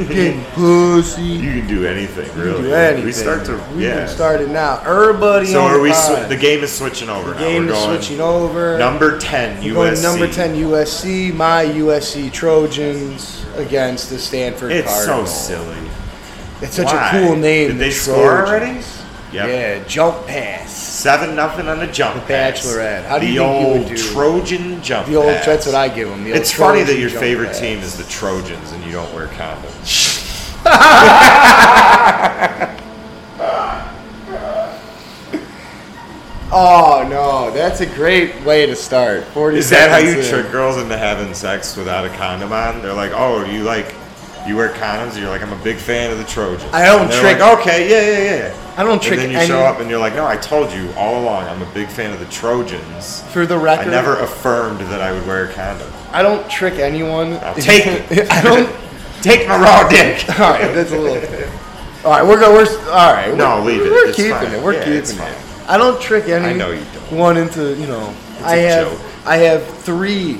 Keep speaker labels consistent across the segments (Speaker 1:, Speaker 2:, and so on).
Speaker 1: Getting pussy.
Speaker 2: You can do anything,
Speaker 1: We
Speaker 2: really.
Speaker 1: do anything.
Speaker 2: We start to
Speaker 1: We
Speaker 2: yeah.
Speaker 1: can start it now. Everybody
Speaker 2: so
Speaker 1: on
Speaker 2: are we?
Speaker 1: Sw-
Speaker 2: Sw- the game is switching over now.
Speaker 1: game
Speaker 2: We're
Speaker 1: is
Speaker 2: going
Speaker 1: switching over.
Speaker 2: number ten
Speaker 1: We're
Speaker 2: USC.
Speaker 1: Going number ten USC. My USC Trojans against the Stanford
Speaker 2: It's
Speaker 1: Cardinals.
Speaker 2: so silly.
Speaker 1: It's such
Speaker 2: Why?
Speaker 1: a cool name.
Speaker 2: Did
Speaker 1: the
Speaker 2: they score already?
Speaker 1: Trojans.
Speaker 2: Yep.
Speaker 1: Yeah, jump pass.
Speaker 2: Seven nothing on the jump.
Speaker 1: The
Speaker 2: pass.
Speaker 1: Bachelorette. How do you
Speaker 2: the
Speaker 1: think you
Speaker 2: old
Speaker 1: would do?
Speaker 2: Trojan jump?
Speaker 1: The old
Speaker 2: pass.
Speaker 1: that's what I give them. The old
Speaker 2: It's funny that
Speaker 1: Trojan
Speaker 2: your
Speaker 1: jump
Speaker 2: favorite
Speaker 1: pass.
Speaker 2: team is the Trojans and you don't wear condoms.
Speaker 1: Oh no, that's a great way to start. Forty.
Speaker 2: Is that how you
Speaker 1: seconds in.
Speaker 2: trick girls into having sex without a condom on? They're like, "Oh, you like you wear condoms?" And you're like, "I'm a big fan of the Trojans."
Speaker 1: I don't
Speaker 2: And they're
Speaker 1: trick-
Speaker 2: Like, okay, yeah, yeah, yeah.
Speaker 1: I don't trick
Speaker 2: And then you
Speaker 1: any-
Speaker 2: show up and you're like, "No, I told you all along. I'm a big fan of the Trojans."
Speaker 1: For the
Speaker 2: I
Speaker 1: record,
Speaker 2: never affirmed that I would wear a condom.
Speaker 1: I don't trick anyone.
Speaker 2: Now take it.
Speaker 1: I don't.
Speaker 2: Take my raw dick.
Speaker 1: All right, that's a little. All right, we're going. We're s- all right.
Speaker 2: No,
Speaker 1: we're,
Speaker 2: leave it.
Speaker 1: We're
Speaker 2: It's
Speaker 1: keeping
Speaker 2: fine.
Speaker 1: it. We're
Speaker 2: Yeah,
Speaker 1: keeping
Speaker 2: it's
Speaker 1: it.
Speaker 2: fine.
Speaker 1: I don't trick any.
Speaker 2: I know you don't.
Speaker 1: One into you know. I
Speaker 2: a
Speaker 1: have
Speaker 2: joke.
Speaker 1: I have three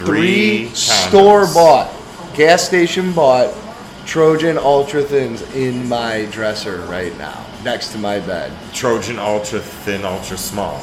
Speaker 2: Three condoms.
Speaker 1: store bought, gas station bought Trojan Ultra Thins in my dresser right now, next to my bed.
Speaker 2: Trojan ultra thin, ultra small.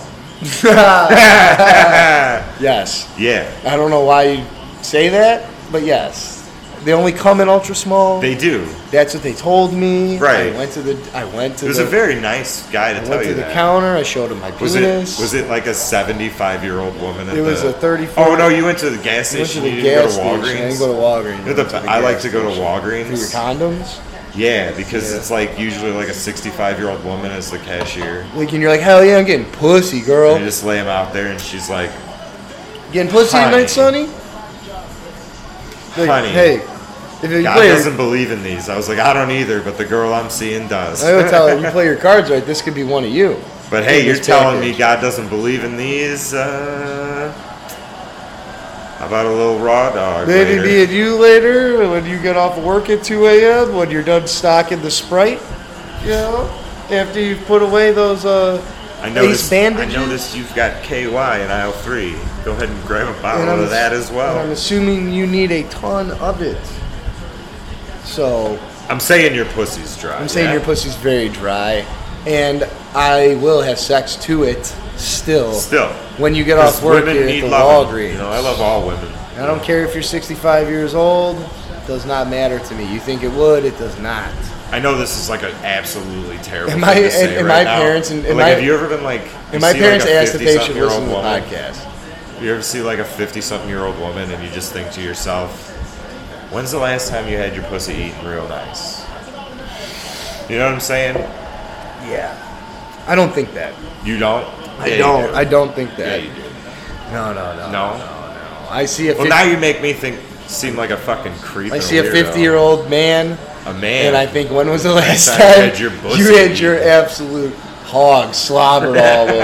Speaker 1: Yes.
Speaker 2: Yeah,
Speaker 1: I don't know why you say that, but yes. They only come in ultra small.
Speaker 2: they do.
Speaker 1: That's what they told me.
Speaker 2: Right.
Speaker 1: I went to the I went to
Speaker 2: It was
Speaker 1: the
Speaker 2: a very nice guy to
Speaker 1: I
Speaker 2: tell
Speaker 1: went
Speaker 2: you
Speaker 1: to the
Speaker 2: that.
Speaker 1: counter, I showed him my penis.
Speaker 2: Was it was it like a seventy five year old woman? At
Speaker 1: It
Speaker 2: the,
Speaker 1: was a 34
Speaker 2: Oh no, you went to the gas
Speaker 1: I went to
Speaker 2: station.
Speaker 1: the
Speaker 2: you
Speaker 1: gas
Speaker 2: didn't go to Walgreens.
Speaker 1: station. I didn't go to Walgreens.
Speaker 2: You're the
Speaker 1: I went
Speaker 2: be-
Speaker 1: the
Speaker 2: I like
Speaker 1: gas
Speaker 2: to go to
Speaker 1: station. For your
Speaker 2: Walgreens.
Speaker 1: condoms?
Speaker 2: Yeah, because
Speaker 1: Yeah.
Speaker 2: it's like usually like a sixty five year old woman is the cashier.
Speaker 1: Like, and you're like, hell yeah, I'm getting pussy, girl.
Speaker 2: And you just lay them out there, and she's like,
Speaker 1: Getting pussy
Speaker 2: Honey.
Speaker 1: tonight, Sonny? Like,
Speaker 2: Honey.
Speaker 1: Hey, if you
Speaker 2: "God
Speaker 1: play your,
Speaker 2: doesn't believe in these." I was like, "I don't either," but the girl I'm seeing does.
Speaker 1: I would tell her, you play your cards right, this could be one of you.
Speaker 2: But hey,
Speaker 1: Get
Speaker 2: you're
Speaker 1: this
Speaker 2: telling me
Speaker 1: package.
Speaker 2: God doesn't believe in these? Uh, how about a little raw dog?
Speaker 1: Maybe
Speaker 2: later?
Speaker 1: be at you later when you get off work at 2 a.m. when you're done stocking the Sprite, you know, after you've put away those, uh,
Speaker 2: I noticed,
Speaker 1: Ace bandages?
Speaker 2: I noticed you've got KY in aisle three. Go ahead and grab a
Speaker 1: and
Speaker 2: bottle
Speaker 1: I'm
Speaker 2: of
Speaker 1: ass-
Speaker 2: that as
Speaker 1: and I'm
Speaker 2: well.
Speaker 1: assuming you need a ton of it. So,
Speaker 2: I'm saying your pussy's dry.
Speaker 1: I'm saying
Speaker 2: yeah?
Speaker 1: your pussy's very dry, and I will have sex to it still.
Speaker 2: Still.
Speaker 1: When you get
Speaker 2: 'Cause
Speaker 1: off work at
Speaker 2: women need
Speaker 1: the
Speaker 2: love.
Speaker 1: Walgreens.
Speaker 2: You know, I love all women.
Speaker 1: I don't care if you're 65 years old. Does not matter to me. You think it would? It does not.
Speaker 2: I know this is like an absolutely terrible.
Speaker 1: And
Speaker 2: Am
Speaker 1: my-
Speaker 2: I? to say
Speaker 1: and- and my
Speaker 2: right now,
Speaker 1: parents and-
Speaker 2: but,
Speaker 1: and
Speaker 2: like,
Speaker 1: my-
Speaker 2: have you ever been like? you
Speaker 1: And my
Speaker 2: see,
Speaker 1: parents
Speaker 2: like, a
Speaker 1: asked if they should
Speaker 2: 50-something-year-old
Speaker 1: listen to the
Speaker 2: woman?
Speaker 1: podcast.
Speaker 2: You ever see like a fifty-something-year-old woman and you just think to yourself, "When's the last time you had your pussy eaten real nice?" You know what I'm saying?
Speaker 1: Yeah. I don't think that.
Speaker 2: You don't.
Speaker 1: I
Speaker 2: Yeah, you
Speaker 1: don't.
Speaker 2: do.
Speaker 1: I don't think
Speaker 2: Yeah,
Speaker 1: that.
Speaker 2: you do.
Speaker 1: no, no, no,
Speaker 2: No?
Speaker 1: no. I see a
Speaker 2: Well, now
Speaker 1: 50,
Speaker 2: you make me think seem like a fucking creep.
Speaker 1: I
Speaker 2: and
Speaker 1: see a
Speaker 2: weirdo.
Speaker 1: 50 year old man,
Speaker 2: a man,
Speaker 1: and I think when was the last
Speaker 2: time
Speaker 1: time,
Speaker 2: you had your pussy
Speaker 1: you had
Speaker 2: eaten?
Speaker 1: your absolute hog slobbered all over?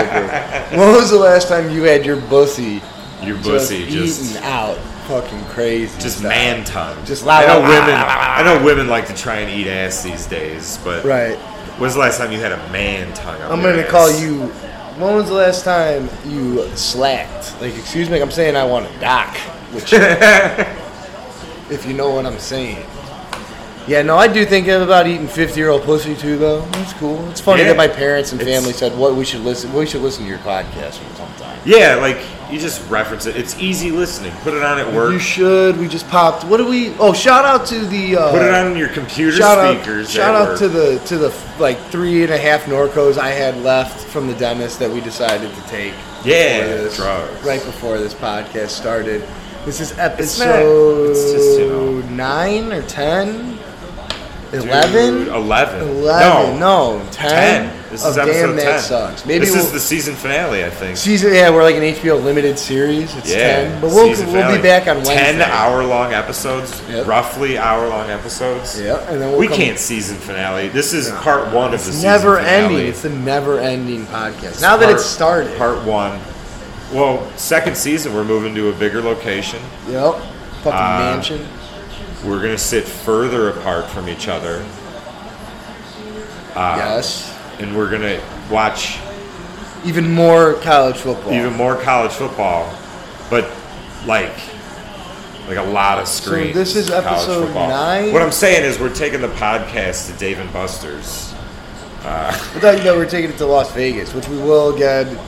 Speaker 1: When was the last time you had your bussy
Speaker 2: your pussy just
Speaker 1: eaten out, fucking crazy,
Speaker 2: just
Speaker 1: style?
Speaker 2: man tongue.
Speaker 1: Just la-
Speaker 2: I
Speaker 1: la-
Speaker 2: know
Speaker 1: la-
Speaker 2: women.
Speaker 1: la- la-
Speaker 2: I know women like to try and eat ass these days, but
Speaker 1: Right.
Speaker 2: When's the last time you had a man tongue? Up
Speaker 1: I'm
Speaker 2: your
Speaker 1: gonna
Speaker 2: ass?
Speaker 1: call you. When was the last time you slacked? Like, excuse me, I'm saying I want to dock. Which, if you know what I'm saying. Yeah, no, I do think about eating 50 year old pussy too, though. That's cool. It's funny
Speaker 2: Yeah.
Speaker 1: that my parents and
Speaker 2: It's-
Speaker 1: family said what we should listen. We should listen to your podcast from sometime.
Speaker 2: Yeah, like you just reference it. It's easy listening. Put it on at work.
Speaker 1: You should. We just popped. What do we? Oh, shout out to the. Uh,
Speaker 2: Put it on your computer speakers.
Speaker 1: Out, shout
Speaker 2: at
Speaker 1: out
Speaker 2: work.
Speaker 1: to the to the like three and a half Norcos I had left from the dentist that we decided to take.
Speaker 2: Yeah,
Speaker 1: before this-
Speaker 2: drugs.
Speaker 1: Right before this podcast started, this is
Speaker 2: not-
Speaker 1: episode
Speaker 2: it's just, you know.
Speaker 1: nine or ten.
Speaker 2: Dude,
Speaker 1: Eleven?
Speaker 2: 11.
Speaker 1: Eleven? No, ten.
Speaker 2: This
Speaker 1: of
Speaker 2: is episode
Speaker 1: damn
Speaker 2: 10.
Speaker 1: that sucks. Maybe
Speaker 2: this
Speaker 1: we'll,
Speaker 2: is the season finale, I think.
Speaker 1: season. Yeah, we're like an HBO limited series. It's ten, but we'll
Speaker 2: season
Speaker 1: we'll
Speaker 2: finale.
Speaker 1: be back on Wednesday.
Speaker 2: Ten hour long episodes,
Speaker 1: Yep.
Speaker 2: roughly hour long episodes.
Speaker 1: Yeah, and then we'll
Speaker 2: we
Speaker 1: come-
Speaker 2: can't season finale. This is part one of the season
Speaker 1: Never
Speaker 2: finale.
Speaker 1: ending. It's the never ending podcast. Now that
Speaker 2: Part-
Speaker 1: it's started.
Speaker 2: part one. Well, second season, we're moving to a bigger location.
Speaker 1: Yep. Fucking
Speaker 2: Uh,
Speaker 1: mansion.
Speaker 2: We're gonna sit further apart from each other, uh.
Speaker 1: yes.
Speaker 2: and we're gonna watch
Speaker 1: Even more college football.
Speaker 2: even more college football, but like Like a lot of screens.
Speaker 1: this is
Speaker 2: in college
Speaker 1: episode
Speaker 2: football.
Speaker 1: nine?
Speaker 2: What I'm saying is we're taking the podcast to Dave and Buster's.
Speaker 1: I thought you know we were taking it to Las Vegas, which we will again.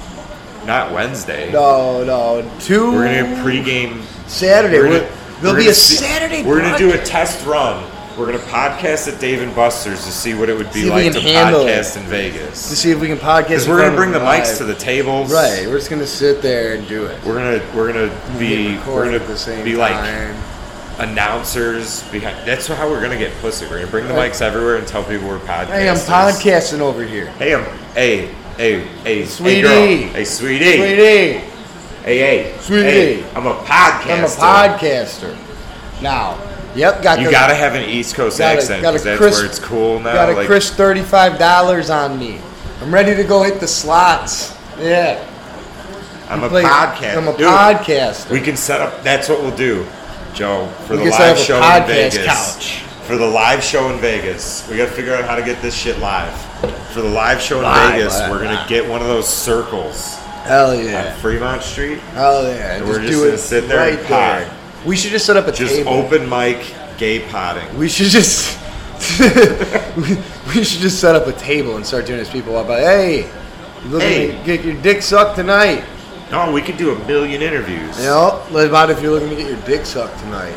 Speaker 2: Not Wednesday.
Speaker 1: No, no, two
Speaker 2: We're gonna get pregame
Speaker 1: Saturday.
Speaker 2: We're
Speaker 1: We're-
Speaker 2: gonna-
Speaker 1: there'll
Speaker 2: we're
Speaker 1: be
Speaker 2: gonna
Speaker 1: a
Speaker 2: see-
Speaker 1: Saturday.
Speaker 2: We're gonna do a test run. We're gonna podcast at Dave and Buster's to see what it would be
Speaker 1: See if we
Speaker 2: like to
Speaker 1: can handle it.
Speaker 2: podcast in
Speaker 1: to
Speaker 2: Vegas.
Speaker 1: see if we can podcast.
Speaker 2: Because we're gonna
Speaker 1: in front
Speaker 2: bring the
Speaker 1: of
Speaker 2: mics to
Speaker 1: live.
Speaker 2: the tables.
Speaker 1: Right, we're just gonna sit there and do it.
Speaker 2: We're gonna we're gonna be
Speaker 1: Record
Speaker 2: we're
Speaker 1: at the
Speaker 2: gonna
Speaker 1: same
Speaker 2: be like
Speaker 1: time.
Speaker 2: announcers behind. That's how we're gonna get pussy. We're gonna bring the mics everywhere and tell people we're podcasting.
Speaker 1: Hey, I'm podcasting over here,
Speaker 2: Hey, I'm hey hey hey
Speaker 1: Sweetie.
Speaker 2: Hey, girl. hey sweetie.
Speaker 1: sweetie.
Speaker 2: Hey hey
Speaker 1: Sweetie.
Speaker 2: Hey, I'm a podcaster.
Speaker 1: I'm a podcaster now. Yep, got
Speaker 2: You
Speaker 1: the,
Speaker 2: gotta have an East Coast
Speaker 1: Gotta-
Speaker 2: accent
Speaker 1: gotta
Speaker 2: because that's
Speaker 1: crisp-
Speaker 2: where it's cool now.
Speaker 1: got a
Speaker 2: like,
Speaker 1: crisp thirty-five dollars on me. I'm ready to go hit the slots. Yeah,
Speaker 2: I'm a
Speaker 1: Play-
Speaker 2: podcast.
Speaker 1: I'm a
Speaker 2: Dude,
Speaker 1: podcaster.
Speaker 2: We can set up. That's what we'll do, Joe, for
Speaker 1: We
Speaker 2: the
Speaker 1: can set
Speaker 2: live
Speaker 1: up a
Speaker 2: show in
Speaker 1: podcast
Speaker 2: Vegas.
Speaker 1: couch.
Speaker 2: For the live show in Vegas, we got to figure out how to get this shit live. For the live show in
Speaker 1: Live,
Speaker 2: Vegas,
Speaker 1: live,
Speaker 2: we're gonna
Speaker 1: live.
Speaker 2: get one of those circles
Speaker 1: Hell
Speaker 2: on
Speaker 1: yeah!
Speaker 2: Fremont Street.
Speaker 1: Hell yeah!
Speaker 2: And we're just gonna sit there and pod.
Speaker 1: We should just set up a
Speaker 2: Just
Speaker 1: table.
Speaker 2: open mic, gay potting.
Speaker 1: We should just we, we should just set up a table and start doing this people up. Like, hey, you looking
Speaker 2: Hey.
Speaker 1: to get your dick sucked tonight?
Speaker 2: No, we could do a million interviews.
Speaker 1: You know, what about if you're looking to get your dick sucked tonight?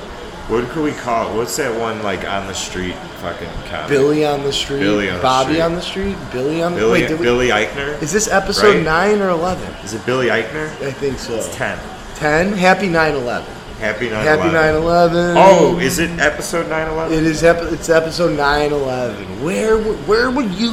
Speaker 2: What could we call it? What's that one like on the street fucking comedy?
Speaker 1: Billy on the street,
Speaker 2: Billy on the
Speaker 1: Bobby
Speaker 2: street.
Speaker 1: on the street, Billy on the
Speaker 2: Billy,
Speaker 1: wait, did we,
Speaker 2: Billy Eichner.
Speaker 1: Is this episode
Speaker 2: Right.
Speaker 1: nine or eleven?
Speaker 2: Is it Billy Eichner?
Speaker 1: I think so.
Speaker 2: Ten.
Speaker 1: Ten. Happy nine eleven.
Speaker 2: Happy 9/11.
Speaker 1: Happy nine eleven.
Speaker 2: Oh, is it episode 9/11?
Speaker 1: It is. Ep- it's episode nine eleven. Where w- where were you?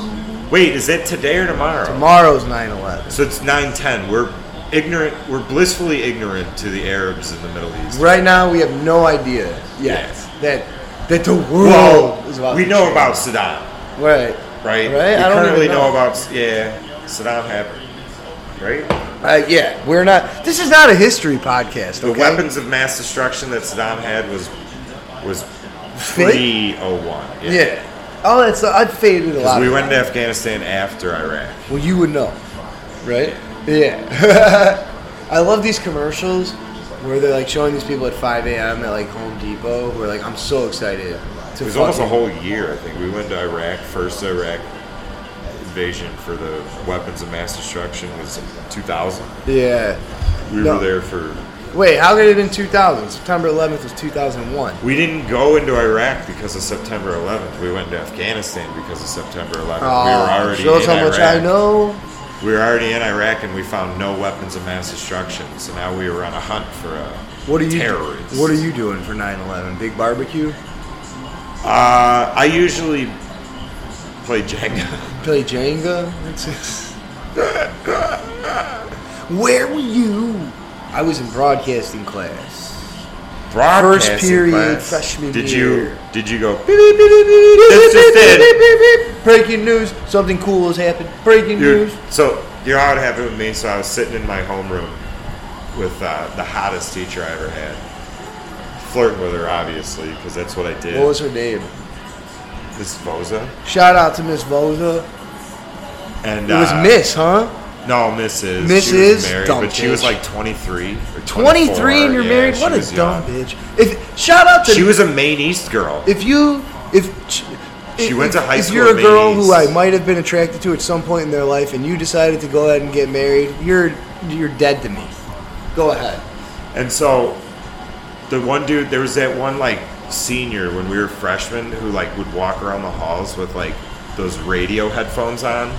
Speaker 2: Wait, is it today or tomorrow?
Speaker 1: Tomorrow's nine eleven.
Speaker 2: So it's 910. We're ignorant. We're blissfully ignorant to the Arabs in the Middle East.
Speaker 1: Right now, we have no idea yet
Speaker 2: Yes.
Speaker 1: that that the world is
Speaker 2: Well,
Speaker 1: about.
Speaker 2: we
Speaker 1: to
Speaker 2: know
Speaker 1: change.
Speaker 2: about Saddam,
Speaker 1: right,
Speaker 2: right?
Speaker 1: right.
Speaker 2: We
Speaker 1: I don't
Speaker 2: currently
Speaker 1: even
Speaker 2: know.
Speaker 1: know.
Speaker 2: about yeah, Saddam happened, right?
Speaker 1: Uh, yeah, we're not. This is not a history podcast.
Speaker 2: The
Speaker 1: okay?
Speaker 2: weapons of mass destruction that Saddam had was was
Speaker 1: Fake?
Speaker 2: pre 01. Yeah.
Speaker 1: Yeah. All that stuff. I've faded a
Speaker 2: 'Cause
Speaker 1: lot.
Speaker 2: we
Speaker 1: of
Speaker 2: went
Speaker 1: that.
Speaker 2: to Afghanistan after Iraq.
Speaker 1: Well, you would know, right? Yeah. I love these commercials where they're like showing these people at 5 a.m. at like Home Depot who are like, I'm so excited. To
Speaker 2: It was almost a
Speaker 1: fucking-
Speaker 2: whole year, I think. We went to Iraq, first Iraq invasion for the weapons of mass destruction was 2000.
Speaker 1: Yeah.
Speaker 2: We
Speaker 1: No.
Speaker 2: were there for.
Speaker 1: Wait, how could it have been 2000? September 11th was 2001.
Speaker 2: We didn't go into Iraq because of September 11th. We went to Afghanistan because of September 11th. we were
Speaker 1: Aw,
Speaker 2: already
Speaker 1: shows
Speaker 2: in
Speaker 1: Ah, how much
Speaker 2: Iraq.
Speaker 1: I know.
Speaker 2: We were already in Iraq, and we found no weapons of mass destruction. So now we were on a hunt for a
Speaker 1: What are you?
Speaker 2: terrorist.
Speaker 1: What are you doing for 9/11? Big barbecue?
Speaker 2: Uh, I usually play Jenga.
Speaker 1: Play Jenga? That's it. Where were you? I was in broadcasting class.
Speaker 2: Broadcasting
Speaker 1: period,
Speaker 2: class.
Speaker 1: freshman
Speaker 2: Did
Speaker 1: year.
Speaker 2: you? Did you go?
Speaker 1: Beep, beep, beep, beep, beep,
Speaker 2: That's
Speaker 1: beep,
Speaker 2: just
Speaker 1: beep,
Speaker 2: it.
Speaker 1: beep, beep, beep. Breaking news. Something cool has happened. Breaking
Speaker 2: Dude,
Speaker 1: news.
Speaker 2: so you know how it happened with me. So I was sitting in my homeroom with uh, the hottest teacher I ever had, flirting with her, obviously, because that's what I did.
Speaker 1: What was her name?
Speaker 2: Miss Voza?
Speaker 1: Shout out to Miss Voza.
Speaker 2: And
Speaker 1: It was
Speaker 2: uh,
Speaker 1: Miss, huh?
Speaker 2: No, Mrs. She
Speaker 1: Mrs.
Speaker 2: was married,
Speaker 1: Dumb
Speaker 2: but she was
Speaker 1: bitch.
Speaker 2: like 23 or 24.
Speaker 1: 23 and you're
Speaker 2: Yeah,
Speaker 1: married.
Speaker 2: she
Speaker 1: What a
Speaker 2: was
Speaker 1: dumb
Speaker 2: young.
Speaker 1: bitch. If shout out to
Speaker 2: She was a Maine East girl.
Speaker 1: if you if
Speaker 2: She
Speaker 1: if-
Speaker 2: went to high
Speaker 1: if
Speaker 2: school
Speaker 1: you're
Speaker 2: in
Speaker 1: a
Speaker 2: Maine
Speaker 1: girl who
Speaker 2: East.
Speaker 1: I might have been attracted to at some point in their life, and you decided to go ahead and get married, you're you're dead to me. Go ahead.
Speaker 2: And so the one dude, there was that one like senior when we were freshmen who like would walk around the halls with like those radio headphones on.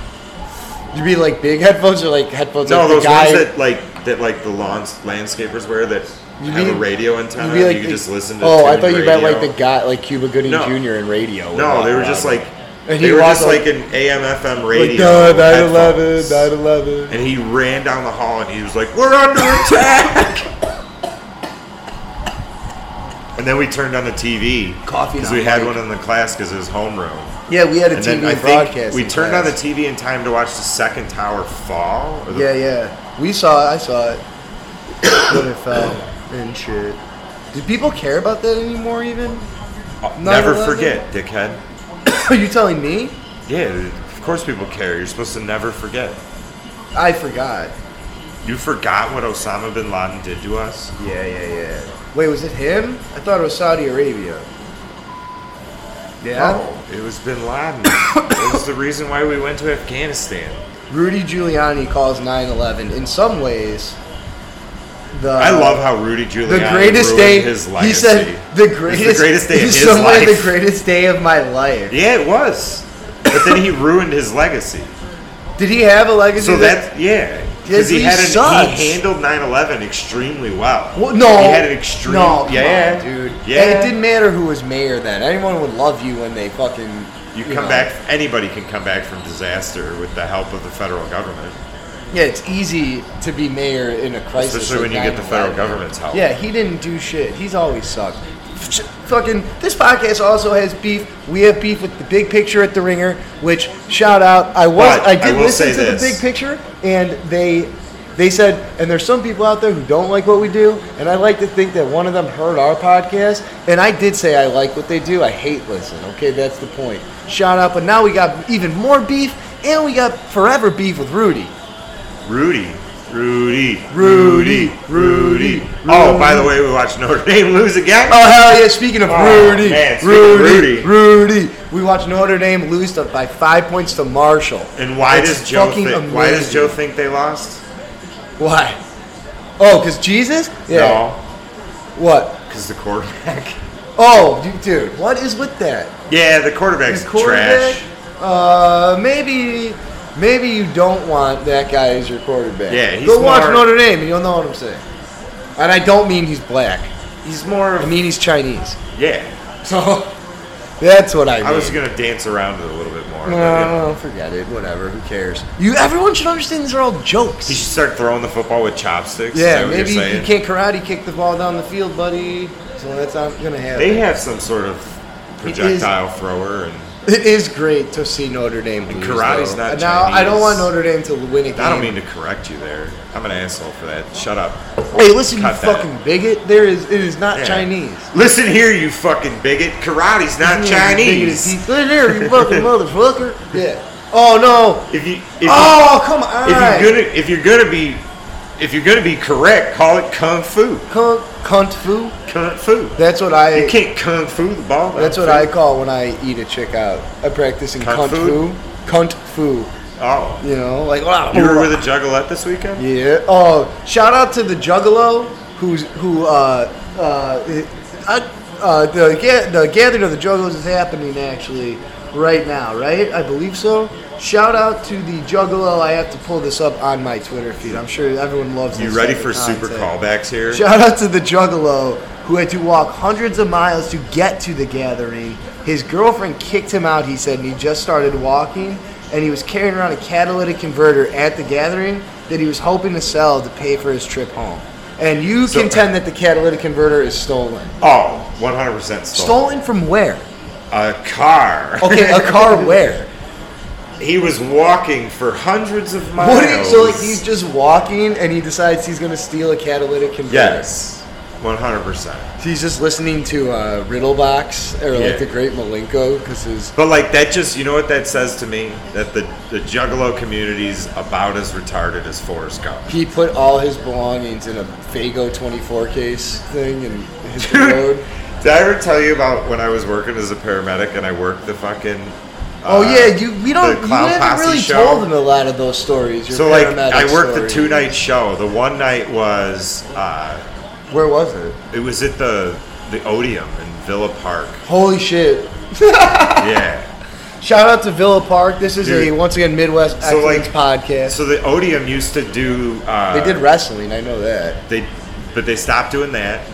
Speaker 1: You mean like big headphones or like headphones
Speaker 2: No,
Speaker 1: like
Speaker 2: those
Speaker 1: the guy?
Speaker 2: ones that like that like the lawns landscapers wear that
Speaker 1: You
Speaker 2: have a
Speaker 1: mean-
Speaker 2: radio antenna.
Speaker 1: you
Speaker 2: You,
Speaker 1: mean like
Speaker 2: you
Speaker 1: the-
Speaker 2: can just listen to.
Speaker 1: Oh, I
Speaker 2: tuned
Speaker 1: thought you meant like
Speaker 2: radio.
Speaker 1: the guy, like Cuba Gooding
Speaker 2: No.
Speaker 1: Jr. in radio.
Speaker 2: No, they were just like
Speaker 1: And he
Speaker 2: they were just
Speaker 1: walked,
Speaker 2: like an AM/FM
Speaker 1: like
Speaker 2: radio.
Speaker 1: duh, 9/11,
Speaker 2: headphones.
Speaker 1: 9/11.
Speaker 2: And he ran down the hall and he was like, "We're under attack!" and then we turned on the TV
Speaker 1: Coffee
Speaker 2: because
Speaker 1: not
Speaker 2: we had
Speaker 1: like-
Speaker 2: one in the class because it was homeroom.
Speaker 1: Yeah, we had a
Speaker 2: And
Speaker 1: TV
Speaker 2: then I think
Speaker 1: broadcast.
Speaker 2: we
Speaker 1: in
Speaker 2: turned on the
Speaker 1: class.
Speaker 2: TV in time to watch the second tower fall. Or the,
Speaker 1: Yeah, yeah. We saw it. I saw it. when it fell and shit. Do people care about that anymore? Even?
Speaker 2: I'll never
Speaker 1: 9/11?
Speaker 2: forget, dickhead.
Speaker 1: Are you telling me?
Speaker 2: Yeah, of course people care. You're supposed to never forget.
Speaker 1: I forgot.
Speaker 2: You forgot what Osama bin Laden did to us?
Speaker 1: Yeah, yeah, yeah. Wait, was it him? I thought it was Saudi Arabia. Yeah.
Speaker 2: No, it was Bin Laden. it was the reason why we went to Afghanistan.
Speaker 1: Uh, Rudy Giuliani calls 9/11 in some ways. The
Speaker 2: I love how Rudy Giuliani
Speaker 1: the greatest day.
Speaker 2: his legacy.
Speaker 1: He said the
Speaker 2: It was
Speaker 1: greatest.
Speaker 2: the greatest day
Speaker 1: he
Speaker 2: of his
Speaker 1: said, "One of
Speaker 2: life.
Speaker 1: The greatest day of my life.
Speaker 2: yeah, it was. But then he ruined his legacy.
Speaker 1: Did he have a legacy?
Speaker 2: So that yeah,
Speaker 1: Yes,
Speaker 2: because he
Speaker 1: he
Speaker 2: had an,
Speaker 1: sucks.
Speaker 2: he handled 9/11 extremely well.
Speaker 1: Well, no,
Speaker 2: he had an extreme.
Speaker 1: No, come
Speaker 2: yeah,
Speaker 1: on, dude.
Speaker 2: Yeah,
Speaker 1: And it didn't matter who was mayor then. Anyone would love you when they fucking.
Speaker 2: You
Speaker 1: know.
Speaker 2: come back. Anybody can come back from disaster with the help of the federal government,
Speaker 1: Yeah, it's easy to be mayor in a crisis.
Speaker 2: especially when you
Speaker 1: like
Speaker 2: get the federal
Speaker 1: 9/11.
Speaker 2: government's help.
Speaker 1: Yeah, he didn't do shit. He's always sucked. F- Fucking this podcast also has beef. We have beef with the big picture at the ringer, which shout out. I was
Speaker 2: But
Speaker 1: I
Speaker 2: I
Speaker 1: did
Speaker 2: will
Speaker 1: listen
Speaker 2: say
Speaker 1: to
Speaker 2: this.
Speaker 1: the big picture, and they they said, and there's some people out there who don't like what we do, and I like to think that one of them heard our podcast, and I did say I like what they do. I hate listen. Okay, that's the point. Shout out. But now we got even more beef, and we got forever beef with Rudy.
Speaker 2: Rudy. Rudy,
Speaker 1: Rudy,
Speaker 2: Rudy.
Speaker 1: Rudy,
Speaker 2: Oh, by
Speaker 1: Rudy.
Speaker 2: the way, we watched Notre Dame lose again.
Speaker 1: Oh hell yeah! Speaking of
Speaker 2: Oh,
Speaker 1: Rudy,
Speaker 2: man, speaking of
Speaker 1: Rudy, Rudy, we watched Notre Dame lose to, by five points to Marshall.
Speaker 2: and why
Speaker 1: It's
Speaker 2: does Joe?
Speaker 1: fucking
Speaker 2: Think, why
Speaker 1: amazing.
Speaker 2: does Joe think they lost?
Speaker 1: Why? Oh, cause Jesus? Yeah. What?
Speaker 2: because the quarterback.
Speaker 1: Oh, du- dude, what is with that?
Speaker 2: yeah, the quarterback's
Speaker 1: His quarterback?
Speaker 2: trash.
Speaker 1: Uh, maybe, maybe you don't want that guy as your quarterback.
Speaker 2: Yeah, he's
Speaker 1: go watch
Speaker 2: more-
Speaker 1: Notre Dame and you'll know what I'm saying. And I don't mean he's black.
Speaker 2: He's more.
Speaker 1: I
Speaker 2: Of,
Speaker 1: mean he's Chinese.
Speaker 2: yeah,
Speaker 1: So that's what I mean.
Speaker 2: I was gonna dance around it a little bit more. but, you know.
Speaker 1: No, forget it. Whatever. Who cares? Uh, You. Everyone should understand these are all
Speaker 2: He
Speaker 1: jokes.
Speaker 2: should start throwing the football with chopsticks. Is
Speaker 1: Yeah,
Speaker 2: that what you're
Speaker 1: maybe you
Speaker 2: saying?
Speaker 1: can't karate kick the ball down the field, buddy. So that's not gonna happen.
Speaker 2: They have some sort of
Speaker 1: It is-
Speaker 2: projectile thrower, and
Speaker 1: it is great to see Notre Dame lose.
Speaker 2: karate's
Speaker 1: though.
Speaker 2: not
Speaker 1: Now I don't
Speaker 2: Chinese.
Speaker 1: want Notre Dame to win a game.
Speaker 2: I don't mean to correct you there. I'm an asshole for that. Shut up.
Speaker 1: Hey, listen,
Speaker 2: Cut
Speaker 1: you
Speaker 2: that.
Speaker 1: fucking bigot. There is. It is not
Speaker 2: Yeah.
Speaker 1: Chinese.
Speaker 2: Listen here, you fucking bigot. Karate's not Chinese.
Speaker 1: Listen here, you fucking motherfucker. Yeah. Oh no.
Speaker 2: If you if,
Speaker 1: oh come on.
Speaker 2: you, if you're gonna if you're gonna be if you're gonna be correct, call it kung fu.
Speaker 1: Cunt, cunt fu.
Speaker 2: Kung fu.
Speaker 1: That's what I.
Speaker 2: You can't kung fu the ball.
Speaker 1: That's what I
Speaker 2: kung
Speaker 1: call when I eat a chick out. I practice in
Speaker 2: Uh, Cunt
Speaker 1: cunt
Speaker 2: food?
Speaker 1: fu. Cunt fu.
Speaker 2: fu. Oh,
Speaker 1: You know, like wow.
Speaker 2: you were with a juggalette this weekend.
Speaker 1: yeah. Oh, shout out to the juggalo who's who. Uh, uh, I, uh, the ga- the gathering of the juggalos is happening actually right now, right? I believe so. Shout out to the juggalo. I have to pull this up on my Twitter feed. I'm sure everyone loves.
Speaker 2: You
Speaker 1: this
Speaker 2: ready
Speaker 1: type
Speaker 2: for
Speaker 1: of
Speaker 2: super
Speaker 1: content.
Speaker 2: callbacks here?
Speaker 1: Shout out to the juggalo who had to walk hundreds of miles to get to the gathering. His girlfriend kicked him out, he said, and he just started walking. And he was carrying around a catalytic converter at the gathering that he was hoping to sell to pay for his trip home. And you
Speaker 2: So-
Speaker 1: contend that the catalytic converter is stolen.
Speaker 2: Oh, 100% stolen.
Speaker 1: Stolen from where?
Speaker 2: A car.
Speaker 1: Okay, a car where?
Speaker 2: He was walking for hundreds of miles.
Speaker 1: What do you, so like he's just walking and he decides he's gonna steal a catalytic converter.
Speaker 2: Yes, 100%.
Speaker 1: He's just listening to uh, Riddle Box or
Speaker 2: Yeah.
Speaker 1: like the Great Malenko because his
Speaker 2: But like that just, you know what that says to me? That the, the Juggalo community's about as retarded as Forrest Gump.
Speaker 1: He put all his belongings in a Fago 24 case thing and hit the
Speaker 2: Dude,
Speaker 1: road.
Speaker 2: did I ever tell you about when I was working as a paramedic and I worked the fucking.
Speaker 1: Oh
Speaker 2: uh,
Speaker 1: yeah, you we don't
Speaker 2: the
Speaker 1: you
Speaker 2: Clown
Speaker 1: haven't
Speaker 2: Posse
Speaker 1: really
Speaker 2: show?
Speaker 1: told them a lot of those stories. Your
Speaker 2: So like
Speaker 1: paramedic
Speaker 2: I worked the
Speaker 1: stories.
Speaker 2: two night show. The one night was uh,
Speaker 1: Where was it?
Speaker 2: it was at the the Odeum in Villa Park.
Speaker 1: Holy shit!
Speaker 2: yeah.
Speaker 1: Shout out to Villa Park. This is a
Speaker 2: Dude.
Speaker 1: once again Midwest
Speaker 2: So, like-
Speaker 1: Excellence podcast.
Speaker 2: So the Odeum used to do. Uh,
Speaker 1: they did wrestling, I know that.
Speaker 2: They, but they stopped doing that,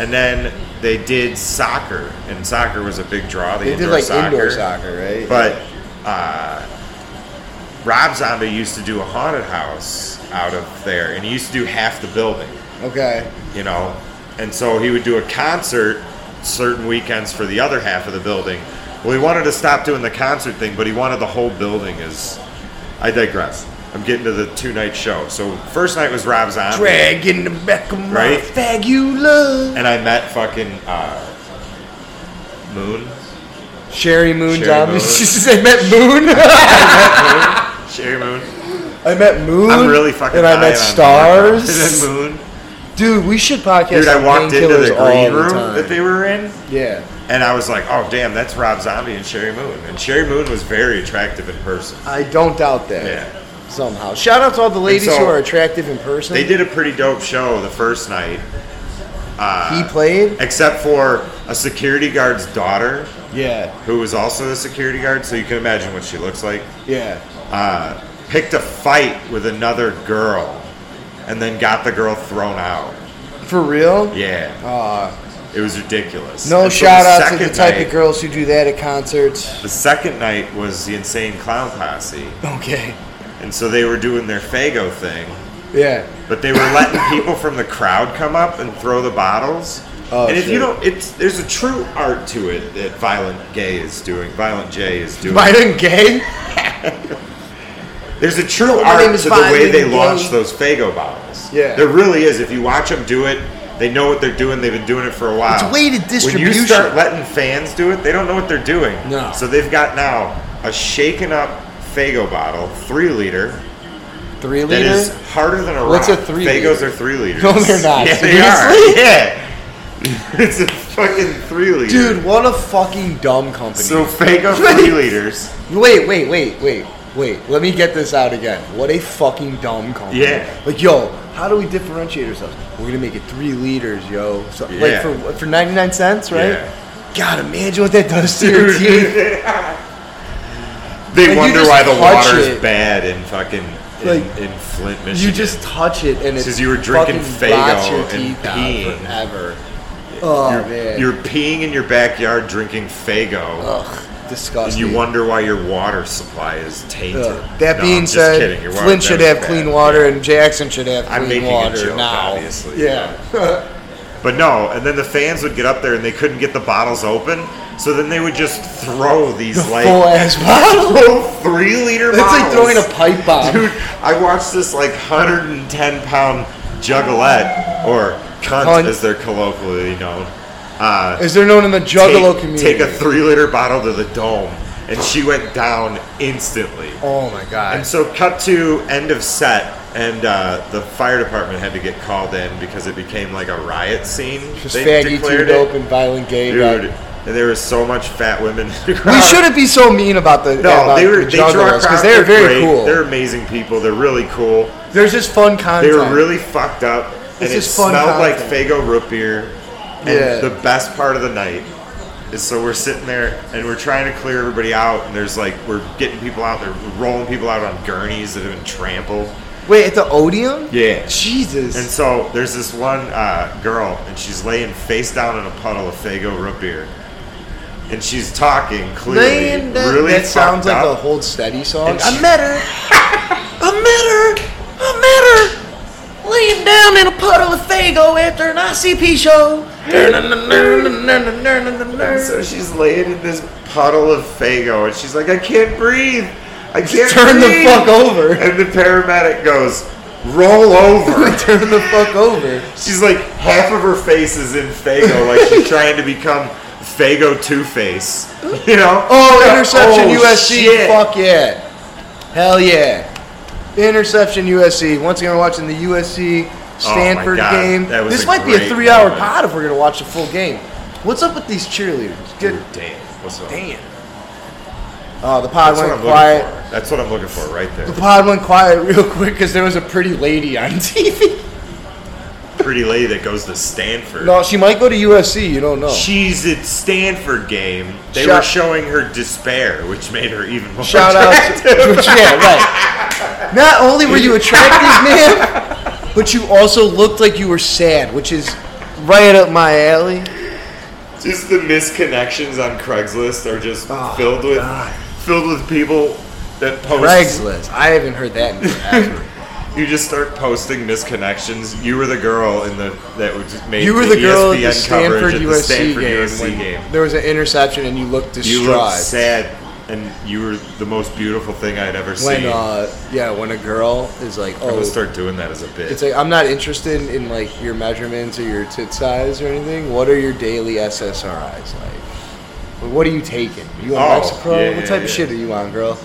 Speaker 2: and then they did soccer, and soccer was a big draw. The
Speaker 1: They did
Speaker 2: indoor
Speaker 1: like
Speaker 2: soccer.
Speaker 1: indoor soccer, right?
Speaker 2: But uh, Rob Zombie used to do a haunted house out of there, and he used to do half the building,
Speaker 1: okay,
Speaker 2: you know, and so he would do a concert certain weekends for the other half of the building. Well, he wanted to stop doing the concert thing, but he wanted the whole building as. I digress. I'm getting to the two night show. So first night was Rob Zombie.
Speaker 1: dragging the back of my
Speaker 2: Right?
Speaker 1: fag you love.
Speaker 2: and I met fucking uh, Moon.
Speaker 1: Sherry Moon
Speaker 2: Sherry
Speaker 1: Zombie.
Speaker 2: Moon.
Speaker 1: I met Moon.
Speaker 2: Sherry Moon.
Speaker 1: I met Moon.
Speaker 2: I'm really fucking.
Speaker 1: And I
Speaker 2: high
Speaker 1: met
Speaker 2: on Moon.
Speaker 1: Stars.
Speaker 2: And then Moon.
Speaker 1: Dude, we should podcast.
Speaker 2: Dude, I
Speaker 1: on
Speaker 2: walked into
Speaker 1: painkillers
Speaker 2: the
Speaker 1: all
Speaker 2: green room
Speaker 1: time.
Speaker 2: that they were in,
Speaker 1: yeah,
Speaker 2: and I was like, "Oh, damn, that's Rob Zombie and Sherry Moon." And Sherry Moon was very attractive in person.
Speaker 1: I don't doubt that.
Speaker 2: Yeah.
Speaker 1: Somehow, shout out to all the ladies
Speaker 2: so-
Speaker 1: who are attractive in person.
Speaker 2: They did a pretty dope show the first night,
Speaker 1: He played.
Speaker 2: except for a security guard's daughter,
Speaker 1: Yeah,
Speaker 2: who was also the security guard. So you can imagine what she looks like.
Speaker 1: yeah.
Speaker 2: Uh, picked a fight with another girl, and then got the girl thrown out.
Speaker 1: For real.
Speaker 2: Yeah,
Speaker 1: Uh,
Speaker 2: it was ridiculous.
Speaker 1: no
Speaker 2: And so
Speaker 1: shout out to
Speaker 2: second
Speaker 1: the type
Speaker 2: night-
Speaker 1: of girls who do that at concerts.
Speaker 2: The second night was the Insane Clown Posse,
Speaker 1: Okay.
Speaker 2: and so they were doing their Fago thing,
Speaker 1: Yeah.
Speaker 2: but they were letting people from the crowd come up and throw the bottles.
Speaker 1: Oh,
Speaker 2: and if you
Speaker 1: shit.
Speaker 2: don't, it's there's a true art to it that Violent Gay is doing. Violent J is doing.
Speaker 1: Biden gay.
Speaker 2: There's a true
Speaker 1: My name
Speaker 2: art
Speaker 1: is
Speaker 2: to the way
Speaker 1: Violent
Speaker 2: they
Speaker 1: Gay.
Speaker 2: launch those Fago bottles.
Speaker 1: Yeah.
Speaker 2: there really is. If you watch them do it, they know what they're doing. They've been doing it for a while.
Speaker 1: It's weighted
Speaker 2: When you
Speaker 1: distribution.
Speaker 2: start letting fans do it, they don't know what they're doing.
Speaker 1: No.
Speaker 2: So they've got now a shaken up Fago bottle, three liter.
Speaker 1: Three
Speaker 2: That
Speaker 1: liter.
Speaker 2: is harder than a
Speaker 1: What's
Speaker 2: rock.
Speaker 1: a three
Speaker 2: Fagos
Speaker 1: liter?
Speaker 2: are three liters.
Speaker 1: No, they're not.
Speaker 2: Yeah, they are.
Speaker 1: Seriously?
Speaker 2: Yeah. it's a fucking three liter.
Speaker 1: Dude, what a fucking dumb company.
Speaker 2: So Fago three liters.
Speaker 1: Wait, wait, wait, wait, wait. Let me get this out again. What a fucking dumb company.
Speaker 2: Yeah.
Speaker 1: Like, yo, how do we differentiate ourselves? We're gonna make it three liters, yo. So, Like
Speaker 2: Yeah.
Speaker 1: for for ninety nine cents, right?
Speaker 2: Yeah.
Speaker 1: God, imagine what that does to your
Speaker 2: Dude.
Speaker 1: teeth.
Speaker 2: they
Speaker 1: you
Speaker 2: wonder
Speaker 1: just
Speaker 2: why the
Speaker 1: touch
Speaker 2: water's
Speaker 1: it.
Speaker 2: bad in fucking in,
Speaker 1: Like,
Speaker 2: in Flint, Michigan.
Speaker 1: You just touch it and it's
Speaker 2: Says you were drinking
Speaker 1: fucking rots
Speaker 2: Faygo
Speaker 1: your
Speaker 2: and
Speaker 1: teeth out
Speaker 2: peeing.
Speaker 1: forever. Oh
Speaker 2: you're,
Speaker 1: man, Oh,
Speaker 2: you're peeing in your backyard drinking Fago,
Speaker 1: Ugh,
Speaker 2: and
Speaker 1: disgusting.
Speaker 2: you wonder why your water supply is tainted.
Speaker 1: Ugh. That
Speaker 2: No, I'm
Speaker 1: being
Speaker 2: just
Speaker 1: said,
Speaker 2: kidding. Your water-
Speaker 1: Flint
Speaker 2: that
Speaker 1: should
Speaker 2: was
Speaker 1: have
Speaker 2: bad.
Speaker 1: clean water
Speaker 2: Yeah.
Speaker 1: and Jackson should have
Speaker 2: I'm
Speaker 1: clean
Speaker 2: making a
Speaker 1: water
Speaker 2: joke,
Speaker 1: now.
Speaker 2: obviously.
Speaker 1: Yeah.
Speaker 2: But no, and then the fans would get up there and they couldn't get the bottles open, so then they would just throw these like
Speaker 1: Full ass bottle.
Speaker 2: three liter
Speaker 1: It's
Speaker 2: bottles.
Speaker 1: like throwing a pipe bomb.
Speaker 2: Dude, I watched this like 110 pound juggalette, or cunt,
Speaker 1: Cunt.
Speaker 2: as they're colloquially known. Uh,
Speaker 1: Is there known in the juggalo
Speaker 2: take,
Speaker 1: community?
Speaker 2: take a three liter bottle to the dome, and she went down instantly.
Speaker 1: oh my god.
Speaker 2: And so, cut to end of set, and uh, the fire department had to get called in because it became like a riot scene.
Speaker 1: Just faggy too dope and violent gay.
Speaker 2: dude.
Speaker 1: guy.
Speaker 2: And there was so much fat women. In the
Speaker 1: We
Speaker 2: crowd.
Speaker 1: shouldn't be so mean about the
Speaker 2: No,
Speaker 1: about
Speaker 2: they
Speaker 1: the
Speaker 2: were. They drew our
Speaker 1: juggalos because
Speaker 2: crowd.
Speaker 1: they're very
Speaker 2: great.
Speaker 1: cool.
Speaker 2: They're amazing people. They're really cool.
Speaker 1: There's just fun content.
Speaker 2: They were really fucked up, and
Speaker 1: It's
Speaker 2: it
Speaker 1: just fun
Speaker 2: smelled like
Speaker 1: content.
Speaker 2: Fago root beer. And
Speaker 1: Yeah.
Speaker 2: the best part of the night is so we're sitting there and we're trying to clear everybody out, and there's like we're getting people out, they're rolling people out on gurneys that have been trampled.
Speaker 1: Wait at the Odeum.
Speaker 2: Yeah.
Speaker 1: Jesus.
Speaker 2: And so there's this one uh, girl, and she's laying face down in a puddle of Fago root beer, and she's talking clearly,
Speaker 1: Man, that,
Speaker 2: really
Speaker 1: that sounds
Speaker 2: fucked
Speaker 1: like
Speaker 2: up.
Speaker 1: a hold steady song.
Speaker 2: And she-
Speaker 1: I met her. I met her. I met her. Laying down in a puddle of Fago after an ICP
Speaker 2: And
Speaker 1: show.
Speaker 2: so she's laying in this puddle of Fago, and she's like, I can't breathe. I can't
Speaker 1: Turn the
Speaker 2: breathe."
Speaker 1: fuck over.
Speaker 2: And the paramedic goes, Roll over.
Speaker 1: Turn the fuck over.
Speaker 2: she's like, half of her face is in Fago, like she's trying to become Fago Two Face. You know?
Speaker 1: Oh,
Speaker 2: Yeah,
Speaker 1: interception
Speaker 2: oh,
Speaker 1: USC.
Speaker 2: shit.
Speaker 1: Fuck yeah. Hell yeah. Interception USC. Once again, we're watching the USC Stanford
Speaker 2: Oh God,
Speaker 1: game.
Speaker 2: that was
Speaker 1: This
Speaker 2: a
Speaker 1: might be a
Speaker 2: great
Speaker 1: three hour
Speaker 2: moment.
Speaker 1: pod if we're going to watch the full game. What's up with these cheerleaders? Good.
Speaker 2: Dude, damn. What's up?
Speaker 1: Damn. Uh, the pod
Speaker 2: That's what
Speaker 1: went
Speaker 2: I'm
Speaker 1: quiet.
Speaker 2: looking for. That's what I'm looking for right there.
Speaker 1: The pod went quiet real quick because there was a pretty lady on TV.
Speaker 2: Pretty lady that goes to Stanford.
Speaker 1: No, she might go to USC. You don't know.
Speaker 2: She's at Stanford game. They
Speaker 1: Shout-
Speaker 2: were showing her despair, which made her even more
Speaker 1: Shout out. To, yeah, right. Not only were you attractive, man, but you also looked like you were sad, which is right up my alley.
Speaker 2: Just the misconnections on Craigslist are just
Speaker 1: Oh,
Speaker 2: filled with
Speaker 1: God.
Speaker 2: filled with people that post.
Speaker 1: Craigslist. I haven't heard that. In forever.
Speaker 2: You just start posting misconnections. You were the girl in the that was just made E
Speaker 1: you were
Speaker 2: the,
Speaker 1: the girl at
Speaker 2: ESPN
Speaker 1: the Stanford
Speaker 2: coverage at the
Speaker 1: USC
Speaker 2: Stanford
Speaker 1: game.
Speaker 2: USC
Speaker 1: when
Speaker 2: game.
Speaker 1: There was an interception, and you looked
Speaker 2: You
Speaker 1: distraught.
Speaker 2: looked sad, and you were the most beautiful thing I'd ever
Speaker 1: when,
Speaker 2: seen.
Speaker 1: uh, yeah, when a girl is like,
Speaker 2: I'm
Speaker 1: "Oh,
Speaker 2: gonna start doing that as a bit.
Speaker 1: It's like I'm not interested in like your measurements or your tit size or anything. What are your daily SSRIs like? Like, What are you taking? you on
Speaker 2: Oh,
Speaker 1: Lexapro?
Speaker 2: yeah,
Speaker 1: what type
Speaker 2: yeah.
Speaker 1: of shit are you on, girl?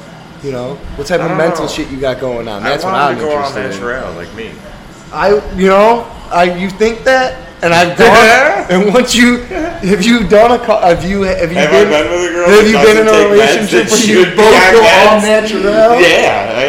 Speaker 1: You know, what type
Speaker 2: I
Speaker 1: of
Speaker 2: don't
Speaker 1: mental
Speaker 2: know.
Speaker 1: shit you got going on?
Speaker 2: I
Speaker 1: That's what
Speaker 2: wanted
Speaker 1: I'm
Speaker 2: to go on
Speaker 1: interested in.
Speaker 2: natural like me.
Speaker 1: I, you know, I, you think that, and I've gone. and once you, have you done a, co- have you, have you
Speaker 2: Have I
Speaker 1: been,
Speaker 2: been with a girl
Speaker 1: have
Speaker 2: that
Speaker 1: you been in
Speaker 2: doesn't
Speaker 1: a
Speaker 2: take meds
Speaker 1: relationship
Speaker 2: that
Speaker 1: where you
Speaker 2: should be
Speaker 1: both
Speaker 2: on
Speaker 1: go all
Speaker 2: meds?
Speaker 1: natural?
Speaker 2: Yeah, I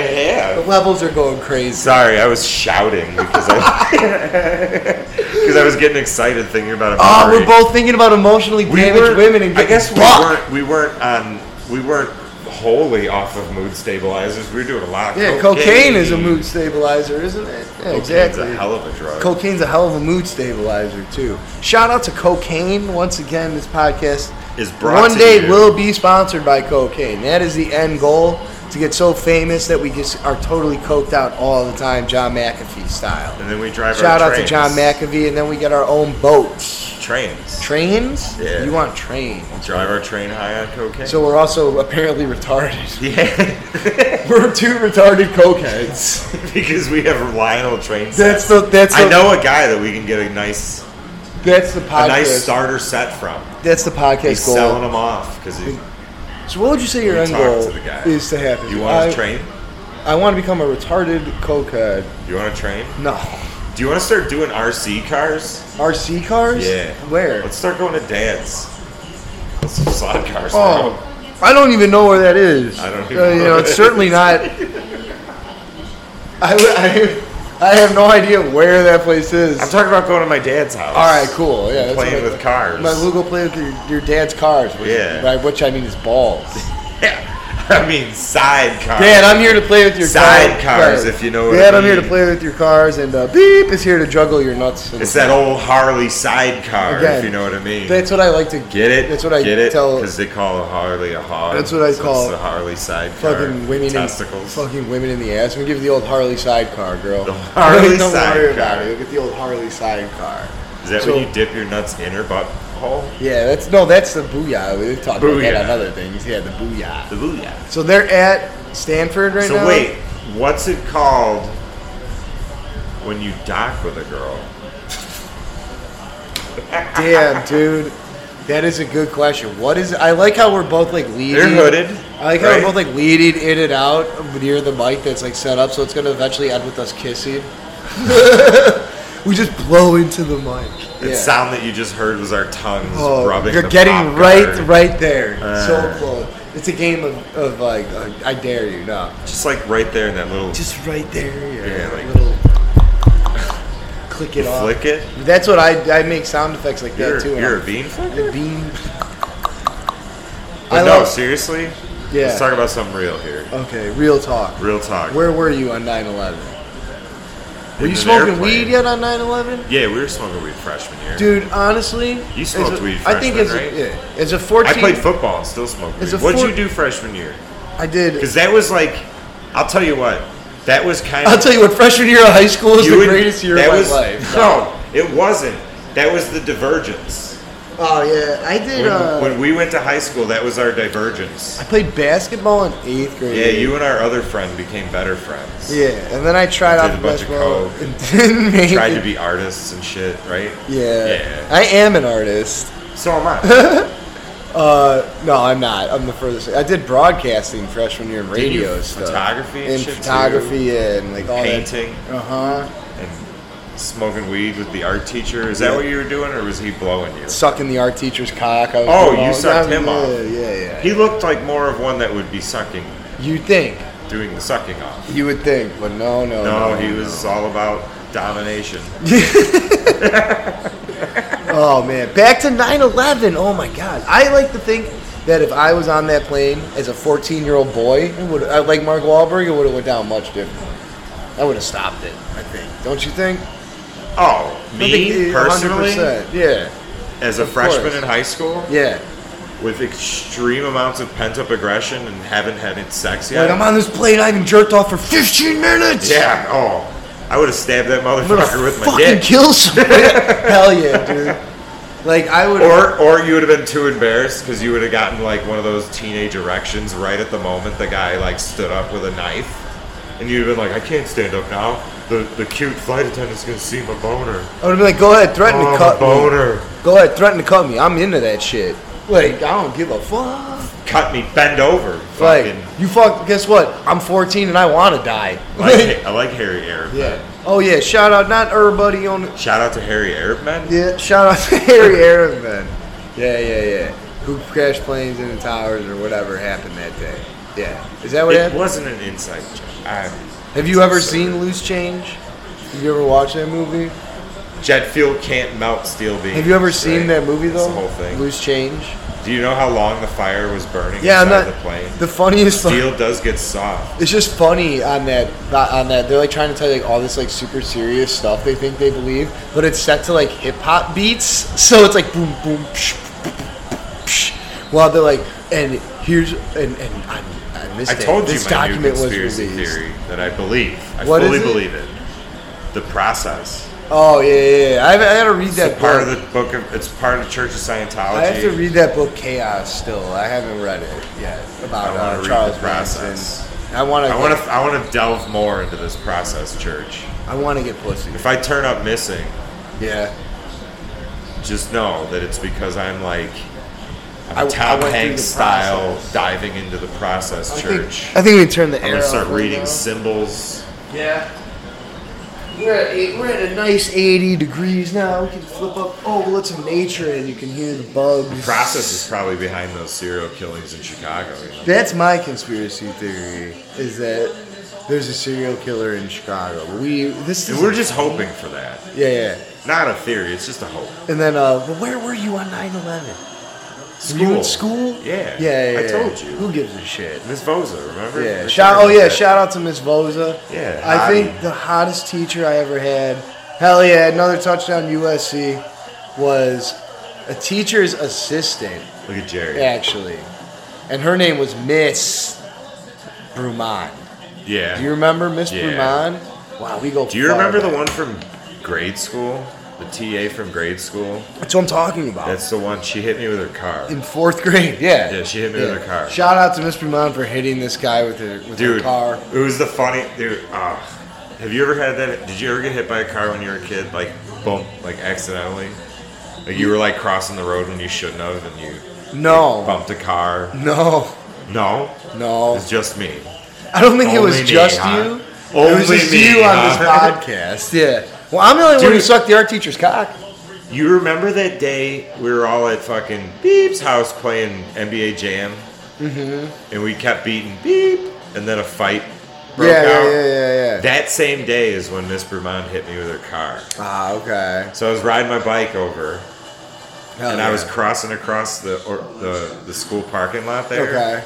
Speaker 2: have.
Speaker 1: Levels are going crazy.
Speaker 2: Sorry, I was shouting because I because I was getting excited thinking about it.
Speaker 1: Oh, we're both thinking about emotionally
Speaker 2: we
Speaker 1: damaged
Speaker 2: were,
Speaker 1: women and
Speaker 2: I
Speaker 1: getting
Speaker 2: guess we
Speaker 1: fucked.
Speaker 2: weren't we weren't on we weren't wholly off of mood stabilizers. We were doing a lot. of
Speaker 1: Yeah, cocaine. is a mood stabilizer, isn't it? Yeah,
Speaker 2: Cocaine's
Speaker 1: exactly.
Speaker 2: a hell of a drug.
Speaker 1: Cocaine's a hell of a mood stabilizer too. Shout out to cocaine once again. This podcast
Speaker 2: Is brought
Speaker 1: one
Speaker 2: to
Speaker 1: day
Speaker 2: you.
Speaker 1: will be sponsored by cocaine. That is the end goal to get so famous that we just are totally coked out all the time, John McAfee style.
Speaker 2: and then we drive.
Speaker 1: Shout
Speaker 2: our
Speaker 1: out to
Speaker 2: trains.
Speaker 1: John McAfee, and then we get our own boats,
Speaker 2: Trains.
Speaker 1: trains.
Speaker 2: Yeah.
Speaker 1: You want trains?
Speaker 2: drive our train high on cocaine.
Speaker 1: So we're also apparently retarded.
Speaker 2: yeah,
Speaker 1: We're two retarded cokeheads.
Speaker 2: because we have Lionel train.
Speaker 1: That's
Speaker 2: sets.
Speaker 1: the that's the,
Speaker 2: I know a guy that we can get a nice
Speaker 1: that's the podcast.
Speaker 2: a nice starter set from.
Speaker 1: That's the
Speaker 2: He's
Speaker 1: podcast goal.
Speaker 2: selling them off because he.
Speaker 1: So what would you say your
Speaker 2: We
Speaker 1: end
Speaker 2: talked
Speaker 1: goal
Speaker 2: to the guy.
Speaker 1: is to happen?
Speaker 2: You want
Speaker 1: I-
Speaker 2: to train?
Speaker 1: I want to become a retarded cokehead.
Speaker 2: You want to train?
Speaker 1: No.
Speaker 2: Do you want to start doing RC cars?
Speaker 1: RC cars?
Speaker 2: Yeah.
Speaker 1: Where?
Speaker 2: Let's start going to dance. Let's do slot cars.
Speaker 1: oh,
Speaker 2: bro.
Speaker 1: I don't even know where that is.
Speaker 2: I don't even
Speaker 1: Uh, you
Speaker 2: know
Speaker 1: know,
Speaker 2: where
Speaker 1: it's
Speaker 2: that
Speaker 1: certainly
Speaker 2: is.
Speaker 1: not. I, would- I, I have no idea where that place is.
Speaker 2: I'm talking about going to my dad's house.
Speaker 1: All right, cool. Yeah, that's
Speaker 2: Playing
Speaker 1: what I-
Speaker 2: with cars.
Speaker 1: My we'll go play with your, your dad's cars. Which,
Speaker 2: Yeah.
Speaker 1: By which I mean his balls.
Speaker 2: Yeah. I mean side cars.
Speaker 1: Dad, I'm here to play with your
Speaker 2: Side
Speaker 1: car-
Speaker 2: cars, if you know what I
Speaker 1: Dad, I'm here to
Speaker 2: mean.
Speaker 1: play with your cars, and uh, Beep is here to juggle your nuts. and-
Speaker 2: It's that old Harley side car,
Speaker 1: Again,
Speaker 2: if you know what I mean.
Speaker 1: That's what I like to
Speaker 2: Get it?
Speaker 1: That's what I
Speaker 2: get it?
Speaker 1: tell
Speaker 2: Because they call a Harley a hog.
Speaker 1: That's what I
Speaker 2: so it's
Speaker 1: call
Speaker 2: the Harley side car.
Speaker 1: fucking women in
Speaker 2: testicles.
Speaker 1: fucking women in the ass. We give the old Harley sidecar, girl.
Speaker 2: The Harley
Speaker 1: Don't worry
Speaker 2: sidecar.
Speaker 1: about it. We'll get the old Harley sidecar.
Speaker 2: Is that
Speaker 1: So-
Speaker 2: when you dip your nuts in her butt hole?
Speaker 1: Yeah, that's no, that's the booyah. We talked about that
Speaker 2: Booyah.
Speaker 1: on other things. Yeah, the booyah.
Speaker 2: The booyah.
Speaker 1: So they're at Stanford right
Speaker 2: So
Speaker 1: now.
Speaker 2: wait, what's it called when you dock with a girl?
Speaker 1: damn, dude. That is a good question. What is? I like how we're both like leading.
Speaker 2: They're hooded.
Speaker 1: I like how
Speaker 2: right?
Speaker 1: we're both like leading in and out near the mic that's like set up, so it's gonna eventually end with us kissing. we just blow into the mic.
Speaker 2: The sound that you just heard was our tongues rubbing.
Speaker 1: Oh, You're
Speaker 2: the
Speaker 1: getting
Speaker 2: popcorn.
Speaker 1: right, right there,
Speaker 2: Uh.
Speaker 1: so close. It's a game of, of like uh, I dare you, no,
Speaker 2: Just like right there in that little
Speaker 1: just right there.
Speaker 2: Yeah, like-
Speaker 1: little click it off.
Speaker 2: flick it.
Speaker 1: That's what I I make sound effects like
Speaker 2: You're,
Speaker 1: that too. and
Speaker 2: you're a
Speaker 1: I'm-
Speaker 2: bean
Speaker 1: the
Speaker 2: flicker.
Speaker 1: beam.
Speaker 2: But no, seriously.
Speaker 1: Yeah.
Speaker 2: Let's talk about something real here.
Speaker 1: Okay, real talk.
Speaker 2: Real talk.
Speaker 1: Where were you on 9/11? Were
Speaker 2: In
Speaker 1: you
Speaker 2: an
Speaker 1: smoking
Speaker 2: airplane.
Speaker 1: weed yet on 9/11?
Speaker 2: yeah, we were smoking weed freshman year.
Speaker 1: Dude, honestly,
Speaker 2: You
Speaker 1: as
Speaker 2: smoked
Speaker 1: a-
Speaker 2: weed
Speaker 1: I think
Speaker 2: freshman,
Speaker 1: as a,
Speaker 2: right?
Speaker 1: yeah, as a 14,
Speaker 2: I played football and still smoked weed.
Speaker 1: It's a
Speaker 2: What'd
Speaker 1: four-
Speaker 2: you do freshman year?
Speaker 1: I did.
Speaker 2: Because that was like, I'll tell you what, that was kind of.
Speaker 1: I'll tell you what, freshman year of high school is
Speaker 2: You
Speaker 1: the
Speaker 2: would-
Speaker 1: greatest year
Speaker 2: that
Speaker 1: of my
Speaker 2: was-
Speaker 1: life.
Speaker 2: No, it wasn't. That was the divergence.
Speaker 1: Oh yeah, I did.
Speaker 2: When,
Speaker 1: uh,
Speaker 2: when we went to high school, that was our divergence.
Speaker 1: I played basketball in eighth grade.
Speaker 2: Yeah, you and our other friend became better friends.
Speaker 1: Yeah, and then I tried
Speaker 2: Did
Speaker 1: out
Speaker 2: a
Speaker 1: for
Speaker 2: bunch of
Speaker 1: basketball
Speaker 2: coke.
Speaker 1: and didn't make
Speaker 2: Tried to
Speaker 1: it.
Speaker 2: be artists and shit, right?
Speaker 1: Yeah.
Speaker 2: Yeah.
Speaker 1: I am an artist.
Speaker 2: So am I.
Speaker 1: Uh, no, I'm not. I'm the furthest. I did broadcasting freshman year and
Speaker 2: Did you
Speaker 1: radio stuff,
Speaker 2: photography and shit,
Speaker 1: photography and like all
Speaker 2: Painting
Speaker 1: that. Uh huh.
Speaker 2: and smoking weed with the art teacher. Is that
Speaker 1: Yeah.
Speaker 2: what you were doing, or was he blowing you?
Speaker 1: Sucking the art teacher's cock. I was
Speaker 2: Oh,
Speaker 1: doing
Speaker 2: you
Speaker 1: all-
Speaker 2: sucked
Speaker 1: yeah,
Speaker 2: him
Speaker 1: yeah,
Speaker 2: off.
Speaker 1: Yeah, yeah.
Speaker 2: He looked like more of one that would be sucking,
Speaker 1: You think?
Speaker 2: doing the sucking off.
Speaker 1: You would think, but no, no.
Speaker 2: No, he was all about domination.
Speaker 1: Oh man, back to 9/11. Oh my God, I like to think that if I was on that plane as a 14-year-old boy, it would I- like Mark Wahlberg, it would have went down much differently. I would have stopped it. I think. Don't you think?
Speaker 2: Oh,
Speaker 1: I think
Speaker 2: me
Speaker 1: it-
Speaker 2: personally,
Speaker 1: 100%. Yeah,
Speaker 2: as a
Speaker 1: course.
Speaker 2: freshman in high school,
Speaker 1: yeah.
Speaker 2: with extreme amounts of pent up aggression and haven't had it sex yet.
Speaker 1: Like I'm on this plane, I haven't jerked off for 15 minutes.
Speaker 2: yeah, oh, I would have stabbed that
Speaker 1: I'm gonna
Speaker 2: motherfucker with my
Speaker 1: fucking
Speaker 2: dick.
Speaker 1: kill someone. Hell yeah, dude. Like I would.
Speaker 2: Or, or you would have been too embarrassed because you would have gotten like one of those teenage erections right at the moment the guy like stood up with a knife, and you'd have been like, I can't stand up now. The the cute flight attendant's gonna see my boner.
Speaker 1: I would have been like, go ahead,
Speaker 2: Oh,
Speaker 1: threaten to
Speaker 2: my
Speaker 1: cut me.
Speaker 2: boner.
Speaker 1: Go ahead, threaten to cut me. I'm into that shit. Like, I don't give a fuck.
Speaker 2: Cut me, bend over.
Speaker 1: Like,
Speaker 2: Fucking.
Speaker 1: you fuck, guess what? I'm 14 and I want to die.
Speaker 2: I like, I like Harry Arab.
Speaker 1: yeah. Oh, yeah, shout out, not everybody on the.
Speaker 2: Shout out to Harry Arab, man.
Speaker 1: Yeah, shout out to Harry Aaron, man. Yeah, yeah, yeah. Who crashed planes into towers or whatever happened that day. Yeah. Is that what
Speaker 2: It
Speaker 1: happened?
Speaker 2: wasn't an inside joke. I-
Speaker 1: Have you ever seen Loose Change? Have you ever watched that movie?
Speaker 2: Jet fuel can't melt steel beams.
Speaker 1: Have you ever
Speaker 2: right?
Speaker 1: seen that movie
Speaker 2: That's
Speaker 1: though?
Speaker 2: The whole thing.
Speaker 1: Loose Change.
Speaker 2: Do you know how long the fire was burning
Speaker 1: Yeah, I'm
Speaker 2: inside
Speaker 1: not.
Speaker 2: the plane?
Speaker 1: The funniest like,
Speaker 2: Steel does get soft.
Speaker 1: It's just funny on that on that they're like trying to tell you like all this like super serious stuff they think they believe, but it's set to like hip hop beats, so it's like boom boom psh, psh, psh, psh, while they're like and here's and and on, on this
Speaker 2: I
Speaker 1: day,
Speaker 2: told you
Speaker 1: this
Speaker 2: my new
Speaker 1: document was
Speaker 2: conspiracy
Speaker 1: released.
Speaker 2: theory that I believe. I
Speaker 1: What is
Speaker 2: fully
Speaker 1: it?
Speaker 2: believe it. The process.
Speaker 1: Oh yeah, yeah, yeah. I, I gotta read
Speaker 2: It's
Speaker 1: that
Speaker 2: a part
Speaker 1: book.
Speaker 2: of the book of. It's part of Church of Scientology.
Speaker 1: I have to read that book Chaos still. I haven't read it yet about
Speaker 2: I wanna
Speaker 1: uh,
Speaker 2: read
Speaker 1: Charles
Speaker 2: the
Speaker 1: Bronson.
Speaker 2: process.
Speaker 1: I want to.
Speaker 2: I want to. I want to delve more into this process, Church.
Speaker 1: I want to get pussy.
Speaker 2: If I turn up missing,
Speaker 1: Yeah.
Speaker 2: just know that it's because I'm like.
Speaker 1: I- I
Speaker 2: I'm Tom
Speaker 1: went through
Speaker 2: Hanks
Speaker 1: the
Speaker 2: style
Speaker 1: process.
Speaker 2: diving into the process, Church.
Speaker 1: I think we turn the
Speaker 2: I'm
Speaker 1: air
Speaker 2: gonna start
Speaker 1: off right
Speaker 2: reading
Speaker 1: now.
Speaker 2: symbols.
Speaker 1: Yeah. We're at, eight, we're at a nice 80 degrees now. We can flip up. Oh, well, it's in nature and you can hear the bugs.
Speaker 2: Process is probably behind those serial killings in Chicago. You know?
Speaker 1: That's my conspiracy theory is that there's a serial killer in Chicago. But We this is
Speaker 2: And we're just hoping for that.
Speaker 1: yeah yeah.
Speaker 2: Not a theory. It's just a hope.
Speaker 1: And then uh, well, where were you on 9/11? Were
Speaker 2: School.
Speaker 1: you in school?
Speaker 2: Yeah.
Speaker 1: Yeah, yeah,
Speaker 2: I
Speaker 1: yeah.
Speaker 2: told you.
Speaker 1: Who gives a shit?
Speaker 2: Miss Voza, remember?
Speaker 1: Yeah.
Speaker 2: We
Speaker 1: Shout.
Speaker 2: talked
Speaker 1: Oh
Speaker 2: about
Speaker 1: yeah.
Speaker 2: that.
Speaker 1: Shout out to Miss Voza.
Speaker 2: Yeah,
Speaker 1: I
Speaker 2: hottie.
Speaker 1: think the hottest teacher I ever had. Hell yeah! Another touchdown USC was a teacher's assistant
Speaker 2: Look at Jerry. Yeah.
Speaker 1: actually, and her name was Miss Brumon. Do you remember Miss
Speaker 2: Yeah.
Speaker 1: Brumon? Wow, we go.
Speaker 2: Do you
Speaker 1: far
Speaker 2: remember the
Speaker 1: back.
Speaker 2: one from grade school? The TA from grade school.
Speaker 1: That's what I'm talking about.
Speaker 2: That's the one. She hit me with her car.
Speaker 1: in fourth grade, yeah.
Speaker 2: Yeah, she hit me with her car.
Speaker 1: Shout out to Miss Brumon for hitting this guy with her with her
Speaker 2: Dude,
Speaker 1: car.
Speaker 2: it was the funny dude. ah. have you ever had that? Did you ever get hit by a car when you were a kid? Like boom, like accidentally. Like you were like crossing the road when you shouldn't have, and you
Speaker 1: No,
Speaker 2: bumped a car.
Speaker 1: no,
Speaker 2: No,
Speaker 1: no.
Speaker 2: it's just me.
Speaker 1: I don't think it
Speaker 2: Only
Speaker 1: was
Speaker 2: me,
Speaker 1: just
Speaker 2: huh?
Speaker 1: you. it
Speaker 2: Only
Speaker 1: was just
Speaker 2: me,
Speaker 1: you
Speaker 2: huh?
Speaker 1: on this podcast. Yeah. Well, I'm the only one who
Speaker 2: Dude.
Speaker 1: sucked the art teacher's cock.
Speaker 2: You remember that day we were all at fucking Beep's house playing NBA Jam, mm-hmm. and we kept beating Beep, and then a fight broke
Speaker 1: yeah,
Speaker 2: out.
Speaker 1: yeah, yeah, yeah, yeah.
Speaker 2: That same day is when Miss Brumond hit me with her car.
Speaker 1: Ah, okay.
Speaker 2: So I was riding my bike over,
Speaker 1: Hell
Speaker 2: and I was
Speaker 1: Oh, yeah.
Speaker 2: crossing across the or, the the school parking lot there.
Speaker 1: okay.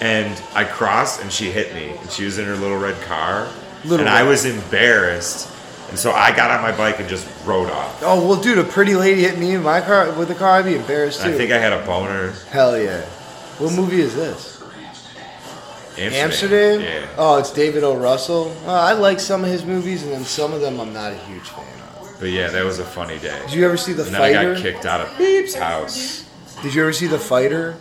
Speaker 2: And I crossed, and she hit me, and she was in her little red car,
Speaker 1: Little
Speaker 2: and I
Speaker 1: red.
Speaker 2: was embarrassed, and so I got on my bike and just rode off.
Speaker 1: Oh well, dude, a pretty lady hit me in my car with a car. I'd be embarrassed
Speaker 2: And
Speaker 1: too.
Speaker 2: I think I had a boner.
Speaker 1: Hell yeah. What movie is this?
Speaker 2: Amsterdam.
Speaker 1: Amsterdam.
Speaker 2: Yeah.
Speaker 1: Oh, it's David O. Russell. Uh, I like some of his movies, and then some of them I'm not a huge fan of.
Speaker 2: But yeah, that was a funny day.
Speaker 1: Did you ever see The
Speaker 2: and then I
Speaker 1: Fighter?
Speaker 2: got kicked out of Beep's house.
Speaker 1: Did you ever see The Fighter?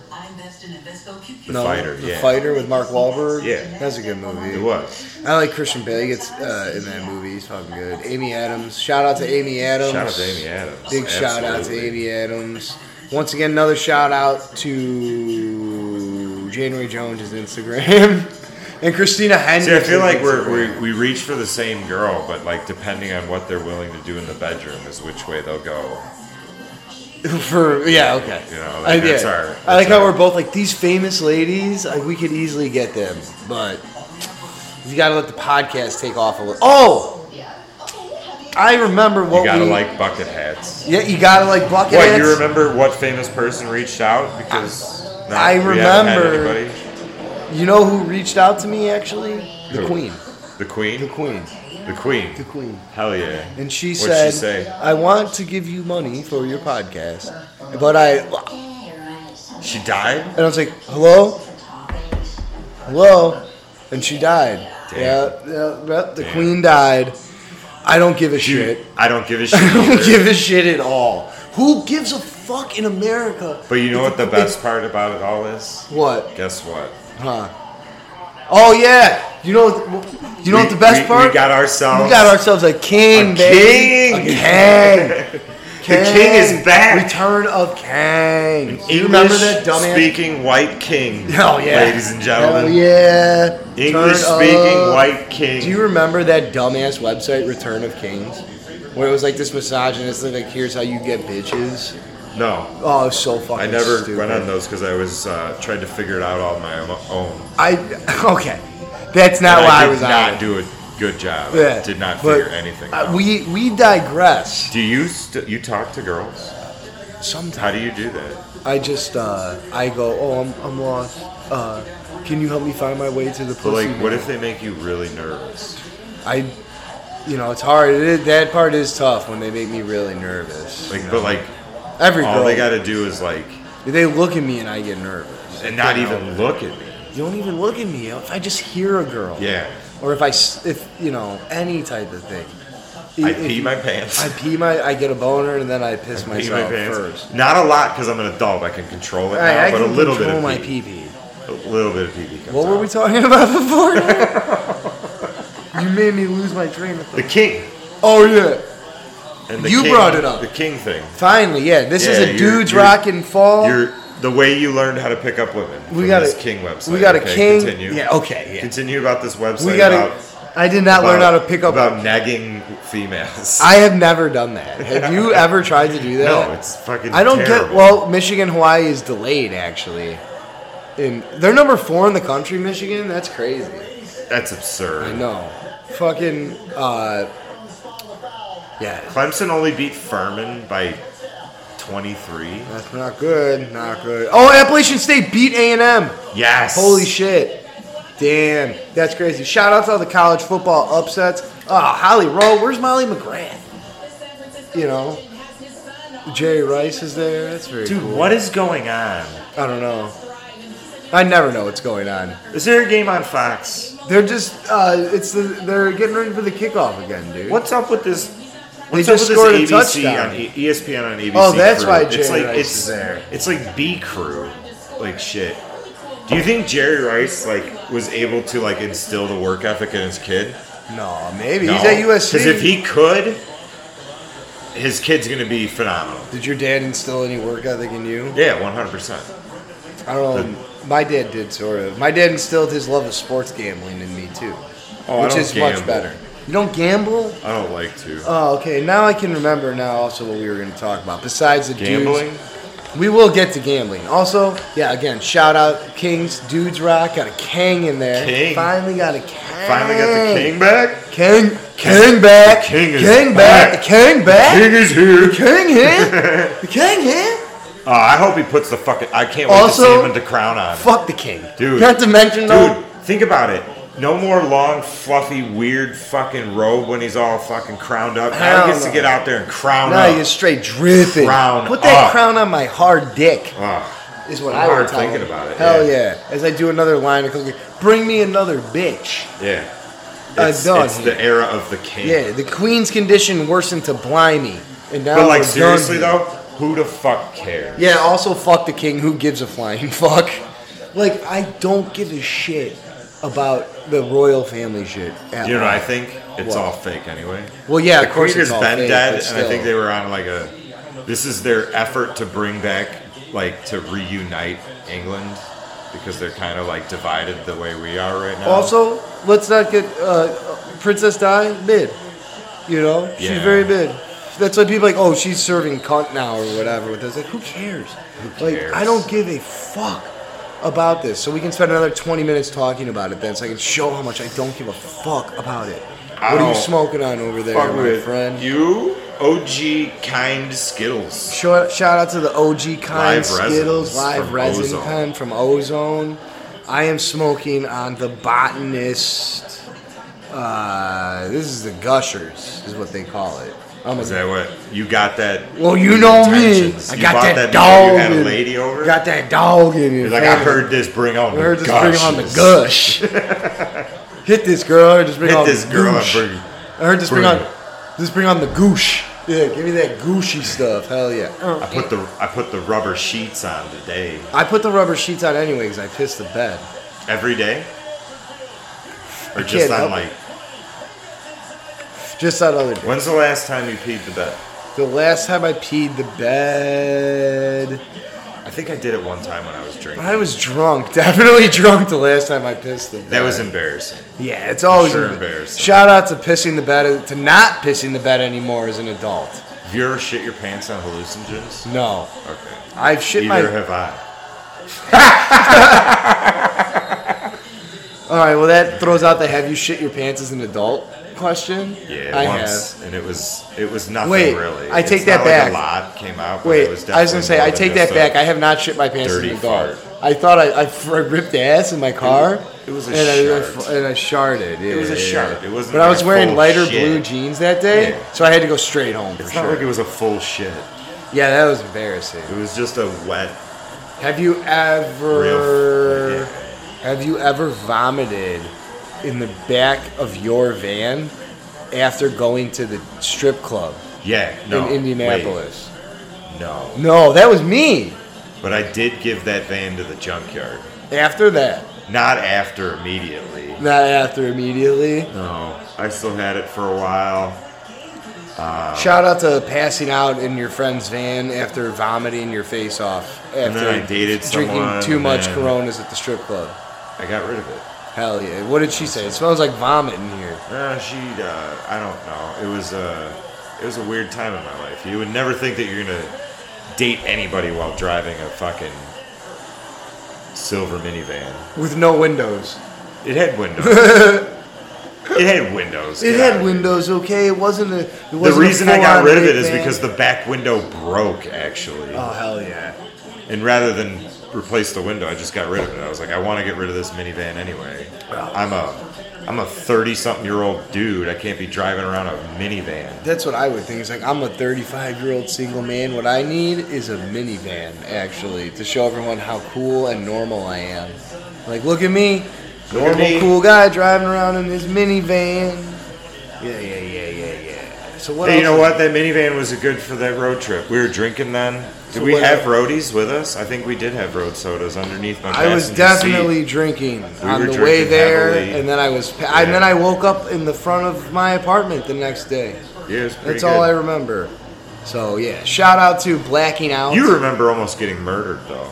Speaker 2: The Fighter,
Speaker 1: The
Speaker 2: yeah.
Speaker 1: Fighter with Mark Wahlberg.
Speaker 2: Yeah.
Speaker 1: that's a good movie.
Speaker 2: It was.
Speaker 1: I like Christian Bale. He gets uh, in that movie. He's fucking good. Amy Adams. Shout out to Amy Adams.
Speaker 2: Shout out to Amy Adams.
Speaker 1: Big shout out to
Speaker 2: Absolutely.
Speaker 1: Amy Adams. Once again, another shout out to January Jones' Instagram and Christina
Speaker 2: See, I
Speaker 1: Hendricks.
Speaker 2: feel like we're, we're we reach for the same girl, but like depending on what they're willing to do in the bedroom is which way they'll go.
Speaker 1: for yeah okay.
Speaker 2: You know, like,
Speaker 1: I, yeah.
Speaker 2: that's our-
Speaker 1: I like
Speaker 2: that's
Speaker 1: how
Speaker 2: our-
Speaker 1: we're both like these famous ladies. Like we could easily get them, but you got to let the podcast take off a little. Oh, I remember what
Speaker 2: You gotta
Speaker 1: we
Speaker 2: like bucket hats.
Speaker 1: Yeah, you gotta like bucket
Speaker 2: What
Speaker 1: hats.
Speaker 2: you remember? What famous person reached out? Because not-
Speaker 1: I
Speaker 2: we haven't had
Speaker 1: remember-
Speaker 2: anybody.
Speaker 1: You know who reached out to me actually? The
Speaker 2: Who?
Speaker 1: Queen.
Speaker 2: the
Speaker 1: The
Speaker 2: queen.
Speaker 1: Queen.
Speaker 2: The queen.
Speaker 1: The Queen.
Speaker 2: Hell yeah!
Speaker 1: And she
Speaker 2: What'd
Speaker 1: said,
Speaker 2: she say?
Speaker 1: "I want to give you money for your podcast, but I." And
Speaker 2: She died.
Speaker 1: I was like, "Hello, hello," and she died. Yeah, yeah, yeah, the
Speaker 2: Damn.
Speaker 1: Queen died. I don't give a shit.
Speaker 2: I don't give a
Speaker 1: I don't
Speaker 2: shit. either.
Speaker 1: give a shit at all. Who gives a fuck in America?
Speaker 2: but you know what the best part about it all is?
Speaker 1: What?
Speaker 2: Guess what?
Speaker 1: Huh? Oh yeah. You know. You know what the best
Speaker 2: we,
Speaker 1: part?
Speaker 2: We got ourselves.
Speaker 1: We got ourselves a king,
Speaker 2: A
Speaker 1: baby.
Speaker 2: king!
Speaker 1: A king.
Speaker 2: The king is back.
Speaker 1: Return of Kang.
Speaker 2: English
Speaker 1: you remember that dumbass?
Speaker 2: speaking white king.
Speaker 1: Hell yeah.
Speaker 2: ladies and gentlemen.
Speaker 1: Hell yeah.
Speaker 2: English
Speaker 1: Turn
Speaker 2: speaking
Speaker 1: of-
Speaker 2: white king.
Speaker 1: Do you remember that dumbass website, Return of Kings? Where it was like this misogynist, like, here's how you get bitches.
Speaker 2: no,
Speaker 1: Oh, it was so fucking
Speaker 2: I never
Speaker 1: stupid.
Speaker 2: went on those because I was uh, tried to figure it out on my own.
Speaker 1: I, okay. That's not
Speaker 2: And
Speaker 1: why
Speaker 2: I
Speaker 1: I,
Speaker 2: did
Speaker 1: was
Speaker 2: not
Speaker 1: on. it.
Speaker 2: do a good job.
Speaker 1: Yeah.
Speaker 2: I did not
Speaker 1: But,
Speaker 2: figure anything
Speaker 1: uh,
Speaker 2: out.
Speaker 1: we, we digress.
Speaker 2: do you st- you talk to girls?
Speaker 1: Sometimes.
Speaker 2: How do you do that?
Speaker 1: I just uh, I go, oh, I'm, I'm lost. Uh, can you help me find my way to the
Speaker 2: But
Speaker 1: pussy?
Speaker 2: like, what
Speaker 1: man?"
Speaker 2: if they make you really nervous?
Speaker 1: I, you know, it's hard. It is, that part is tough when they make me really nervous.
Speaker 2: Like, but like,
Speaker 1: Every
Speaker 2: all
Speaker 1: girl,
Speaker 2: they
Speaker 1: they,
Speaker 2: got to do is like,
Speaker 1: look at me and I get nervous.
Speaker 2: and not
Speaker 1: You know?
Speaker 2: even look at me.
Speaker 1: You don't even look at me. If I just hear a girl.
Speaker 2: Yeah,
Speaker 1: Or if I, s- if you know, any type of thing.
Speaker 2: I
Speaker 1: If-
Speaker 2: pee my pants.
Speaker 1: I pee my. I get a boner and then I piss
Speaker 2: Pee my
Speaker 1: myself
Speaker 2: pants.
Speaker 1: first.
Speaker 2: Not a lot because I'm an adult. I can control it
Speaker 1: All right,
Speaker 2: now,
Speaker 1: I
Speaker 2: but
Speaker 1: can
Speaker 2: a little bit
Speaker 1: control
Speaker 2: of
Speaker 1: my
Speaker 2: pee.
Speaker 1: pee pee.
Speaker 2: A little bit of pee pee comes
Speaker 1: What were we
Speaker 2: out.
Speaker 1: talking about before? you made me lose my train of thought.
Speaker 2: The king.
Speaker 1: Oh yeah.
Speaker 2: And the
Speaker 1: You
Speaker 2: king-
Speaker 1: brought it up.
Speaker 2: The king thing.
Speaker 1: Finally, yeah. This is
Speaker 2: Yeah,
Speaker 1: a
Speaker 2: you're-
Speaker 1: dudes
Speaker 2: you're-
Speaker 1: rock and fall.
Speaker 2: You're the way you learned how to pick up women.
Speaker 1: We
Speaker 2: from
Speaker 1: got
Speaker 2: this
Speaker 1: a-
Speaker 2: king website.
Speaker 1: we got a
Speaker 2: okay,
Speaker 1: king-
Speaker 2: Continue.
Speaker 1: yeah, okay, yeah.
Speaker 2: Continue about this website.
Speaker 1: we gotta.
Speaker 2: About,
Speaker 1: I did not learn how
Speaker 2: about-
Speaker 1: to pick up.
Speaker 2: about nagging females.
Speaker 1: I have never done that. Have you ever tried to do that?
Speaker 2: no, it's fucking.
Speaker 1: I don't get.
Speaker 2: terrible.
Speaker 1: Well, Michigan, Hawaii is delayed actually. And they're number four in the country, Michigan. That's crazy.
Speaker 2: That's
Speaker 1: I
Speaker 2: absurd.
Speaker 1: know. Fucking. Uh, yeah.
Speaker 2: Clemson only beat Furman by 23.
Speaker 1: That's not good. Not good. Oh, Appalachian State beat A and M.
Speaker 2: Yes.
Speaker 1: Holy shit. Damn. That's crazy. Shout out to all the college football upsets. Ah, Holly Rowe. Where's Molly McGrath? You know, Jerry Rice is there. That's very
Speaker 2: Dude,
Speaker 1: cool.
Speaker 2: what is going on?
Speaker 1: I don't know. I never know what's going on.
Speaker 2: Is there a game on Fox?
Speaker 1: They're just, uh, it's the, they're getting ready for the kickoff again, dude.
Speaker 2: What's up with this? What's
Speaker 1: just
Speaker 2: up
Speaker 1: scored a
Speaker 2: with this ABC
Speaker 1: touchdown.
Speaker 2: on E- ESPN on ABC?
Speaker 1: Oh, that's
Speaker 2: crew?
Speaker 1: why
Speaker 2: it's
Speaker 1: Jerry
Speaker 2: like
Speaker 1: Rice
Speaker 2: it's
Speaker 1: is there.
Speaker 2: It's like B crew, like shit. Do you think Jerry Rice like was able to like instill the work ethic in his kid?
Speaker 1: No, maybe he's at USC.
Speaker 2: Because if he could, his kid's gonna be phenomenal.
Speaker 1: did your dad instill any work ethic in you?
Speaker 2: Yeah, one hundred percent.
Speaker 1: I don't know. My dad did sort of. My dad instilled his love of sports gambling in me too,
Speaker 2: Oh, I
Speaker 1: which
Speaker 2: don't
Speaker 1: is
Speaker 2: gamble.
Speaker 1: much better. You don't gamble?
Speaker 2: I don't like to
Speaker 1: Oh, okay. Now I can remember now also what we were going to talk about. Besides the
Speaker 2: gambling.
Speaker 1: dudes, we will get to gambling. Also, yeah, again, shout out Kings, Dudes Rock. Got a Kang in there.
Speaker 2: Kang.
Speaker 1: Finally got a Kang.
Speaker 2: Finally got the king back.
Speaker 1: Kang, Kang back.
Speaker 2: King is
Speaker 1: Kang
Speaker 2: back.
Speaker 1: back. Kang back.
Speaker 2: King is here.
Speaker 1: The King here. the King here.
Speaker 2: Uh, I hope he puts the fucking. I can't wait
Speaker 1: Also-
Speaker 2: to see him in the crown on.
Speaker 1: Fuck the King.
Speaker 2: Dude.
Speaker 1: Not to mention, though.
Speaker 2: Dude, think about it. No more long, fluffy, weird fucking robe when he's all fucking crowned up. Now
Speaker 1: Hell
Speaker 2: he gets to
Speaker 1: no.
Speaker 2: get out there and crown
Speaker 1: Now
Speaker 2: up.
Speaker 1: you're straight dripping.
Speaker 2: Crown
Speaker 1: Put that
Speaker 2: up.
Speaker 1: crown on my hard dick.
Speaker 2: Ugh.
Speaker 1: Is what
Speaker 2: I'm
Speaker 1: I would
Speaker 2: hard
Speaker 1: tell
Speaker 2: thinking
Speaker 1: him.
Speaker 2: about it,
Speaker 1: Hell
Speaker 2: yeah.
Speaker 1: yeah. As I do another line of cooking, bring me another bitch.
Speaker 2: yeah.
Speaker 1: I
Speaker 2: It's,
Speaker 1: done
Speaker 2: it's the era of the king.
Speaker 1: Yeah, the queen's condition worsened to blimey, and now
Speaker 2: But like
Speaker 1: we're done
Speaker 2: seriously
Speaker 1: here.
Speaker 2: though, who the fuck cares?
Speaker 1: Yeah, also fuck the king. Who gives a flying fuck? Like I don't give a shit about the royal family shit. At
Speaker 2: You know
Speaker 1: all.
Speaker 2: what I think? It's
Speaker 1: What?
Speaker 2: all fake anyway.
Speaker 1: Well, yeah,
Speaker 2: the
Speaker 1: of course
Speaker 2: queen
Speaker 1: it's
Speaker 2: has
Speaker 1: all
Speaker 2: been
Speaker 1: fake,
Speaker 2: dead,
Speaker 1: but
Speaker 2: and I think
Speaker 1: still.
Speaker 2: they were on like a. This is their effort to bring back, like, to reunite England because they're kind of like divided the way we are right now.
Speaker 1: Also, let's not get uh, Princess Di mid. You know,
Speaker 2: Yeah.
Speaker 1: she's very mid. That's why people are like, oh, she's serving cunt now or whatever with this. Like, who cares?
Speaker 2: Who cares?
Speaker 1: Like, I don't give a fuck about this. So we can spend another 20 minutes talking about it then, so I can show how much I don't give a fuck about it.
Speaker 2: I
Speaker 1: what are you
Speaker 2: don't
Speaker 1: smoking on over there,
Speaker 2: Fuck
Speaker 1: my
Speaker 2: with
Speaker 1: friend?
Speaker 2: You OG kind Skittles.
Speaker 1: Shout, shout out to the OG kind
Speaker 2: Live resins
Speaker 1: Skittles live
Speaker 2: from
Speaker 1: resin
Speaker 2: Ozone.
Speaker 1: kind from Ozone. I am smoking on the botanist. Uh, this is the gushers, is what they call it. I'm a-
Speaker 2: Is that what you got? That
Speaker 1: well, you know me.
Speaker 2: intentions.
Speaker 1: I
Speaker 2: You
Speaker 1: got
Speaker 2: bought
Speaker 1: that,
Speaker 2: before
Speaker 1: dog.
Speaker 2: You had
Speaker 1: in-
Speaker 2: a lady over.
Speaker 1: Got that dog in you.
Speaker 2: You're like I heard this. Bring on
Speaker 1: I
Speaker 2: the
Speaker 1: heard this bring on the
Speaker 2: gushes.
Speaker 1: gush. Hit this girl. I heard this bring
Speaker 2: Hit
Speaker 1: on
Speaker 2: this
Speaker 1: the
Speaker 2: girl and
Speaker 1: goosh.
Speaker 2: bring-
Speaker 1: I heard this bring,
Speaker 2: bring
Speaker 1: on. This bring on the goosh. Yeah, give me that gooshy stuff. Hell yeah.
Speaker 2: I put the I put the rubber sheets on today.
Speaker 1: I put the rubber sheets on anyway because I pissed the bed.
Speaker 2: Every day. Or
Speaker 1: can't
Speaker 2: just
Speaker 1: help
Speaker 2: on
Speaker 1: it.
Speaker 2: like.
Speaker 1: Just that other day.
Speaker 2: When's the last time you peed the bed?
Speaker 1: The last time I peed the bed.
Speaker 2: I think I did it one time when I was drinking.
Speaker 1: I was drunk. Definitely drunk the last time I pissed the bed.
Speaker 2: That was embarrassing.
Speaker 1: Yeah, it's always
Speaker 2: sure
Speaker 1: emb-
Speaker 2: embarrassing.
Speaker 1: Shout out to pissing the bed to not pissing the bed anymore as an adult.
Speaker 2: Have you ever shit your pants on hallucinogens?
Speaker 1: No.
Speaker 2: Okay.
Speaker 1: I've shit
Speaker 2: Neither
Speaker 1: my
Speaker 2: have I.
Speaker 1: All right, well that throws out the have you shit your pants as an adult question.
Speaker 2: Yeah,
Speaker 1: I
Speaker 2: once, and it was it was nothing
Speaker 1: Wait,
Speaker 2: really.
Speaker 1: I take
Speaker 2: It's
Speaker 1: that
Speaker 2: not
Speaker 1: back.
Speaker 2: Like a lot came out.
Speaker 1: have.
Speaker 2: But
Speaker 1: Wait,
Speaker 2: it was
Speaker 1: I was gonna
Speaker 2: definitely
Speaker 1: say
Speaker 2: more
Speaker 1: I
Speaker 2: than
Speaker 1: take that
Speaker 2: just a-
Speaker 1: back. I have not shit my pants as an
Speaker 2: dirty
Speaker 1: adult. I thought I, I f- I ripped ass in my car.
Speaker 2: It was a
Speaker 1: and I, I
Speaker 2: shard.
Speaker 1: f- and I sharded. Yeah,
Speaker 2: was a
Speaker 1: yeah,
Speaker 2: shard.
Speaker 1: yeah.
Speaker 2: It wasn't
Speaker 1: But I
Speaker 2: like
Speaker 1: was
Speaker 2: a
Speaker 1: wearing
Speaker 2: full
Speaker 1: lighter
Speaker 2: shit.
Speaker 1: blue jeans that day,
Speaker 2: Yeah.
Speaker 1: so I had to go straight home for
Speaker 2: It's
Speaker 1: sure.
Speaker 2: not like it was a full shit.
Speaker 1: yeah, that was embarrassing.
Speaker 2: It was just a wet.
Speaker 1: Have you ever
Speaker 2: Real f-
Speaker 1: have you ever vomited in the back of your van after going to the strip club
Speaker 2: Yeah, no.
Speaker 1: in
Speaker 2: wait,
Speaker 1: Indianapolis?
Speaker 2: no,
Speaker 1: No, that was me.
Speaker 2: but I did give that van to the junkyard.
Speaker 1: After that,
Speaker 2: Not after immediately.
Speaker 1: not after immediately.
Speaker 2: No, I still had it for a while.
Speaker 1: Shout out to passing out in your friend's van after vomiting your face off
Speaker 2: And
Speaker 1: after
Speaker 2: then I dated
Speaker 1: drinking
Speaker 2: someone,
Speaker 1: too much
Speaker 2: and
Speaker 1: Coronas at the strip club.
Speaker 2: I got rid of it.
Speaker 1: Hell yeah! What did she say? It smells like vomit in here.
Speaker 2: Uh, she, uh, I don't know. It was a, it was a weird time in my life. You would never think that you're gonna date anybody while driving a fucking silver minivan.
Speaker 1: With no windows.
Speaker 2: It had windows. it had windows.
Speaker 1: It
Speaker 2: Get out
Speaker 1: had
Speaker 2: of
Speaker 1: windows, okay. It wasn't a. It
Speaker 2: here. The
Speaker 1: wasn't a
Speaker 2: reason I got
Speaker 1: full-on
Speaker 2: rid of
Speaker 1: big
Speaker 2: it is
Speaker 1: bang.
Speaker 2: because the back window broke actually,
Speaker 1: Oh hell yeah!
Speaker 2: and rather than replace the window, I just got rid of it. I was like, I want to get rid of this minivan anyway. I'm a, I'm a thirty-something-year-old dude. I can't be driving around a minivan.
Speaker 1: That's what I would think. It's like I'm a 35 year old single man. What I need is a minivan, actually, to show everyone how cool and normal I am. Like, look at me,
Speaker 2: Look
Speaker 1: normal,
Speaker 2: at me.
Speaker 1: cool guy driving around in his minivan. Yeah, yeah, yeah, yeah, yeah. So what?
Speaker 2: Hey, you
Speaker 1: else
Speaker 2: know what? That minivan was a good for that road trip. We were drinking then. Did
Speaker 1: So
Speaker 2: we
Speaker 1: what-
Speaker 2: have roadies with us? I think we did have road sodas underneath my.
Speaker 1: I was
Speaker 2: passenger
Speaker 1: definitely
Speaker 2: seat.
Speaker 1: drinking on
Speaker 2: were
Speaker 1: the way
Speaker 2: drinking
Speaker 1: there,
Speaker 2: heavily.
Speaker 1: and then I was, pa- and then I woke up in the front of my apartment the next day.
Speaker 2: Yeah, it was pretty
Speaker 1: That's all I
Speaker 2: good.
Speaker 1: remember. So yeah, shout out to blacking out.
Speaker 2: You remember almost getting murdered though.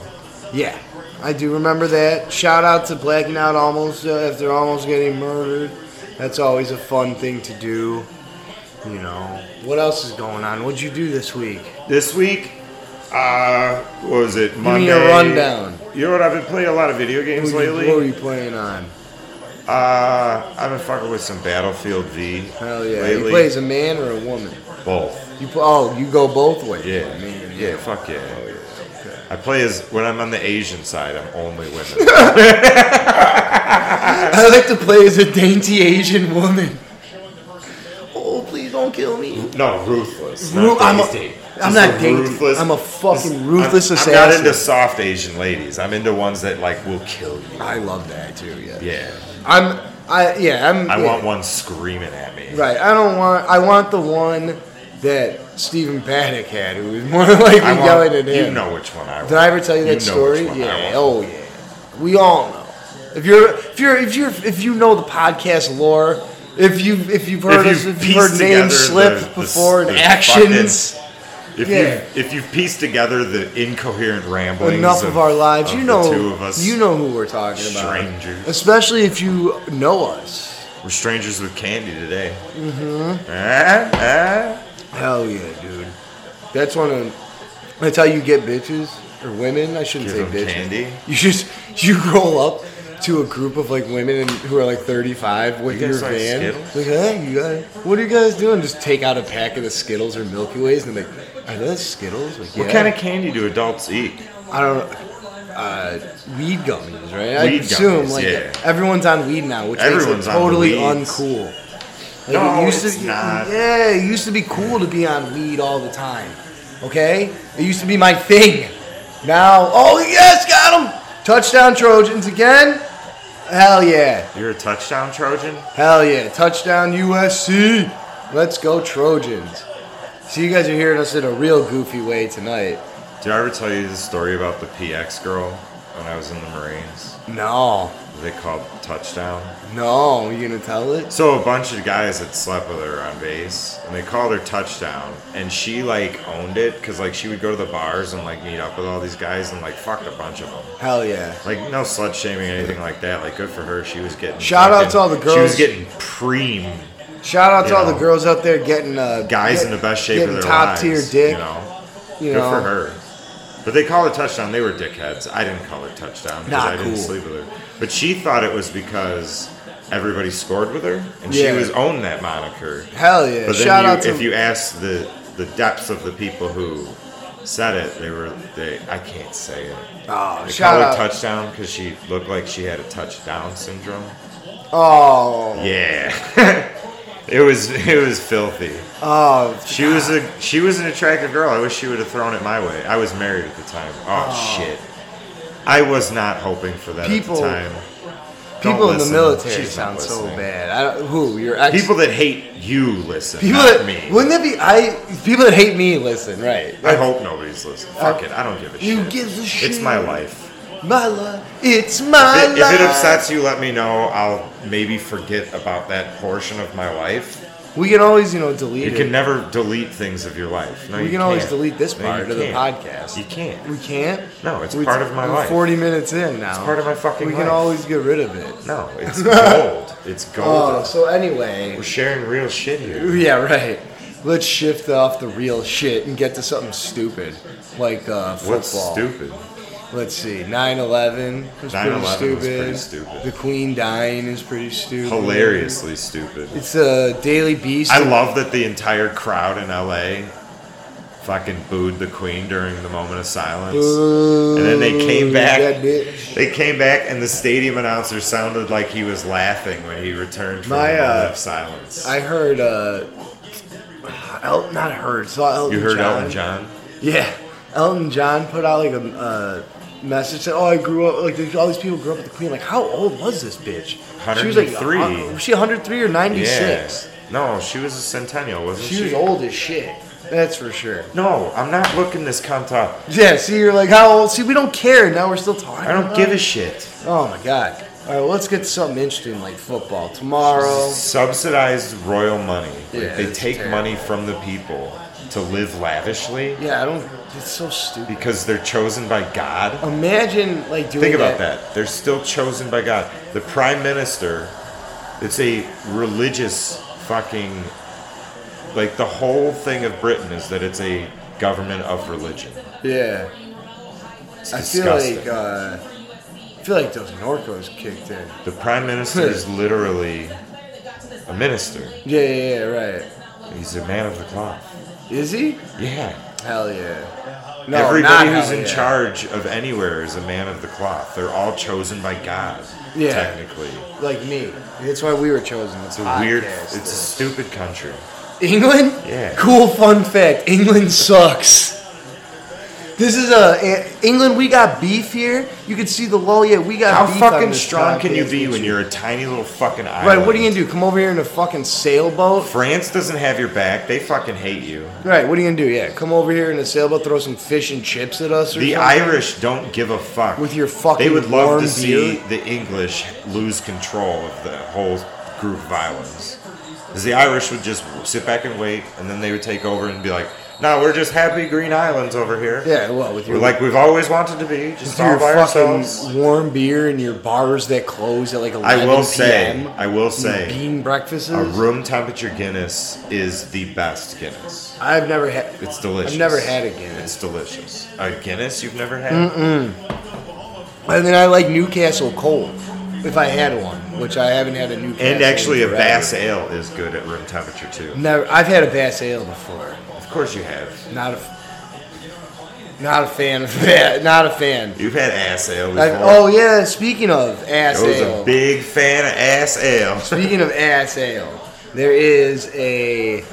Speaker 1: yeah, I do remember that. Shout out to blacking out almost uh, if they're almost getting murdered. That's always a fun thing to do. You know what else is going on? What'd you do this week?
Speaker 2: This week, uh, what was it?
Speaker 1: me
Speaker 2: Monday.
Speaker 1: a rundown.
Speaker 2: You know what? I've been playing a lot of video games
Speaker 1: What'd you-
Speaker 2: lately.
Speaker 1: What were you playing on?
Speaker 2: Uh, I've been fucking with some Battlefield V.
Speaker 1: Hell yeah!
Speaker 2: Lately.
Speaker 1: You play as a man or a woman?
Speaker 2: both.
Speaker 1: You pl- oh, you go both ways.
Speaker 2: Yeah,
Speaker 1: man.
Speaker 2: yeah, fuck yeah.
Speaker 1: Oh, Okay.
Speaker 2: I play as when I'm on the Asian side. I'm only women.
Speaker 1: I like to play as a dainty Asian woman. Oh, please don't kill me.
Speaker 2: No, ruthless.
Speaker 1: Ru-
Speaker 2: not
Speaker 1: I'm a-
Speaker 2: dainty.
Speaker 1: I'm
Speaker 2: Just
Speaker 1: not
Speaker 2: a
Speaker 1: dainty. I'm a fucking ruthless
Speaker 2: I'm, I'm not
Speaker 1: assassin.
Speaker 2: into soft Asian ladies. I'm into ones that like will kill you.
Speaker 1: I love that too. Yeah.
Speaker 2: Yeah,
Speaker 1: I'm. I yeah. I'm.
Speaker 2: I
Speaker 1: yeah.
Speaker 2: want one screaming at me.
Speaker 1: Right. I don't want. I want the one that Stephen Paddock had, who was more likely
Speaker 2: I
Speaker 1: yelling
Speaker 2: want,
Speaker 1: at
Speaker 2: you
Speaker 1: him.
Speaker 2: know which one I want.
Speaker 1: Did I ever tell you that
Speaker 2: know
Speaker 1: story?
Speaker 2: which one I
Speaker 1: Yeah. Oh
Speaker 2: want.
Speaker 1: yeah. We all know. If you're if you're if you're if you know the podcast lore, if you if you've heard
Speaker 2: If
Speaker 1: us,
Speaker 2: you've
Speaker 1: if you've heard
Speaker 2: pieced
Speaker 1: names
Speaker 2: together
Speaker 1: slip
Speaker 2: the- the-
Speaker 1: before and
Speaker 2: the
Speaker 1: actions.
Speaker 2: If
Speaker 1: Yeah.
Speaker 2: you if you've pieced together the incoherent ramblings
Speaker 1: enough of, our lives.
Speaker 2: of
Speaker 1: you
Speaker 2: the
Speaker 1: know,
Speaker 2: two of us,
Speaker 1: you know who we're talking about.
Speaker 2: Strangers.
Speaker 1: Especially if you know us.
Speaker 2: we're strangers with candy today. Mm-hmm. Ah, ah.
Speaker 1: Hell yeah, dude. That's one of. That's how you get bitches or women. I shouldn't
Speaker 2: Give
Speaker 1: say
Speaker 2: them
Speaker 1: bitches.
Speaker 2: candy?
Speaker 1: You just you roll up to a group of like women and, who are like 35 with
Speaker 2: You guys
Speaker 1: your
Speaker 2: like
Speaker 1: van.
Speaker 2: Skittles?
Speaker 1: Like, hey, you guys, what are you guys doing? Just take out a pack of the Skittles or Milky Ways and they're like, are those Skittles? Like,
Speaker 2: What
Speaker 1: yeah.
Speaker 2: kind of candy do adults eat?
Speaker 1: I don't know. Uh, weed gummies, right? I
Speaker 2: Weed
Speaker 1: assume
Speaker 2: gummies,
Speaker 1: like
Speaker 2: yeah.
Speaker 1: everyone's on weed now, which makes
Speaker 2: Everyone's
Speaker 1: it
Speaker 2: on the
Speaker 1: totally
Speaker 2: weeds.
Speaker 1: uncool. Like,
Speaker 2: No,
Speaker 1: it used
Speaker 2: it's
Speaker 1: to,
Speaker 2: not.
Speaker 1: Yeah, it used to be cool to be on weed all the time. Okay, it used to be my thing. Now, oh yes, got him! Touchdown Trojans again! Hell yeah!
Speaker 2: You're a touchdown Trojan.
Speaker 1: Hell yeah! Touchdown USC! Let's go Trojans! So you guys are hearing us in a real goofy way tonight.
Speaker 2: Did I ever tell you the story about the PX girl? when I was in the Marines.
Speaker 1: No,
Speaker 2: They called touchdown.
Speaker 1: no, you gonna tell it?
Speaker 2: So a bunch of guys had slept with her on base, and they called her touchdown, and she like owned it because like she would go to the bars and like meet up with all these guys and like fucked a bunch of them.
Speaker 1: Hell yeah.
Speaker 2: Like no slut shaming or anything like that. Like good for her. She was getting
Speaker 1: Shout out to all the
Speaker 2: She was
Speaker 1: girls.
Speaker 2: getting preem
Speaker 1: Shout out to
Speaker 2: You
Speaker 1: all
Speaker 2: know,
Speaker 1: the girls out there getting uh,
Speaker 2: guys
Speaker 1: get-
Speaker 2: in the best shape of
Speaker 1: getting
Speaker 2: their
Speaker 1: top
Speaker 2: lives.
Speaker 1: tier dick.
Speaker 2: You know,
Speaker 1: you
Speaker 2: good
Speaker 1: know.
Speaker 2: for her. But they called her touchdown. They were dickheads. I didn't call her touchdown because
Speaker 1: Not
Speaker 2: I didn't
Speaker 1: cool.
Speaker 2: sleep with her. But she thought it was because everybody scored with her, and
Speaker 1: Yeah.
Speaker 2: she was owned that moniker.
Speaker 1: Hell yeah!
Speaker 2: But then
Speaker 1: Shout
Speaker 2: you,
Speaker 1: out to
Speaker 2: if you ask the the depths of the people who said it, they were they. I can't say it.
Speaker 1: oh,
Speaker 2: They
Speaker 1: shout
Speaker 2: called
Speaker 1: out.
Speaker 2: her touchdown because she looked like she had a touchdown syndrome.
Speaker 1: oh,
Speaker 2: Yeah, it was it was filthy.
Speaker 1: oh,
Speaker 2: She was a she was an attractive girl. I wish she would have thrown it my way. I was married at the time. Oh, shit. I was not hoping for that
Speaker 1: People-
Speaker 2: at the time. Don't
Speaker 1: people in the
Speaker 2: listen.
Speaker 1: military
Speaker 2: She's
Speaker 1: sound
Speaker 2: not
Speaker 1: so
Speaker 2: listening.
Speaker 1: bad. I don't, who your ex?
Speaker 2: People that hate you listen.
Speaker 1: people
Speaker 2: not
Speaker 1: that
Speaker 2: me.
Speaker 1: wouldn't that be? I people that hate me listen. Right.
Speaker 2: I hope nobody's listening. Fuck it. I don't give a
Speaker 1: You
Speaker 2: shit.
Speaker 1: give a shit.
Speaker 2: It's my life.
Speaker 1: My life. It's my
Speaker 2: If it,
Speaker 1: life.
Speaker 2: if it upsets you, let me know. I'll maybe forget about that portion of my life.
Speaker 1: we can always you know delete
Speaker 2: You
Speaker 1: it.
Speaker 2: can never delete things of your life. No,
Speaker 1: we
Speaker 2: you
Speaker 1: can always
Speaker 2: can't.
Speaker 1: delete this
Speaker 2: No, you
Speaker 1: part of the
Speaker 2: can't.
Speaker 1: podcast.
Speaker 2: You can't.
Speaker 1: we can't.
Speaker 2: No, it's
Speaker 1: We-
Speaker 2: part of my
Speaker 1: we're
Speaker 2: life.
Speaker 1: Forty minutes in now. It's
Speaker 2: part of my fucking
Speaker 1: We can
Speaker 2: life.
Speaker 1: always get rid of it.
Speaker 2: No, it's gold. It's
Speaker 1: Oh,
Speaker 2: gold.
Speaker 1: so anyway,
Speaker 2: We're sharing real shit here.
Speaker 1: yeah, right. Let's shift off the real shit and get to something stupid, like uh, football.
Speaker 2: What's stupid?
Speaker 1: Let's see, 9/11 was
Speaker 2: 9/11
Speaker 1: pretty
Speaker 2: was
Speaker 1: stupid.
Speaker 2: pretty stupid.
Speaker 1: The Queen dying is pretty stupid.
Speaker 2: Hilariously stupid.
Speaker 1: It's a Daily Beast.
Speaker 2: I love that the entire crowd in LA fucking booed the queen during the moment of silence. And then they came back.
Speaker 1: That bitch.
Speaker 2: They came back, and the stadium announcer sounded like he was laughing when he returned from
Speaker 1: My,
Speaker 2: the moment
Speaker 1: uh,
Speaker 2: of silence.
Speaker 1: I heard. uh El- not heard. Saw Elton
Speaker 2: you heard
Speaker 1: John.
Speaker 2: Elton John?
Speaker 1: Yeah, Elton John put out like a uh, message saying, "Oh, I grew up like there's all these people grew up with the Queen. Like, how old was this bitch? She was like
Speaker 2: 103.
Speaker 1: uh, Was she 103 or 96?
Speaker 2: Yeah. No, she was a centennial, wasn't she?
Speaker 1: She was old as shit. That's for sure.
Speaker 2: No, I'm not looking this cunt up.
Speaker 1: Yeah. See, you're like, how old? See, we don't care. Now we're still talking.
Speaker 2: I don't
Speaker 1: about
Speaker 2: give a
Speaker 1: it.
Speaker 2: shit.
Speaker 1: Oh my god. All right, well, let's get to something interesting like football tomorrow.
Speaker 2: Subsidized royal money. Like,
Speaker 1: Yeah,
Speaker 2: they
Speaker 1: it's
Speaker 2: take
Speaker 1: terrible.
Speaker 2: money from the people to live lavishly
Speaker 1: Yeah, I don't. It's so stupid.
Speaker 2: because they're chosen by God.
Speaker 1: Imagine like doing
Speaker 2: Think about that. They're still chosen by God. The prime minister, it's a religious fucking. Like the whole thing of Britain is that it's a government of religion.
Speaker 1: Yeah.
Speaker 2: It's
Speaker 1: I feel
Speaker 2: disgusting.
Speaker 1: like uh, I feel like those Norcos kicked in.
Speaker 2: the prime minister is literally a minister.
Speaker 1: Yeah, yeah, yeah, right.
Speaker 2: He's a man of the cloth.
Speaker 1: Is he?
Speaker 2: Yeah.
Speaker 1: Hell yeah. No, not
Speaker 2: Everybody who's
Speaker 1: hell
Speaker 2: in
Speaker 1: yeah.
Speaker 2: charge of anywhere is a man of the cloth. They're all chosen by God.
Speaker 1: Yeah.
Speaker 2: Technically,
Speaker 1: like me. That's why we were chosen. It's
Speaker 2: it's a weird. It's a stupid country.
Speaker 1: England.
Speaker 2: Yeah.
Speaker 1: Cool fun fact: England sucks. This is a England. We got beef here. You can see the lull. Yeah, we got.
Speaker 2: How
Speaker 1: beef on
Speaker 2: fucking
Speaker 1: this
Speaker 2: strong can you
Speaker 1: podcast.
Speaker 2: be when you're a tiny little fucking island?
Speaker 1: Right, what are you gonna do? Come over here in a fucking sailboat?
Speaker 2: France doesn't have your back. They fucking hate you.
Speaker 1: Right, what are you gonna do? Yeah, come over here in a sailboat, throw some fish and chips at us or
Speaker 2: The
Speaker 1: something?
Speaker 2: Irish don't give a fuck.
Speaker 1: With your fucking
Speaker 2: They would love
Speaker 1: warm
Speaker 2: to see
Speaker 1: beer?
Speaker 2: the English lose control of the whole group of islands. Because the Irish would just sit back and wait, and then they would take over and be like, "No, we're just happy green islands over here.
Speaker 1: Yeah, well, with
Speaker 2: We're
Speaker 1: your
Speaker 2: like we've always wanted to be, just
Speaker 1: with
Speaker 2: all
Speaker 1: your
Speaker 2: by
Speaker 1: fucking
Speaker 2: ourselves."
Speaker 1: warm beer and your bars that close at like 11
Speaker 2: I will say,
Speaker 1: PM,
Speaker 2: I will
Speaker 1: your
Speaker 2: say,
Speaker 1: bean breakfasts.
Speaker 2: a room temperature Guinness is the best Guinness.
Speaker 1: I've never had.
Speaker 2: It's delicious.
Speaker 1: I've never had a Guinness.
Speaker 2: It's delicious. A Guinness you've never had?
Speaker 1: And then I like Newcastle cold, if I had one, which I haven't had a Newcastle.
Speaker 2: And
Speaker 1: in
Speaker 2: actually, a
Speaker 1: forever.
Speaker 2: Bass Ale is good at room temperature too.
Speaker 1: Never. I've had a Bass Ale before.
Speaker 2: Of course, you have.
Speaker 1: Not a. Not a fan of that. Not a fan.
Speaker 2: You've had Ass Ale before.
Speaker 1: Like, oh yeah. Speaking of ass
Speaker 2: I was
Speaker 1: ale.
Speaker 2: a big fan of Ass Ale.
Speaker 1: Speaking of ass ale, there is a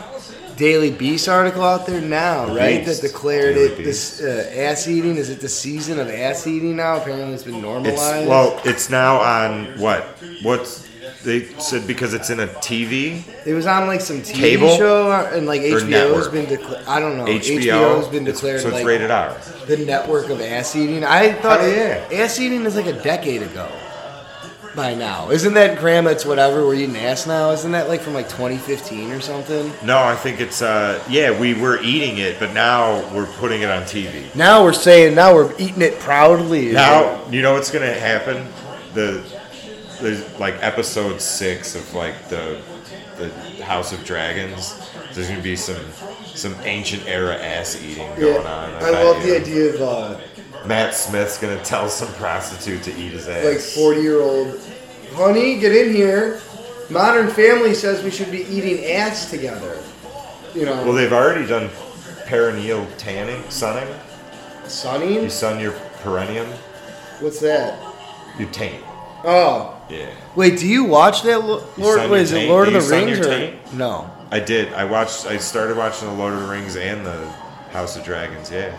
Speaker 1: Daily Beast article out there now, right?
Speaker 2: Beast.
Speaker 1: That declared
Speaker 2: Daily
Speaker 1: it this uh, ass eating. Is it the season of ass eating now? Apparently, it's been normalized.
Speaker 2: It's well, it's now on what? What's they said because it's in a TV.
Speaker 1: It was on like some TV
Speaker 2: Cable?
Speaker 1: show, uh, and like HBO's
Speaker 2: network?
Speaker 1: been declared. I don't know.
Speaker 2: HBO
Speaker 1: has been
Speaker 2: it's-
Speaker 1: declared
Speaker 2: so it's
Speaker 1: like
Speaker 2: rated R.
Speaker 1: the network of ass eating. I thought
Speaker 2: Oh,
Speaker 1: it- ass eating is like a decade ago. By now, isn't that Graham? It's whatever we're eating ass now. Isn't that like from like 2015 or something?
Speaker 2: No, I think it's uh yeah, we were eating it, but now we're putting it on TV.
Speaker 1: Now we're saying now we're eating it proudly.
Speaker 2: Now you know what's gonna happen. The there's like episode six of like the the House of Dragons. There's gonna be some some ancient era ass eating going on.
Speaker 1: I
Speaker 2: bet
Speaker 1: love
Speaker 2: you.
Speaker 1: the idea of uh,
Speaker 2: Matt Smith's gonna tell some prostitute to eat his ass.
Speaker 1: like 40 year old, honey, get in here. Modern Family says we should be eating ass together. You know,
Speaker 2: Well, they've already done perineal tanning, sunning. You
Speaker 1: sunning.
Speaker 2: sun your perineum,
Speaker 1: What's that?
Speaker 2: you taint.
Speaker 1: Oh,
Speaker 2: Yeah.
Speaker 1: wait. Do you watch that? Lo-
Speaker 2: You
Speaker 1: Lord,
Speaker 2: sun
Speaker 1: what
Speaker 2: your
Speaker 1: is it?
Speaker 2: taint?
Speaker 1: Lord
Speaker 2: Do
Speaker 1: of
Speaker 2: you
Speaker 1: the
Speaker 2: sun
Speaker 1: Rings
Speaker 2: your
Speaker 1: or
Speaker 2: taint?
Speaker 1: no?
Speaker 2: I did. I watched. I started watching the Lord of the Rings and the House of Dragons. Yeah,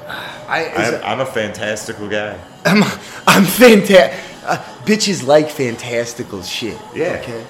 Speaker 1: I, is
Speaker 2: I, I'm a fantastical guy.
Speaker 1: I'm I'm fantastic. Uh, bitches like fantastical shit.
Speaker 2: Yeah.
Speaker 1: Okay.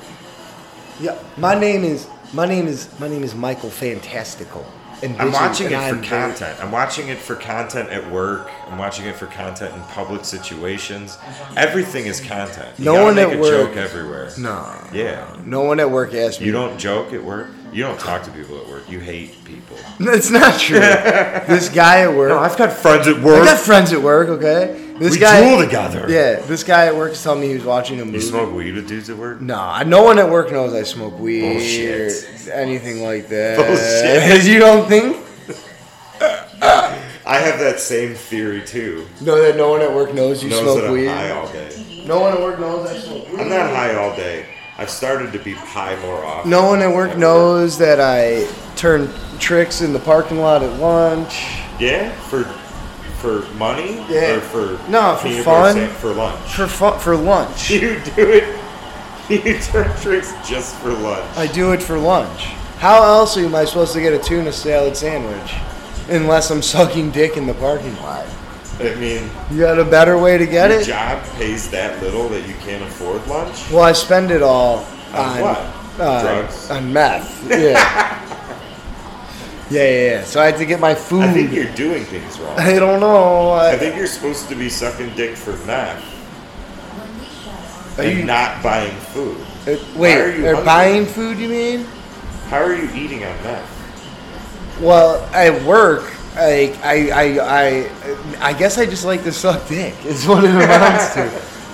Speaker 1: Yeah. My name is my name is my name is Michael Fantastical. And
Speaker 2: I'm
Speaker 1: bitches-
Speaker 2: watching
Speaker 1: and
Speaker 2: it
Speaker 1: I am
Speaker 2: for
Speaker 1: very-
Speaker 2: content. I'm watching it for content at work. I'm watching it for content in public situations. Everything is content. You
Speaker 1: No
Speaker 2: gotta
Speaker 1: one
Speaker 2: make
Speaker 1: at
Speaker 2: a
Speaker 1: work-
Speaker 2: joke everywhere.
Speaker 1: No.
Speaker 2: Yeah.
Speaker 1: No one at work asked me.
Speaker 2: You don't joke at work. You don't talk to people at work. You hate people.
Speaker 1: That's not true. this guy at work.
Speaker 2: No, I've got friends at
Speaker 1: I
Speaker 2: work.
Speaker 1: got friends at work. Okay. This
Speaker 2: We
Speaker 1: guy.
Speaker 2: duel together.
Speaker 1: Yeah. This guy at work was telling me he was watching a movie.
Speaker 2: You smoke weed with dudes at work?
Speaker 1: Nah, no one at work knows I smoke weed
Speaker 2: Bullshit.
Speaker 1: or anything like that.
Speaker 2: Bullshit.
Speaker 1: you don't think?
Speaker 2: I have that same theory too.
Speaker 1: No, that no one at work knows you
Speaker 2: Knows that
Speaker 1: smoke
Speaker 2: I'm
Speaker 1: weed.
Speaker 2: high all day.
Speaker 1: No one at work knows I smoke weed.
Speaker 2: I'm not high all day. I've started to be high more often.
Speaker 1: No one at work knows that I turn tricks in the parking lot at lunch.
Speaker 2: Yeah, for for money
Speaker 1: Yeah.
Speaker 2: or for
Speaker 1: No, for
Speaker 2: peanut
Speaker 1: fun.
Speaker 2: butter sand- for lunch.
Speaker 1: For fu- for lunch.
Speaker 2: You do it. You turn tricks just for lunch.
Speaker 1: I do it for lunch. How else am I supposed to get a tuna salad sandwich? Unless I'm sucking dick in the parking lot.
Speaker 2: I mean,
Speaker 1: You got a better way to get
Speaker 2: your
Speaker 1: it?
Speaker 2: job pays that little that you can't afford lunch.
Speaker 1: Well, I spend it all
Speaker 2: On
Speaker 1: on
Speaker 2: what?
Speaker 1: uh,
Speaker 2: Drugs?
Speaker 1: on meth. Yeah. yeah, yeah, yeah. So I had to get my food.
Speaker 2: I think you're doing things wrong.
Speaker 1: I don't know.
Speaker 2: I
Speaker 1: I,
Speaker 2: think you're supposed to be sucking dick for meth
Speaker 1: are
Speaker 2: and
Speaker 1: you,
Speaker 2: not buying food.
Speaker 1: uh, wait,
Speaker 2: are you
Speaker 1: they're
Speaker 2: hungry?
Speaker 1: buying food? You mean?
Speaker 2: How are you eating on meth?
Speaker 1: Well, at work, like I, I, I, I guess I just like to suck dick. Is what it amounts to.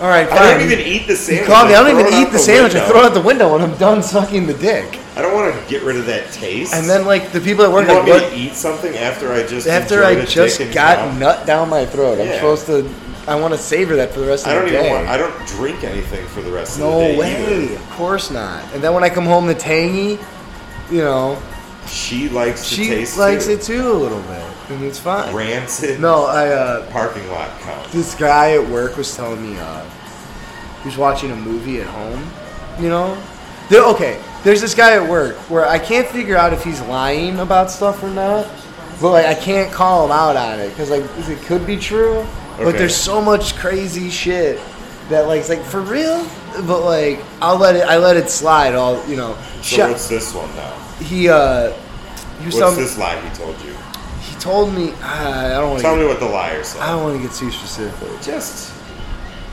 Speaker 1: All right, fine.
Speaker 2: I don't even eat the
Speaker 1: You
Speaker 2: sandwich.
Speaker 1: call me. I don't
Speaker 2: throw
Speaker 1: even
Speaker 2: it
Speaker 1: eat
Speaker 2: out
Speaker 1: the sandwich. I
Speaker 2: window.
Speaker 1: throw it out the window when I'm done sucking the dick.
Speaker 2: I don't want to get rid of that taste.
Speaker 1: And then like the people at work,
Speaker 2: you want
Speaker 1: like,
Speaker 2: me
Speaker 1: what?
Speaker 2: to eat something after I just
Speaker 1: After
Speaker 2: enjoyed
Speaker 1: I
Speaker 2: a
Speaker 1: just
Speaker 2: dick and
Speaker 1: got
Speaker 2: mouth?
Speaker 1: nut down my throat, I'm
Speaker 2: Yeah.
Speaker 1: supposed to. I want to savor that for the rest of
Speaker 2: I don't
Speaker 1: the
Speaker 2: even
Speaker 1: day.
Speaker 2: want. I don't drink anything for the rest
Speaker 1: no
Speaker 2: of the day.
Speaker 1: way.
Speaker 2: either.
Speaker 1: Of course not. And then when I come home, the tangy, you know,
Speaker 2: She likes to
Speaker 1: she
Speaker 2: taste.
Speaker 1: likes
Speaker 2: too.
Speaker 1: it too a little bit, and it's fine.
Speaker 2: Rancid.
Speaker 1: No, I. uh
Speaker 2: Parking lot count.
Speaker 1: This guy at work was telling me uh, he was watching a movie at home. You know, there, okay. There's this guy at work where I can't figure out if he's lying about stuff or not, but like I can't call him out on it because like it could be true. But
Speaker 2: Okay.
Speaker 1: there's so much crazy shit that like it's like for real. But like I'll let it. I let it slide. All you know.
Speaker 2: So
Speaker 1: Shut-
Speaker 2: what's this one now?
Speaker 1: he uh. He was
Speaker 2: What's
Speaker 1: telling,
Speaker 2: this lie he told you?
Speaker 1: He told me. ah, I don't want
Speaker 2: Tell
Speaker 1: to.
Speaker 2: me what the liar said.
Speaker 1: I don't want to get too specific
Speaker 2: just,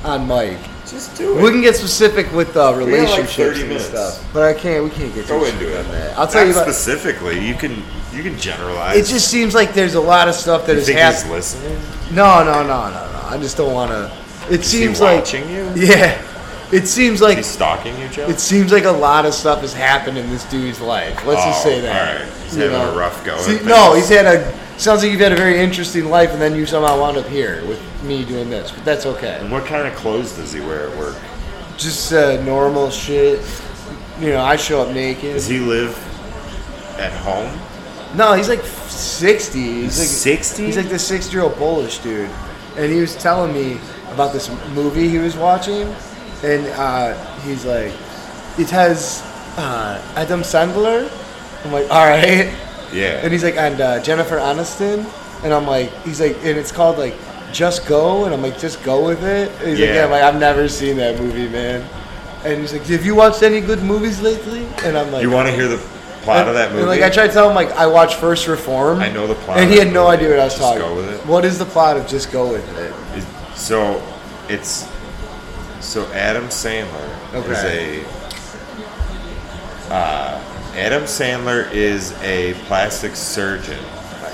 Speaker 1: on Mike.
Speaker 2: just do it.
Speaker 1: We can get specific with uh,
Speaker 2: got, like,
Speaker 1: relationships
Speaker 2: 30
Speaker 1: and
Speaker 2: minutes.
Speaker 1: stuff, but I can't. We can't get
Speaker 2: Go
Speaker 1: too
Speaker 2: into
Speaker 1: specific
Speaker 2: it.
Speaker 1: on that. I'll tell
Speaker 2: Not
Speaker 1: you about.
Speaker 2: specifically. You can, you can generalize.
Speaker 1: It just seems like there's a lot of stuff that
Speaker 2: you
Speaker 1: is
Speaker 2: think he's
Speaker 1: happening.
Speaker 2: listening?
Speaker 1: No, no, no, no, no. I just don't want to. It
Speaker 2: Is he
Speaker 1: seems like.
Speaker 2: watching you?
Speaker 1: Yeah, it seems like
Speaker 2: He's stalking you, Joe.
Speaker 1: it seems like a lot of stuff has happened in this dude's life. Let's just
Speaker 2: Oh,
Speaker 1: say that.
Speaker 2: all right. He's
Speaker 1: You
Speaker 2: having
Speaker 1: know?
Speaker 2: a rough go of
Speaker 1: See,
Speaker 2: things.
Speaker 1: no, he's had a. Sounds like you've had a very interesting life, and then you somehow wound up here with me doing this. But that's okay.
Speaker 2: And what kind of clothes does he wear at work?
Speaker 1: Just uh, normal shit. You know, I show up naked.
Speaker 2: Does he live at home?
Speaker 1: No, he's like 60. He's like
Speaker 2: 60?
Speaker 1: He's like this 60 year old Polish dude. And he was telling me about this movie he was watching. And uh, he's like, it has uh, Adam Sandler. I'm like, all right.
Speaker 2: Yeah.
Speaker 1: And he's like, and uh, Jennifer Aniston. And I'm like, he's like, and it's called like Just Go. And I'm like, just go with it. And he's like,
Speaker 2: Yeah.
Speaker 1: yeah, I'm like, I've never seen that movie, man. And he's like, "Have you watched any good movies lately?" And I'm like,
Speaker 2: You want to hear the plot of that
Speaker 1: And,
Speaker 2: movie?
Speaker 1: like I tried to tell him, like I watched First Reform.
Speaker 2: I know the plot
Speaker 1: and
Speaker 2: of
Speaker 1: he
Speaker 2: that
Speaker 1: had no
Speaker 2: movie.
Speaker 1: idea what I was
Speaker 2: Just
Speaker 1: talking.
Speaker 2: go with it.
Speaker 1: What is the plot of Just Go with It?
Speaker 2: Is- So it's so Adam Sandler is
Speaker 1: Okay.
Speaker 2: a uh, Adam Sandler is a plastic surgeon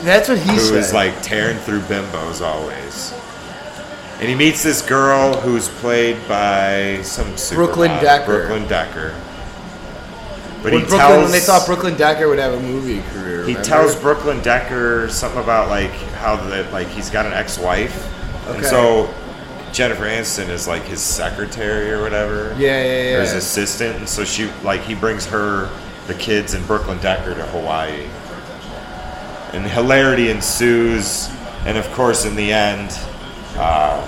Speaker 1: That's what he
Speaker 2: who
Speaker 1: said.
Speaker 2: is like tearing through bimbos always. And he meets this girl who's played by some supermodel,
Speaker 1: Brooklyn Decker.
Speaker 2: Brooklyn Decker. But
Speaker 1: when
Speaker 2: he
Speaker 1: Brooklyn
Speaker 2: tells
Speaker 1: when they thought Brooklyn Decker would have a movie career.
Speaker 2: he
Speaker 1: remember?
Speaker 2: tells Brooklyn Decker something about like how that like he's got an ex-wife, and
Speaker 1: Okay.
Speaker 2: so Jennifer Aniston is like his secretary or whatever,
Speaker 1: Yeah, yeah,
Speaker 2: or his
Speaker 1: yeah.
Speaker 2: assistant. And so she like he brings her the kids and Brooklyn Decker to Hawaii, and hilarity ensues. And of course, in the end, uh,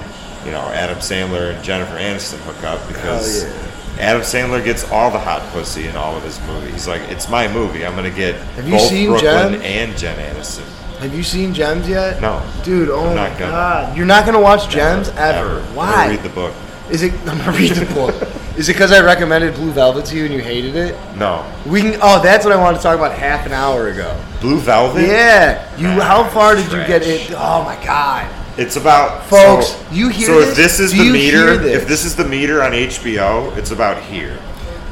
Speaker 2: you know Adam Sandler and Jennifer Aniston hook up because.
Speaker 1: Hell yeah.
Speaker 2: Adam Sandler gets all the hot pussy in all of his movies. He's like, it's my movie. I'm gonna get
Speaker 1: Have you
Speaker 2: both
Speaker 1: seen
Speaker 2: Brooklyn
Speaker 1: Jen?
Speaker 2: and Jen Aniston.
Speaker 1: Have you seen Gems yet?
Speaker 2: No.
Speaker 1: Dude, oh
Speaker 2: I'm
Speaker 1: my
Speaker 2: not gonna.
Speaker 1: god. You're not gonna watch Gems ever.
Speaker 2: I'm gonna
Speaker 1: Why?
Speaker 2: read the book.
Speaker 1: Is it? I'm gonna read the book. Is it because I recommended Blue Velvet to you and you hated it?
Speaker 2: No,
Speaker 1: We can. Oh, that's what I wanted to talk about half an hour ago.
Speaker 2: Blue Velvet.
Speaker 1: Yeah. You.
Speaker 2: Nah,
Speaker 1: how far did you
Speaker 2: trash.
Speaker 1: get it? Oh my god.
Speaker 2: It's about
Speaker 1: Folks,
Speaker 2: so-
Speaker 1: you hear
Speaker 2: So
Speaker 1: this?
Speaker 2: if this is
Speaker 1: Do
Speaker 2: the
Speaker 1: you
Speaker 2: meter,
Speaker 1: hear this?
Speaker 2: if this is the meter on HBO, it's about here,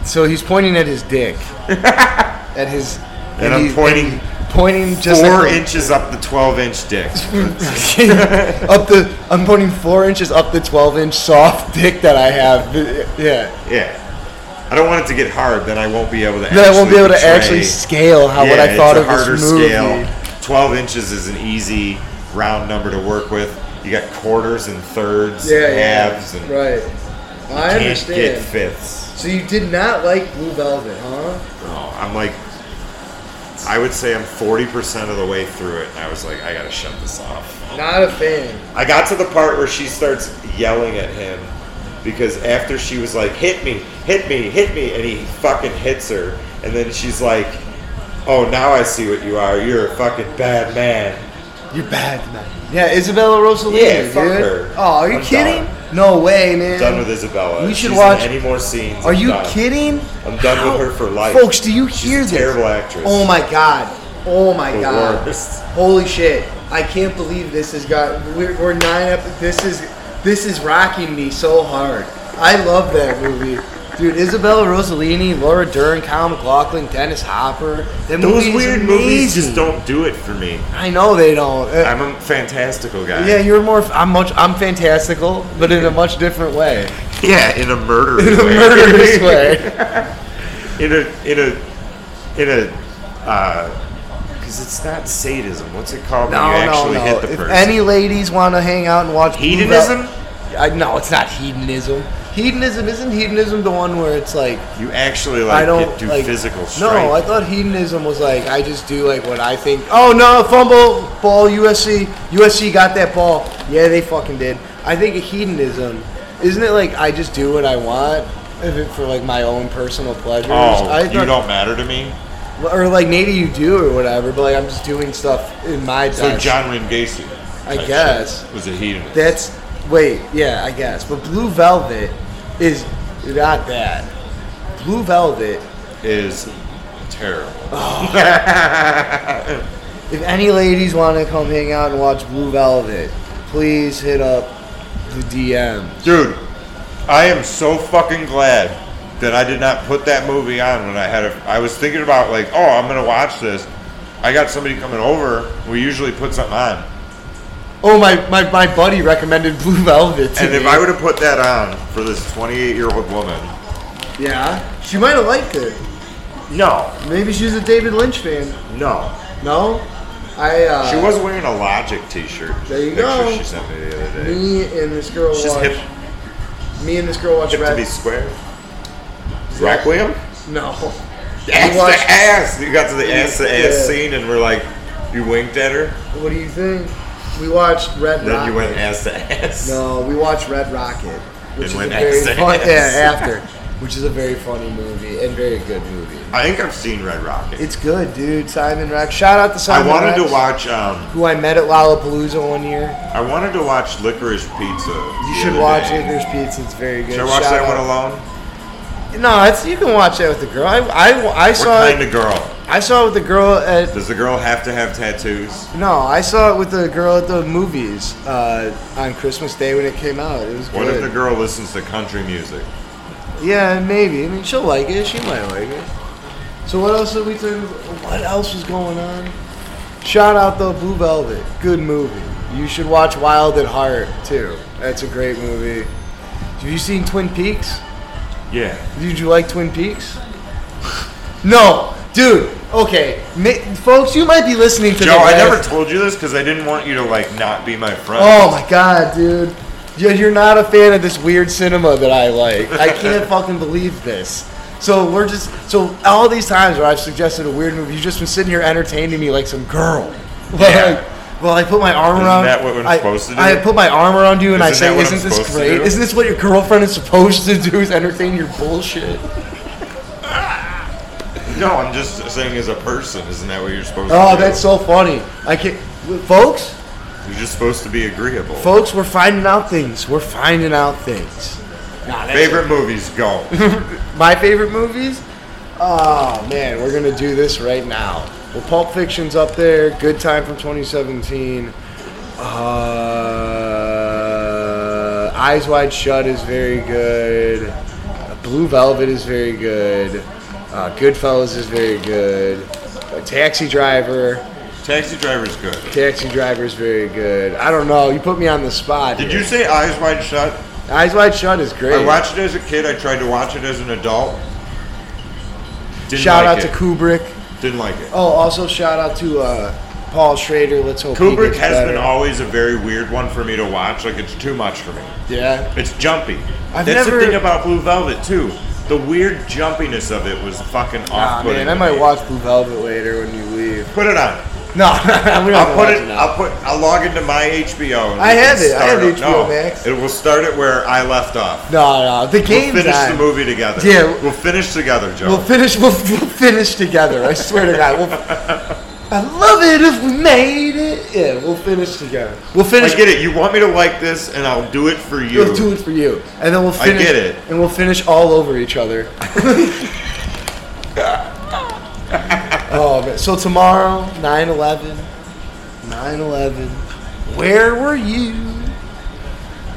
Speaker 1: So he's pointing at his dick. at his.
Speaker 2: And I'm
Speaker 1: he-
Speaker 2: pointing
Speaker 1: and Pointing just
Speaker 2: four
Speaker 1: like the-
Speaker 2: inches up the twelve inch dick.
Speaker 1: up the. I'm pointing four inches up the 12 inch soft dick that I have. Yeah.
Speaker 2: yeah. I don't want it to get hard, then I won't be able to.
Speaker 1: that I won't be able to
Speaker 2: portray-
Speaker 1: actually scale how what
Speaker 2: Yeah,
Speaker 1: I thought
Speaker 2: it's
Speaker 1: of
Speaker 2: a harder
Speaker 1: this movie.
Speaker 2: scale. Twelve inches is an easy round number to work with. You got quarters and thirds,
Speaker 1: Yeah,
Speaker 2: and
Speaker 1: yeah,
Speaker 2: halves, and
Speaker 1: right. I
Speaker 2: can't get
Speaker 1: understand.
Speaker 2: fifths.
Speaker 1: So you did not like Blue Velvet, huh?
Speaker 2: No, I'm like, I would say I'm 40% of the way through it, and I was like, I gotta shut this off.
Speaker 1: Not a fan.
Speaker 2: I got to the part where she starts yelling at him because after she was like, hit me, hit me, hit me, and he fucking hits her, and then she's like, oh, now I see what you are. You're a fucking bad man.
Speaker 1: You're bad, man. Yeah, Isabella Rossellini,
Speaker 2: Yeah,
Speaker 1: dude.
Speaker 2: fuck her.
Speaker 1: Oh, are you
Speaker 2: I'm
Speaker 1: kidding?
Speaker 2: done.
Speaker 1: No way, man.
Speaker 2: Done with Isabella.
Speaker 1: You should
Speaker 2: She's in
Speaker 1: watch-
Speaker 2: any more scenes.
Speaker 1: Are
Speaker 2: I'm
Speaker 1: you
Speaker 2: done.
Speaker 1: kidding?
Speaker 2: I'm done with her for life.
Speaker 1: Folks, do you hear
Speaker 2: She's a
Speaker 1: this?
Speaker 2: terrible actress.
Speaker 1: Oh my god. Oh my
Speaker 2: The
Speaker 1: god.
Speaker 2: worst.
Speaker 1: Holy shit. I can't believe this has got we're, we're nine up this is this is rocking me so hard. I love that movie. Dude, Isabella Rossellini, Laura Dern, Kyle McLaughlin, Dennis Hopper. That
Speaker 2: Those
Speaker 1: movie is
Speaker 2: weird
Speaker 1: amazing.
Speaker 2: movies just don't do it for me.
Speaker 1: I know they don't. Uh,
Speaker 2: I'm a fantastical guy.
Speaker 1: yeah, you're more. I'm much. I'm fantastical, but in a much different way.
Speaker 2: Yeah, in a murder.
Speaker 1: In a murderous way.
Speaker 2: in a in a in a because it's not sadism. What's it called
Speaker 1: No,
Speaker 2: when you
Speaker 1: no,
Speaker 2: actually
Speaker 1: no.
Speaker 2: hit the
Speaker 1: If
Speaker 2: person?
Speaker 1: any ladies want to hang out and watch Blue
Speaker 2: Hedonism?
Speaker 1: Vel- I, no, it's not hedonism. Hedonism isn't hedonism the one where it's like
Speaker 2: you actually
Speaker 1: I
Speaker 2: like
Speaker 1: don't
Speaker 2: get, do
Speaker 1: like,
Speaker 2: physical
Speaker 1: No, I
Speaker 2: strength.
Speaker 1: thought hedonism was like I just do like what I think. Oh no, fumble ball USC. USC got that ball. Yeah, they fucking did. I think a hedonism isn't it like I just do what I want if it, for like my own personal pleasures.
Speaker 2: oh,
Speaker 1: I
Speaker 2: you don't matter to me.
Speaker 1: or like maybe you do or whatever, but like I'm just doing stuff in my
Speaker 2: So
Speaker 1: time.
Speaker 2: John Wayne Gacy.
Speaker 1: I
Speaker 2: type
Speaker 1: guess.
Speaker 2: shit was a hedonist.
Speaker 1: That's wait, yeah, I guess. But Blue Velvet is not that. Blue Velvet.
Speaker 2: is terrible.
Speaker 1: If any ladies want to come hang out and watch Blue Velvet, please hit up the DM.
Speaker 2: Dude, I am so fucking glad that I did not put that movie on when I had a. I was thinking about like, oh, I'm gonna watch this. I got somebody coming over. We usually put something on,
Speaker 1: Oh my my, my buddy recommended Blue Velvet to
Speaker 2: and if
Speaker 1: me.
Speaker 2: I would have put that on for this 28 year old woman,
Speaker 1: yeah, she might have liked it.
Speaker 2: no,
Speaker 1: Maybe she's a David Lynch fan.
Speaker 2: no,
Speaker 1: No, I. Uh,
Speaker 2: she was wearing a Logic T-shirt.
Speaker 1: There you
Speaker 2: Picture
Speaker 1: go.
Speaker 2: She sent me the other day.
Speaker 1: Me and this girl
Speaker 2: She's
Speaker 1: watched.
Speaker 2: hip,
Speaker 1: Me and this girl watched
Speaker 2: hip to
Speaker 1: Red.
Speaker 2: be square. Requiem.
Speaker 1: No.
Speaker 2: Ass
Speaker 1: We watched-
Speaker 2: to ass. You got to the ass to ass
Speaker 1: Yeah.
Speaker 2: scene, and we're like, you winked at her.
Speaker 1: What do you think? We watched Red
Speaker 2: Then
Speaker 1: Rocket.
Speaker 2: you went ass to ass.
Speaker 1: No, we watched Red Rocket, which
Speaker 2: And
Speaker 1: is a
Speaker 2: went
Speaker 1: very
Speaker 2: ass to
Speaker 1: fun,
Speaker 2: ass.
Speaker 1: yeah after, which is a very funny movie and very good movie.
Speaker 2: I think I've seen Red Rocket.
Speaker 1: It's good, dude. Simon Rex. Shout out to
Speaker 2: I
Speaker 1: Simon.
Speaker 2: wanted
Speaker 1: Rex,
Speaker 2: to watch. Um,
Speaker 1: Who I met at Lollapalooza one year.
Speaker 2: I wanted to watch Licorice Pizza.
Speaker 1: You should watch Lickers Pizza. It's very good.
Speaker 2: Should I watch
Speaker 1: Shout
Speaker 2: that
Speaker 1: out.
Speaker 2: one alone?
Speaker 1: No, it's, you can watch that with the girl. I, I, I
Speaker 2: What
Speaker 1: saw
Speaker 2: kind
Speaker 1: it.
Speaker 2: of girl?
Speaker 1: I saw it with the girl at
Speaker 2: Does the girl have to have tattoos?
Speaker 1: No, I saw it with the girl at the movies uh, on Christmas Day when it came out. It was
Speaker 2: What
Speaker 1: good.
Speaker 2: if the girl listens to country music?
Speaker 1: yeah, maybe. I mean, she'll like it. She might like it. So what else did we think? What else was going on? Shout out though, Blue Velvet. Good movie. You should watch Wild at Heart too. That's a great movie. Have you seen Twin Peaks?
Speaker 2: Yeah.
Speaker 1: Did you like Twin Peaks? No, dude. Okay, Ma- folks, you might be listening to. the
Speaker 2: Joe, I
Speaker 1: last-
Speaker 2: never told you this because I didn't want you to like not be my friend.
Speaker 1: Oh my god, dude. Yeah, you're not a fan of this weird cinema that I like. I can't fucking believe this. So we're just so all these times where I've suggested a weird movie, you've just been sitting here entertaining me like some girl. Like,
Speaker 2: Yeah.
Speaker 1: Well, I put my arm
Speaker 2: Isn't
Speaker 1: around.
Speaker 2: that what we're supposed to do?
Speaker 1: I, I put my arm around you and I
Speaker 2: Isn't
Speaker 1: say,
Speaker 2: that what I'm
Speaker 1: "Isn't this
Speaker 2: supposed to
Speaker 1: great?
Speaker 2: do?"
Speaker 1: Isn't this what your girlfriend is supposed to do? Is entertain your bullshit?"
Speaker 2: No, I'm just saying as a person, isn't that what you're supposed to
Speaker 1: Oh,
Speaker 2: do?
Speaker 1: that's so funny. I can't, folks.
Speaker 2: You're just supposed to be agreeable.
Speaker 1: Folks, we're finding out things. We're finding out things. Nah, that's
Speaker 2: Favorite movies, go.
Speaker 1: My favorite movies? Oh man, we're gonna do this right now. Well, Pulp Fiction's up there. Good Time from 2017. Uh, Eyes Wide Shut is very good. Blue Velvet is very good. Uh, Goodfellas is very good. Uh, Taxi Driver.
Speaker 2: Taxi Driver's good.
Speaker 1: Taxi Driver is very good. I don't know. You put me on the spot.
Speaker 2: Did
Speaker 1: here.
Speaker 2: you say Eyes Wide Shut?
Speaker 1: Eyes Wide Shut is great.
Speaker 2: I watched it as a kid. I tried to watch it as an adult. Didn't
Speaker 1: Shout
Speaker 2: like
Speaker 1: out
Speaker 2: it.
Speaker 1: to Kubrick.
Speaker 2: Didn't like it.
Speaker 1: Oh, also shout out to uh, Paul Schrader. Let's hope he
Speaker 2: Kubrick
Speaker 1: gets
Speaker 2: has
Speaker 1: better.
Speaker 2: been always a very weird one for me to watch. Like it's too much for me.
Speaker 1: Yeah,
Speaker 2: It's jumpy.
Speaker 1: I've
Speaker 2: That's
Speaker 1: never-
Speaker 2: the thing about Blue Velvet too. The weird jumpiness of it was fucking
Speaker 1: ah,
Speaker 2: off-putting.
Speaker 1: man, I
Speaker 2: to
Speaker 1: might
Speaker 2: me.
Speaker 1: watch Blue Velvet later when you leave.
Speaker 2: Put it on.
Speaker 1: No, we don't
Speaker 2: I'll
Speaker 1: watch
Speaker 2: put it.
Speaker 1: now.
Speaker 2: I'll put. I'll log into my HBO. And
Speaker 1: I
Speaker 2: we can
Speaker 1: have it. I
Speaker 2: start
Speaker 1: have
Speaker 2: up-
Speaker 1: HBO
Speaker 2: no,
Speaker 1: Max.
Speaker 2: It will start it where I left off.
Speaker 1: No, no, the
Speaker 2: We'll
Speaker 1: game's
Speaker 2: finish
Speaker 1: on.
Speaker 2: the movie together.
Speaker 1: Yeah.
Speaker 2: We'll finish together, Joe.
Speaker 1: We'll finish. We'll, we'll finish together. I swear to God. We'll, I love it if we made it. Yeah, we'll finish together. We'll finish.
Speaker 2: I get it. You want me to like this, and I'll do it for you.
Speaker 1: We'll do it for you, and then we'll
Speaker 2: I
Speaker 1: finish.
Speaker 2: get it.
Speaker 1: And we'll finish all over each other. oh man! So tomorrow, 9-11. 9-11. Where were you?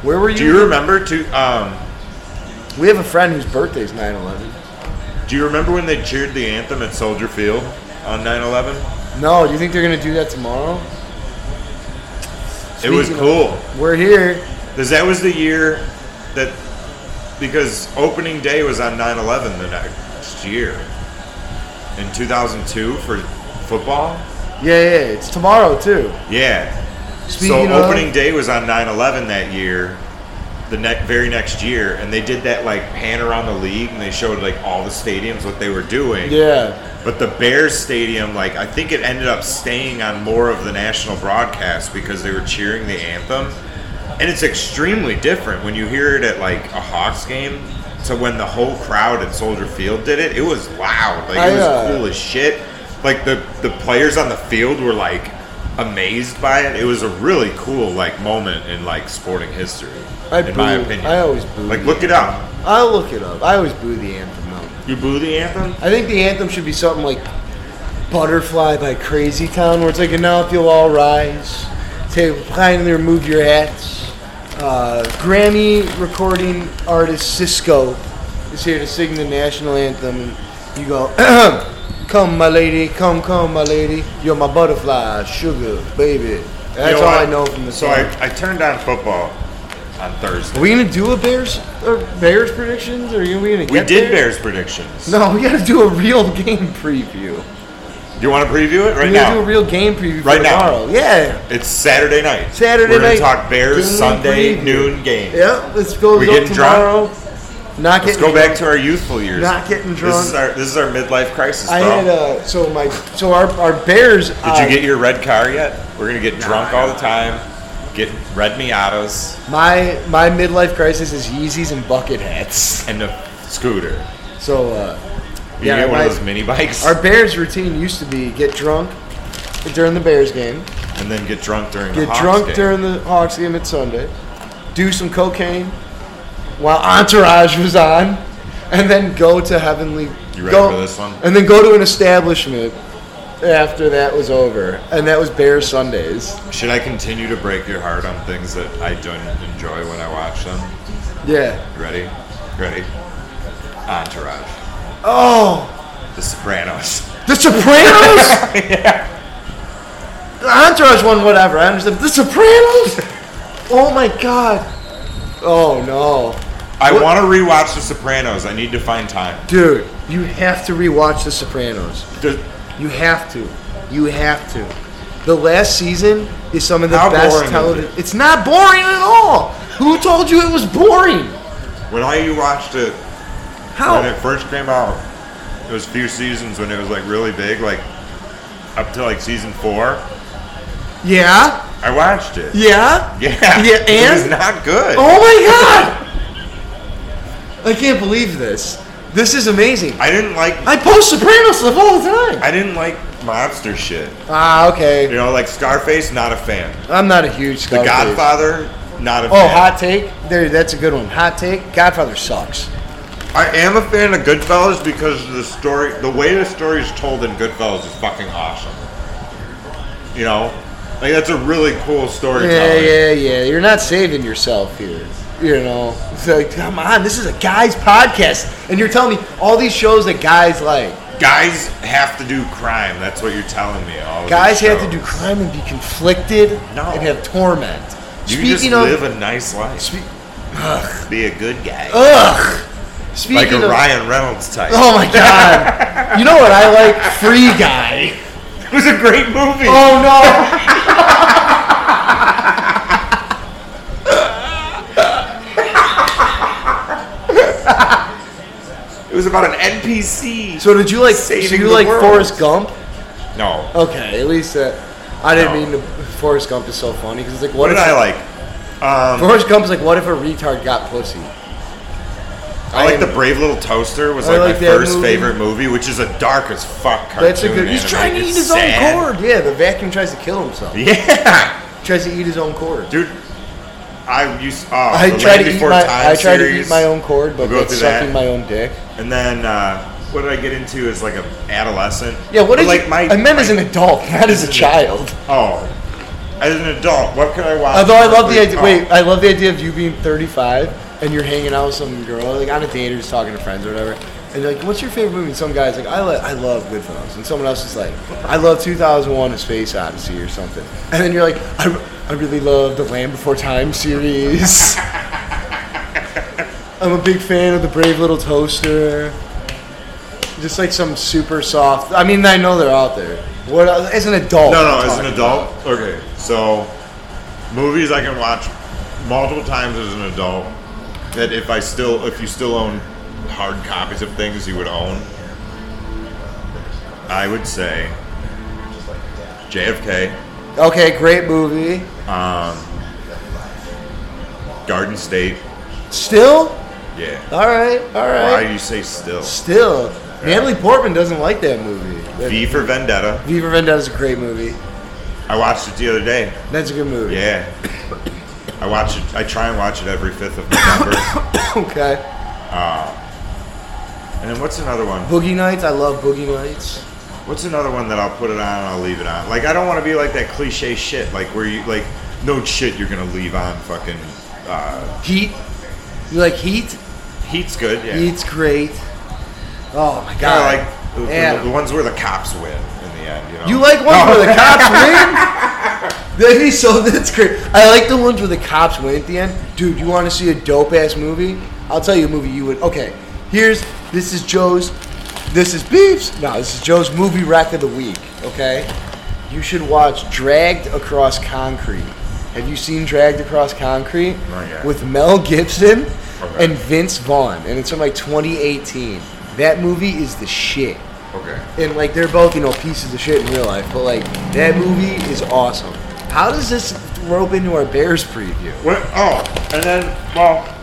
Speaker 1: Where were you?
Speaker 2: Do you remember to? Um,
Speaker 1: we have a friend whose birthday's 9-11.
Speaker 2: do you remember when they cheered the anthem at Soldier Field on 9/11?
Speaker 1: No, do you think they're gonna do that tomorrow?
Speaker 2: it was
Speaker 1: Speaking of-
Speaker 2: cool
Speaker 1: We're here.
Speaker 2: because that was the year that because opening day was on 9/11 the next year in 2002 for football.
Speaker 1: Yeah, yeah. It's tomorrow too.
Speaker 2: Yeah.
Speaker 1: Speaking
Speaker 2: so
Speaker 1: of-
Speaker 2: opening day was on 9/11 that year, the ne- very next year, and they did that like pan around the league and they showed like all the stadiums what they were doing.
Speaker 1: Yeah.
Speaker 2: But the Bears stadium, like I think it ended up staying on more of the national broadcast because they were cheering the anthem, and it's extremely different when you hear it at like a Hawks game. To when the whole crowd at Soldier Field did it, it was loud. Like
Speaker 1: I,
Speaker 2: it was
Speaker 1: uh,
Speaker 2: cool as shit. Like the the players on the field were like amazed by it. It was a really cool like moment in like sporting history,
Speaker 1: I
Speaker 2: in my
Speaker 1: boo-
Speaker 2: opinion.
Speaker 1: I always boo
Speaker 2: like
Speaker 1: the
Speaker 2: look it up.
Speaker 1: I'll look it up. I always boo the anthem though.
Speaker 2: You boo the anthem?
Speaker 1: I think the anthem should be something like Butterfly by Crazy Town, where it's like, and now if you'll all rise, take kindly remove your hats. Uh, Grammy recording artist Cisco is here to sing the national anthem, and you go, come my lady, come, come my lady, you're my butterfly, sugar, baby. That's all
Speaker 2: You what?
Speaker 1: I know from the
Speaker 2: So
Speaker 1: song.
Speaker 2: I, I turned on football on Thursday.
Speaker 1: Are we gonna do a Bears or Bears predictions, or are we gonna?
Speaker 2: We
Speaker 1: get
Speaker 2: did
Speaker 1: there?
Speaker 2: Bears predictions.
Speaker 1: No, we gotta do a real game preview.
Speaker 2: Do you want to preview it right
Speaker 1: We're gonna do a
Speaker 2: now?
Speaker 1: real game preview for
Speaker 2: Right now.
Speaker 1: tomorrow. Yeah.
Speaker 2: It's Saturday night.
Speaker 1: Saturday
Speaker 2: We're
Speaker 1: night.
Speaker 2: We're gonna talk Bears
Speaker 1: Game
Speaker 2: Sunday
Speaker 1: preview.
Speaker 2: noon game.
Speaker 1: Yep. Let's go.
Speaker 2: We
Speaker 1: go
Speaker 2: getting
Speaker 1: tomorrow. Not
Speaker 2: Let's
Speaker 1: getting.
Speaker 2: go back to our youthful years.
Speaker 1: Not getting
Speaker 2: This is
Speaker 1: drunk.
Speaker 2: our this is our midlife crisis, bro.
Speaker 1: I had uh, so my so our our Bears. uh,
Speaker 2: Did you get your red car yet? We're gonna get drunk all the time. Get red Miatas
Speaker 1: my my midlife crisis is Yeezys and bucket hats.
Speaker 2: and a scooter.
Speaker 1: So uh,
Speaker 2: You
Speaker 1: yeah,
Speaker 2: get one
Speaker 1: my-
Speaker 2: of those mini bikes
Speaker 1: our Bears routine used to be get drunk during the Bears game,
Speaker 2: and then get drunk during the
Speaker 1: get
Speaker 2: Hawks
Speaker 1: drunk
Speaker 2: game.
Speaker 1: during the Hawks game at Sunday, do some cocaine while Entourage was on. and then go to heavenly.
Speaker 2: You ready
Speaker 1: go-
Speaker 2: for this one?
Speaker 1: And then go to an establishment after that was over, and that was Bear Sundays.
Speaker 2: Should I continue to break your heart on things that I don't enjoy when I watch them?
Speaker 1: Yeah.
Speaker 2: Ready? Ready? Entourage.
Speaker 1: Oh,
Speaker 2: The Sopranos.
Speaker 1: The Sopranos. The Entourage one, whatever. I understand. The Sopranos. oh my God. Oh no.
Speaker 2: I want to rewatch The Sopranos. I need to find time.
Speaker 1: Dude, you have to rewatch The Sopranos.
Speaker 2: The-
Speaker 1: You have to. You have to. The last season is some of the
Speaker 2: How
Speaker 1: best
Speaker 2: boring is
Speaker 1: television. It's not boring at all. Who told you it was boring?
Speaker 2: When I watched it, when it
Speaker 1: How?
Speaker 2: first came out, it was few seasons when it was like really big, like up to like season four.
Speaker 1: Yeah?
Speaker 2: I watched it.
Speaker 1: Yeah?
Speaker 2: Yeah.
Speaker 1: Yeah,
Speaker 2: it was
Speaker 1: and?
Speaker 2: not good.
Speaker 1: Oh my god! I can't believe this. This is amazing.
Speaker 2: I didn't like.
Speaker 1: I post Sopranos stuff all the time.
Speaker 2: I didn't like mobster shit.
Speaker 1: Ah,
Speaker 2: You
Speaker 1: okay.
Speaker 2: know, like Scarface, not a fan.
Speaker 1: I'm not a huge
Speaker 2: The
Speaker 1: Scarface.
Speaker 2: Godfather, not a
Speaker 1: Oh,
Speaker 2: fan.
Speaker 1: hot take? There, that's a good one. Hot take? Godfather sucks.
Speaker 2: I am a fan of Goodfellas because the story, the way the story is told in Goodfellas is fucking awesome. You know, like that's a really cool
Speaker 1: Yeah,
Speaker 2: storytelling.
Speaker 1: yeah, yeah. You're not saving yourself here. You know, it's like, come on, this is a guy's podcast, and you're telling me all these shows that guys like.
Speaker 2: Guys have to do crime. That's what you're telling me. All of
Speaker 1: Guys
Speaker 2: these
Speaker 1: have to
Speaker 2: shows.
Speaker 1: do crime and be conflicted
Speaker 2: No.
Speaker 1: and have torment.
Speaker 2: You just live a nice life.
Speaker 1: spe-
Speaker 2: Be a good guy,
Speaker 1: ugh.
Speaker 2: like
Speaker 1: Oh, Speaking
Speaker 2: a
Speaker 1: of,
Speaker 2: Ryan Reynolds type.
Speaker 1: oh my god, you know what I like? Free Guy.
Speaker 2: It was a great movie.
Speaker 1: Oh no.
Speaker 2: It was about an NPC.
Speaker 1: So did you like? So
Speaker 2: Saving
Speaker 1: you
Speaker 2: the
Speaker 1: like
Speaker 2: world.
Speaker 1: Forrest Gump?
Speaker 2: no,
Speaker 1: Okay, at least that. I didn't
Speaker 2: No.
Speaker 1: mean to. Forrest Gump is so funny because it's like, what,
Speaker 2: what
Speaker 1: if
Speaker 2: did I like? Um,
Speaker 1: Forrest Gump's like, what if a retard got pussy?
Speaker 2: I like the Brave Little Toaster was
Speaker 1: I
Speaker 2: like,
Speaker 1: like
Speaker 2: my
Speaker 1: that
Speaker 2: first
Speaker 1: movie.
Speaker 2: favorite movie, which is a dark as fuck cartoon.
Speaker 1: That's a good. He's
Speaker 2: animated.
Speaker 1: trying to eat
Speaker 2: It's
Speaker 1: his
Speaker 2: sad.
Speaker 1: own cord. Yeah, the vacuum tries to kill himself.
Speaker 2: Yeah,
Speaker 1: Tries to eat his own cord.
Speaker 2: dude. I used oh,
Speaker 1: I
Speaker 2: the
Speaker 1: try
Speaker 2: Land
Speaker 1: to eat
Speaker 2: Before
Speaker 1: my.
Speaker 2: Time
Speaker 1: I try to
Speaker 2: series.
Speaker 1: eat my own cord, but
Speaker 2: We'll go
Speaker 1: that's
Speaker 2: through that.
Speaker 1: sucking my own dick.
Speaker 2: And then uh, what did I get into as like an adolescent?
Speaker 1: Yeah, what
Speaker 2: But,
Speaker 1: is
Speaker 2: like
Speaker 1: you,
Speaker 2: my
Speaker 1: I meant as an adult, not as a
Speaker 2: Isn't it?
Speaker 1: child.
Speaker 2: oh as an adult? What could I watch?
Speaker 1: Although I love the
Speaker 2: Oh.
Speaker 1: idea. Wait, I love the idea of you being 35 and you're hanging out with some girl, like on a date or just talking to friends or whatever. And you're like, what's your favorite movie? And some guy's like, I, lo- I love Goodfellas. And someone else is like, I love 2001: A Space Odyssey or something. And then you're like, I, re- I really love the Land Before Time series. I'm a big fan of the Brave Little Toaster. Just like some super soft. I mean, I know they're out there. What el- as an adult?
Speaker 2: No,
Speaker 1: I'm
Speaker 2: no, as an
Speaker 1: talking
Speaker 2: adult. Okay, so movies I can watch multiple times as an adult. That if I still, if you still own hard copies of things you would own, I would say JFK,
Speaker 1: about. Okay, great movie.
Speaker 2: Garden State.
Speaker 1: Still?
Speaker 2: Yeah.
Speaker 1: All right, all
Speaker 2: Why
Speaker 1: right.
Speaker 2: do you say still?
Speaker 1: Still, Natalie Portman doesn't like that movie. That-
Speaker 2: V for Vendetta.
Speaker 1: V for Vendetta is a great movie.
Speaker 2: I watched it the other day.
Speaker 1: That's a good movie.
Speaker 2: Yeah. I watch it. I try and watch it every fifth of November.
Speaker 1: Okay.
Speaker 2: and then what's another one?
Speaker 1: Boogie Nights. I love Boogie Nights.
Speaker 2: What's another one that I'll put it on and I'll leave it on? Like I don't want to be like that cliche shit, like where you like no shit you're gonna leave on fucking. Uh,
Speaker 1: Heat. You like Heat?
Speaker 2: heat's good, yeah.
Speaker 1: Heat's great. Oh my
Speaker 2: Kinda
Speaker 1: god.
Speaker 2: like the, the-
Speaker 1: Yeah.
Speaker 2: the ones where the cops win in the end, you know.
Speaker 1: You like ones where the cops win? That'd be so. That's great. I like the ones where the cops win at the end. Dude, you want to see a dope ass movie? I'll tell you a movie you would. Okay, here's this is Joe's. This is Beef's. No, this is Joe's movie rack of the week. Okay, you should watch Dragged Across Concrete. Have you seen Dragged Across Concrete?
Speaker 2: Not yet.
Speaker 1: With Mel Gibson
Speaker 2: Okay.
Speaker 1: and Vince Vaughn, and it's from like 2018. That movie is the shit
Speaker 2: Okay.
Speaker 1: and like they're both you know pieces of shit in real life, but like that movie is awesome. How does this rope into our Bears preview?
Speaker 2: What? Oh, and then well,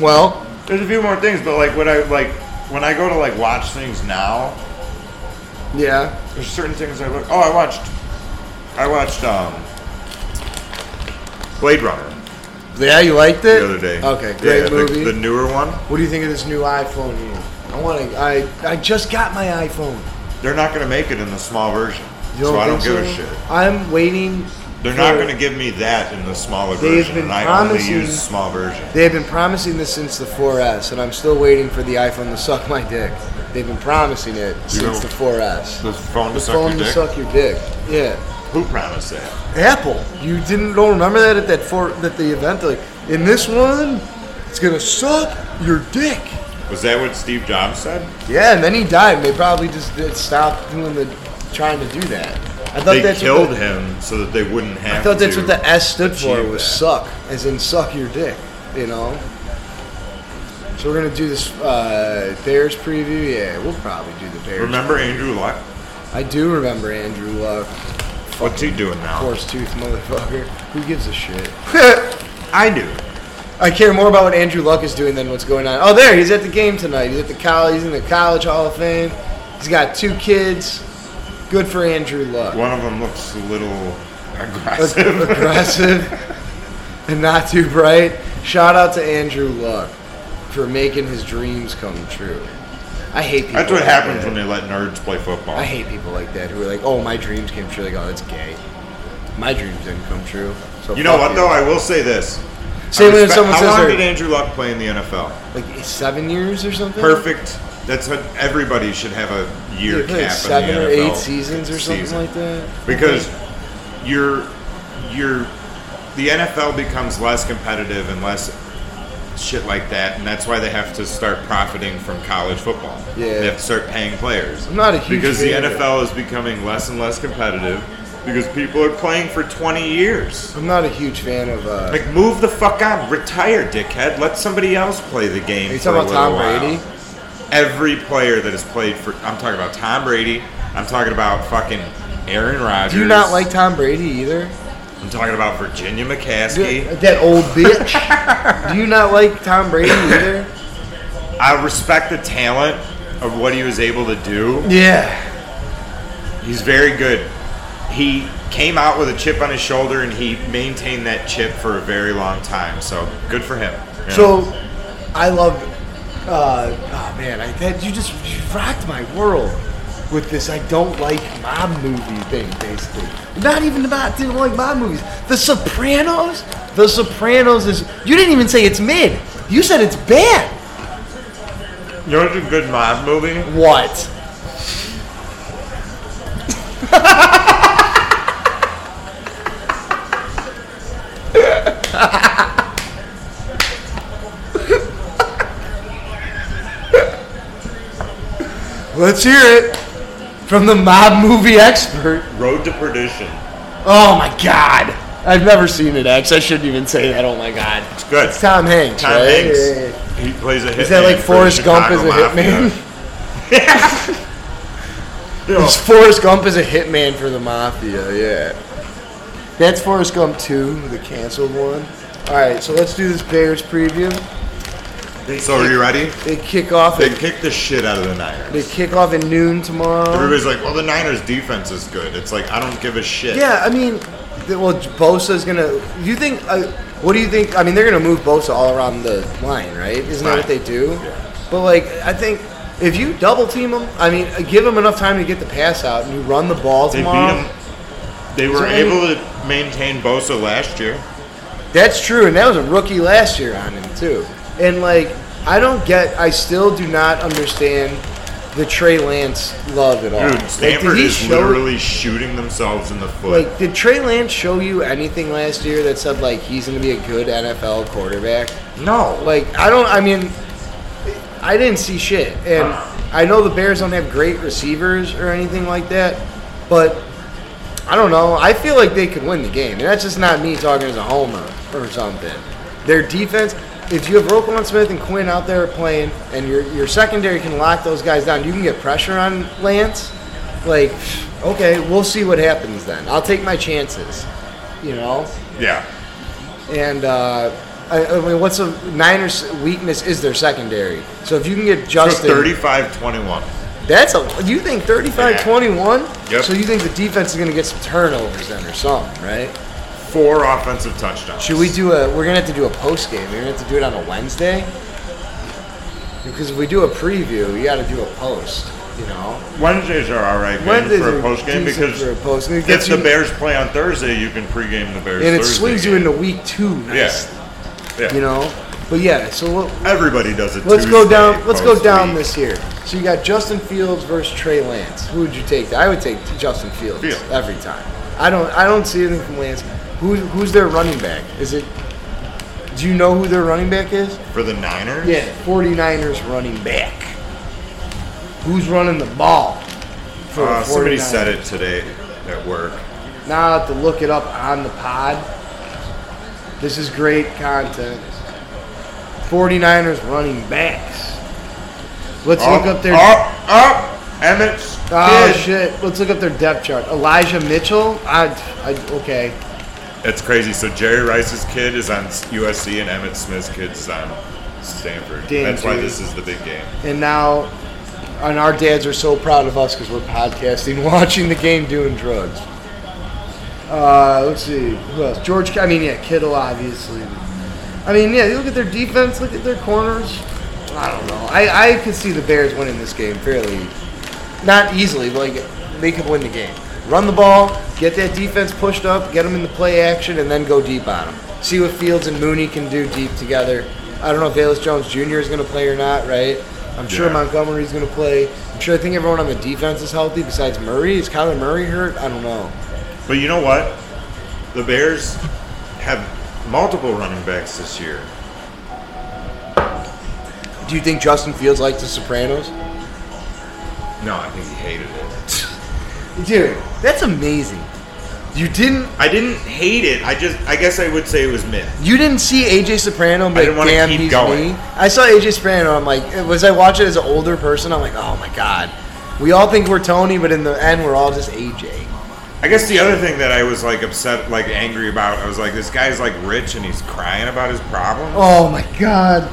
Speaker 1: Well,
Speaker 2: there's a few more things, but like what I like when I go to like watch things now,
Speaker 1: yeah,
Speaker 2: there's certain things I look. Oh, I watched, I watched um, Blade Runner.
Speaker 1: Yeah, you liked it
Speaker 2: the other day.
Speaker 1: Okay, great
Speaker 2: Yeah, the-
Speaker 1: movie.
Speaker 2: The, newer one.
Speaker 1: what do you think of this new iPhone here? I want to. I I just got my iPhone.
Speaker 2: They're not gonna make it in the small version,
Speaker 1: You
Speaker 2: so I don't
Speaker 1: think
Speaker 2: give a
Speaker 1: so?
Speaker 2: shit.
Speaker 1: I'm waiting.
Speaker 2: They're not
Speaker 1: for-
Speaker 2: gonna give me that in the smaller
Speaker 1: They've
Speaker 2: version,
Speaker 1: been
Speaker 2: and I only
Speaker 1: promising-
Speaker 2: use small version.
Speaker 1: They have been promising this since the 4S, and I'm still waiting for the iPhone to suck my dick. They've been promising it since
Speaker 2: know,
Speaker 1: the 4S.
Speaker 2: The phone to
Speaker 1: The
Speaker 2: suck
Speaker 1: phone
Speaker 2: your
Speaker 1: to
Speaker 2: dick.
Speaker 1: suck your dick. Yeah.
Speaker 2: Who promised that?
Speaker 1: Apple. You didn't don't remember that at that for that the event. They're Like in this one, it's gonna suck your dick.
Speaker 2: Was that what Steve Jobs said?
Speaker 1: Yeah, and then he died. and They probably just did stop doing the trying to do that. I thought
Speaker 2: They
Speaker 1: that's what
Speaker 2: killed
Speaker 1: the,
Speaker 2: him so that they wouldn't have.
Speaker 1: I thought that's what
Speaker 2: to-
Speaker 1: the S stood for
Speaker 2: achieve
Speaker 1: was
Speaker 2: that.
Speaker 1: suck, as in suck your dick. You know. So we're gonna do this uh, Bears preview. Yeah, we'll probably do the Bears.
Speaker 2: Remember Andrew Luck?
Speaker 1: I do remember Andrew Luck,
Speaker 2: What's he doing now?
Speaker 1: horse tooth motherfucker. Who gives a shit?
Speaker 2: I do.
Speaker 1: I care more about what Andrew Luck is doing than what's going on. Oh, there he's at the game tonight. He's at the college. He's in the College Hall of Fame. He's got two kids. Good for Andrew Luck.
Speaker 2: One of them looks a little
Speaker 1: Ag-
Speaker 2: aggressive.
Speaker 1: Aggressive and not too bright. Shout out to Andrew Luck for making his dreams come true. I hate people.
Speaker 2: That's what
Speaker 1: like
Speaker 2: happens
Speaker 1: that.
Speaker 2: when they let nerds play football.
Speaker 1: I hate people like that who are like, "Oh, my dreams came true." Like, "Oh, that's gay." My dreams didn't come true. So
Speaker 2: You know
Speaker 1: fuck
Speaker 2: what though? I will say this.
Speaker 1: Say
Speaker 2: I
Speaker 1: when
Speaker 2: respect-
Speaker 1: someone
Speaker 2: how
Speaker 1: says
Speaker 2: long
Speaker 1: they're-
Speaker 2: did Andrew Luck play in the NFL?
Speaker 1: like seven years or something.
Speaker 2: Perfect. That's what everybody should have a year
Speaker 1: He
Speaker 2: cap
Speaker 1: played
Speaker 2: in
Speaker 1: seven
Speaker 2: the
Speaker 1: or
Speaker 2: NFL
Speaker 1: eight seasons or something
Speaker 2: season.
Speaker 1: like that.
Speaker 2: because you're you're the NFL becomes less competitive and less shit like that, and that's why they have to start profiting from college football.
Speaker 1: Yeah.
Speaker 2: they have to start paying players.
Speaker 1: I'm not a huge
Speaker 2: because
Speaker 1: fan
Speaker 2: the
Speaker 1: of it.
Speaker 2: NFL is becoming less and less competitive because people are playing for 20 years.
Speaker 1: I'm not a huge fan of. Uh,
Speaker 2: Like, move the fuck on, retire, dickhead. Let somebody else play the game.
Speaker 1: Are you
Speaker 2: for
Speaker 1: talking about
Speaker 2: a
Speaker 1: Tom
Speaker 2: little while
Speaker 1: Brady?
Speaker 2: every player that has played for. I'm talking about Tom Brady. I'm talking about fucking Aaron Rodgers.
Speaker 1: Do you not like Tom Brady either?
Speaker 2: I'm talking about Virginia McCaskey.
Speaker 1: That old bitch. Do you not like Tom Brady either?
Speaker 2: I respect the talent of what he was able to do.
Speaker 1: Yeah.
Speaker 2: He's very good. He came out with a chip on his shoulder and he maintained that chip for a very long time. So good for him. you know?
Speaker 1: So, I love. Uh, oh man, I that you just you rocked my world with this. I don't like mob movie thing, basically. Not even about didn't like mob movies. The Sopranos. The Sopranos is. You didn't even say it's mid. You said it's bad.
Speaker 2: you know what's a good mob movie?
Speaker 1: What? Let's hear it from the mob movie expert.
Speaker 2: Road to Perdition.
Speaker 1: Oh my god. I've never seen it, X. I shouldn't even say that. Oh my god.
Speaker 2: It's good.
Speaker 1: It's Tom Hanks.
Speaker 2: Tom
Speaker 1: right?
Speaker 2: Hanks.
Speaker 1: Yeah, yeah, yeah.
Speaker 2: He plays a hitman.
Speaker 1: Is that like
Speaker 2: for
Speaker 1: Forrest
Speaker 2: the
Speaker 1: Gump as a
Speaker 2: Chicago Mafia.
Speaker 1: hitman? It's Forrest Gump is a hitman for the mafia, yeah. That's Forrest Gump 2, the canceled one. Alright, so let's do this Bears preview.
Speaker 2: So are you ready?
Speaker 1: They kick off
Speaker 2: They
Speaker 1: at,
Speaker 2: kicked the shit out of the Niners.
Speaker 1: they kick off at noon tomorrow.
Speaker 2: Everybody's like, well, the Niners' defense is good. It's like I don't give a shit.
Speaker 1: Yeah, I mean, the- well, Bosa's gonna. You think? Uh, what do you think? I mean, they're gonna move Bosa all around the line, right? Isn't that what they
Speaker 2: Right.
Speaker 1: do?
Speaker 2: Yeah.
Speaker 1: But like, I think if you double team them, I mean, give them enough time to get the pass out, and you run the ball
Speaker 2: they beat
Speaker 1: tomorrow.
Speaker 2: them. They
Speaker 1: So
Speaker 2: were
Speaker 1: any-
Speaker 2: able to maintain Bosa last year.
Speaker 1: That's true, and that was a rookie last year on him too. And like, I don't get. I still do not understand the Trey Lance love at all.
Speaker 2: Dude, Stanford
Speaker 1: like, did he
Speaker 2: is
Speaker 1: show-
Speaker 2: literally shooting themselves in the foot.
Speaker 1: Like, did Trey Lance show you anything last year that said like he's going to be a good NFL quarterback?
Speaker 2: no,
Speaker 1: Like, I don't. I mean, I didn't see shit, and
Speaker 2: Uh.
Speaker 1: I know the Bears don't have great receivers or anything like that, but I don't know. I feel like they could win the game, and that's just not me talking as a homer or something. Their defense. If you have Roquan Smith and Quinn out there playing, and your your secondary can lock those guys down, you can get pressure on Lance. Like, okay, we'll see what happens then. I'll take my chances. You know.
Speaker 2: yeah,
Speaker 1: And uh, I, I mean, what's a Niners' weakness is their secondary. So if you can get
Speaker 2: so
Speaker 1: Justin,
Speaker 2: 35-21.
Speaker 1: that's a you think 35-21.
Speaker 2: Yep.
Speaker 1: So you think the defense is going to get some turnovers then or something, right?
Speaker 2: four offensive touchdowns.
Speaker 1: Should we do a? We're gonna have to do a post game. We're gonna have to do it on a Wednesday. Because if we do a preview, you got to do a post. You know.
Speaker 2: Wednesdays are all right man,
Speaker 1: Wednesdays
Speaker 2: for
Speaker 1: are
Speaker 2: a post game
Speaker 1: decent
Speaker 2: because
Speaker 1: for a post. It
Speaker 2: if
Speaker 1: gets
Speaker 2: the
Speaker 1: you-
Speaker 2: Bears play on Thursday, you can pregame the Bears.
Speaker 1: And it
Speaker 2: Thursday
Speaker 1: swings you
Speaker 2: game.
Speaker 1: into week two. Nice.
Speaker 2: Yeah.
Speaker 1: You know. But yeah, so we'll,
Speaker 2: Everybody does it.
Speaker 1: let's go
Speaker 2: Tuesday
Speaker 1: down. Let's go
Speaker 2: post
Speaker 1: down
Speaker 2: week.
Speaker 1: this year. So you got Justin Fields versus Trey Lance. Who would you take? I would take Justin Fields
Speaker 2: Fields.
Speaker 1: every time. I don't. I don't see anything from Lance. Who, who's their running back? Is it? Do you know who their running back is?
Speaker 2: for the Niners.
Speaker 1: Yeah, 49ers running back. Who's running the ball? For the
Speaker 2: Uh, somebody
Speaker 1: 49ers?
Speaker 2: said it today at work.
Speaker 1: Now I have to look it up on the pod. This is great content. 49ers running backs. Let's
Speaker 2: Up,
Speaker 1: look up their.
Speaker 2: up, up. Emmett's
Speaker 1: Oh
Speaker 2: kid.
Speaker 1: shit! Let's look up their depth chart. Elijah Mitchell. I, I okay.
Speaker 2: It's crazy. So Jerry Rice's kid is on USC, and Emmett Smith's kid is on Stanford.
Speaker 1: Damn,
Speaker 2: That's why
Speaker 1: dude.
Speaker 2: this is the big game.
Speaker 1: And now, and our dads are so proud of us because we're podcasting, watching the game, doing drugs. Uh, let's see who else. George. I mean, yeah, Kittle, obviously. I mean, yeah. You look at their defense. Look at their corners. I don't know. I I could see the Bears winning this game fairly, not easily. But like they could win the game. Run the ball, get that defense pushed up, get them in the play action, and then go deep on them. See what Fields and Mooney can do deep together. I don't know if Valus Jones Jr. is going to play or not, right? I'm sure
Speaker 2: Yeah.
Speaker 1: Montgomery's going to play. I'm sure I think everyone on the defense is healthy besides Murray. Is Kyler Murray hurt? I don't know.
Speaker 2: But you know what? The Bears have multiple running backs this year.
Speaker 1: Do you think Justin Fields likes The Sopranos?
Speaker 2: No, I think he hated it.
Speaker 1: Dude, that's amazing. You didn't
Speaker 2: I didn't hate it. I just, I guess I would say it was mid.
Speaker 1: you didn't see AJ Soprano and be
Speaker 2: I didn't
Speaker 1: like,
Speaker 2: wanna
Speaker 1: damn,
Speaker 2: keep
Speaker 1: he's
Speaker 2: going.
Speaker 1: me. I saw AJ Soprano. I'm like, was I watching it as an older person? I'm like, oh my god. We all think we're Tony, but in the end, we're all just AJ.
Speaker 2: I guess the other thing that I was like upset, like angry about, I was like, this guy's like rich and he's crying about his problems.
Speaker 1: Oh my god.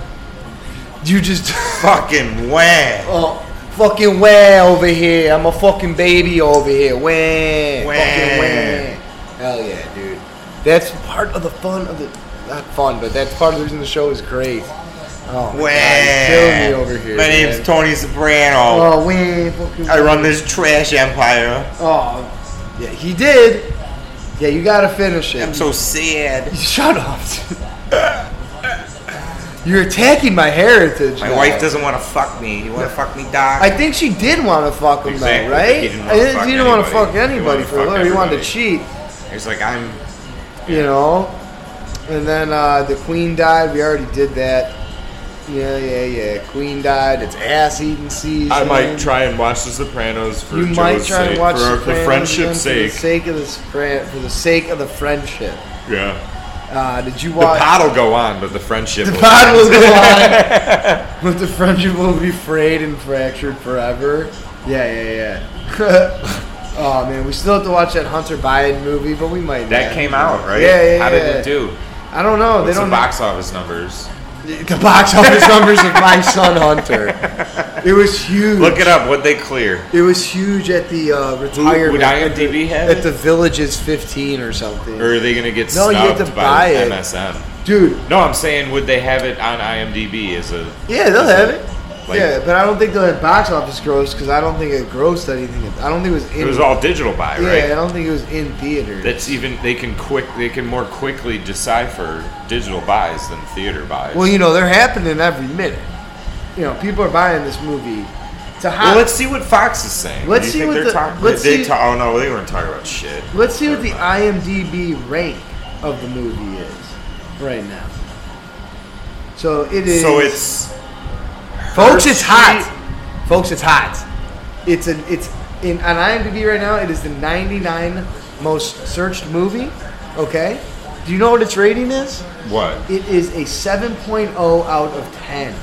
Speaker 1: You just
Speaker 2: Fucking whack.
Speaker 1: oh fucking way over here. I'm a fucking baby over here. Way
Speaker 2: Wah.
Speaker 1: fucking way. Hell yeah, dude. That's part of the fun of the not fun, but that's part of the reason the show is great. Oh, my God,
Speaker 2: Whack.
Speaker 1: kill me over here.
Speaker 2: My name's
Speaker 1: man.
Speaker 2: Tony Soprano.
Speaker 1: Oh, way fucking.
Speaker 2: I run this trash empire.
Speaker 1: Oh, yeah, he did. Yeah, you gotta finish it.
Speaker 2: I'm so sad.
Speaker 1: Shut up. dude. You're attacking my heritage.
Speaker 2: My
Speaker 1: now.
Speaker 2: wife doesn't want to fuck me. You want to fuck me, doc?
Speaker 1: I think she did want to fuck him
Speaker 2: Exactly.
Speaker 1: though, right?
Speaker 2: He didn't
Speaker 1: I
Speaker 2: wanna
Speaker 1: think
Speaker 2: fuck
Speaker 1: she didn't want to fuck
Speaker 2: anybody. He
Speaker 1: anybody
Speaker 2: wanted to
Speaker 1: for
Speaker 2: fuck
Speaker 1: love. He wanted to
Speaker 2: everybody.
Speaker 1: cheat,
Speaker 2: He's like, I'm.
Speaker 1: you know. And then uh, the queen died. We already did that. Yeah, yeah, yeah. Queen died. It's ass eating season.
Speaker 2: I might try and watch The Sopranos for
Speaker 1: You
Speaker 2: Joe's
Speaker 1: might try
Speaker 2: sake,
Speaker 1: and watch
Speaker 2: for, our- for
Speaker 1: Sopranos again
Speaker 2: friendship's
Speaker 1: for the
Speaker 2: sake.
Speaker 1: sake of the Sopran- for the sake of the friendship.
Speaker 2: Yeah,
Speaker 1: Uh, did you
Speaker 2: the
Speaker 1: watch?
Speaker 2: pot will go on, but the friendship.
Speaker 1: The
Speaker 2: will
Speaker 1: pod will go on, but the friendship will be frayed and fractured forever. Yeah, yeah, yeah. oh man, we still have to watch that Hunter Biden movie, but we might.
Speaker 2: That
Speaker 1: not.
Speaker 2: came out, right?
Speaker 1: Yeah, yeah,
Speaker 2: How
Speaker 1: yeah.
Speaker 2: did it do?
Speaker 1: I don't know.
Speaker 2: What's
Speaker 1: they
Speaker 2: the
Speaker 1: don't
Speaker 2: box office numbers?
Speaker 1: the box office numbers of my son Hunter. It was huge.
Speaker 2: Look it up. What they clear?
Speaker 1: It was huge at the uh, retirement.
Speaker 2: would IMDb
Speaker 1: at
Speaker 2: have
Speaker 1: the, at
Speaker 2: it?
Speaker 1: the Villages 15 or something?
Speaker 2: Or are they gonna get
Speaker 1: No, you have
Speaker 2: snubbed
Speaker 1: to buy
Speaker 2: by
Speaker 1: it.
Speaker 2: MSN?
Speaker 1: Dude,
Speaker 2: No, I'm saying would they have it on IMDb as a?
Speaker 1: Yeah, they'll
Speaker 2: as
Speaker 1: have
Speaker 2: a-
Speaker 1: it.
Speaker 2: like-
Speaker 1: yeah, but I don't think they'll have box office gross because I don't think it grossed anything. I don't think it was. In,
Speaker 2: It was all digital buy,
Speaker 1: Yeah, I
Speaker 2: right?
Speaker 1: don't think it was in theaters.
Speaker 2: That's even they can quick they can more quickly decipher digital buys than theater buys.
Speaker 1: well, you know, they're happening every minute. You know, people are buying this movie. It's a hot.
Speaker 2: Well, let's see what Fox is saying.
Speaker 1: Let's
Speaker 2: Do
Speaker 1: see
Speaker 2: you think
Speaker 1: what
Speaker 2: they're
Speaker 1: the-
Speaker 2: talking.
Speaker 1: let's
Speaker 2: they
Speaker 1: see-
Speaker 2: ta- oh no, they weren't talking about shit.
Speaker 1: let's see what the
Speaker 2: Never mind.
Speaker 1: IMDb rank of the movie is right now. So it is.
Speaker 2: So it's
Speaker 1: folks, it's
Speaker 2: Hershey-
Speaker 1: hot. Folks, it's hot. It's an it's in on IMDb right now. It is the 99 most searched movie. Okay, do you know what its rating is?
Speaker 2: what
Speaker 1: It is a 7.0 out of 10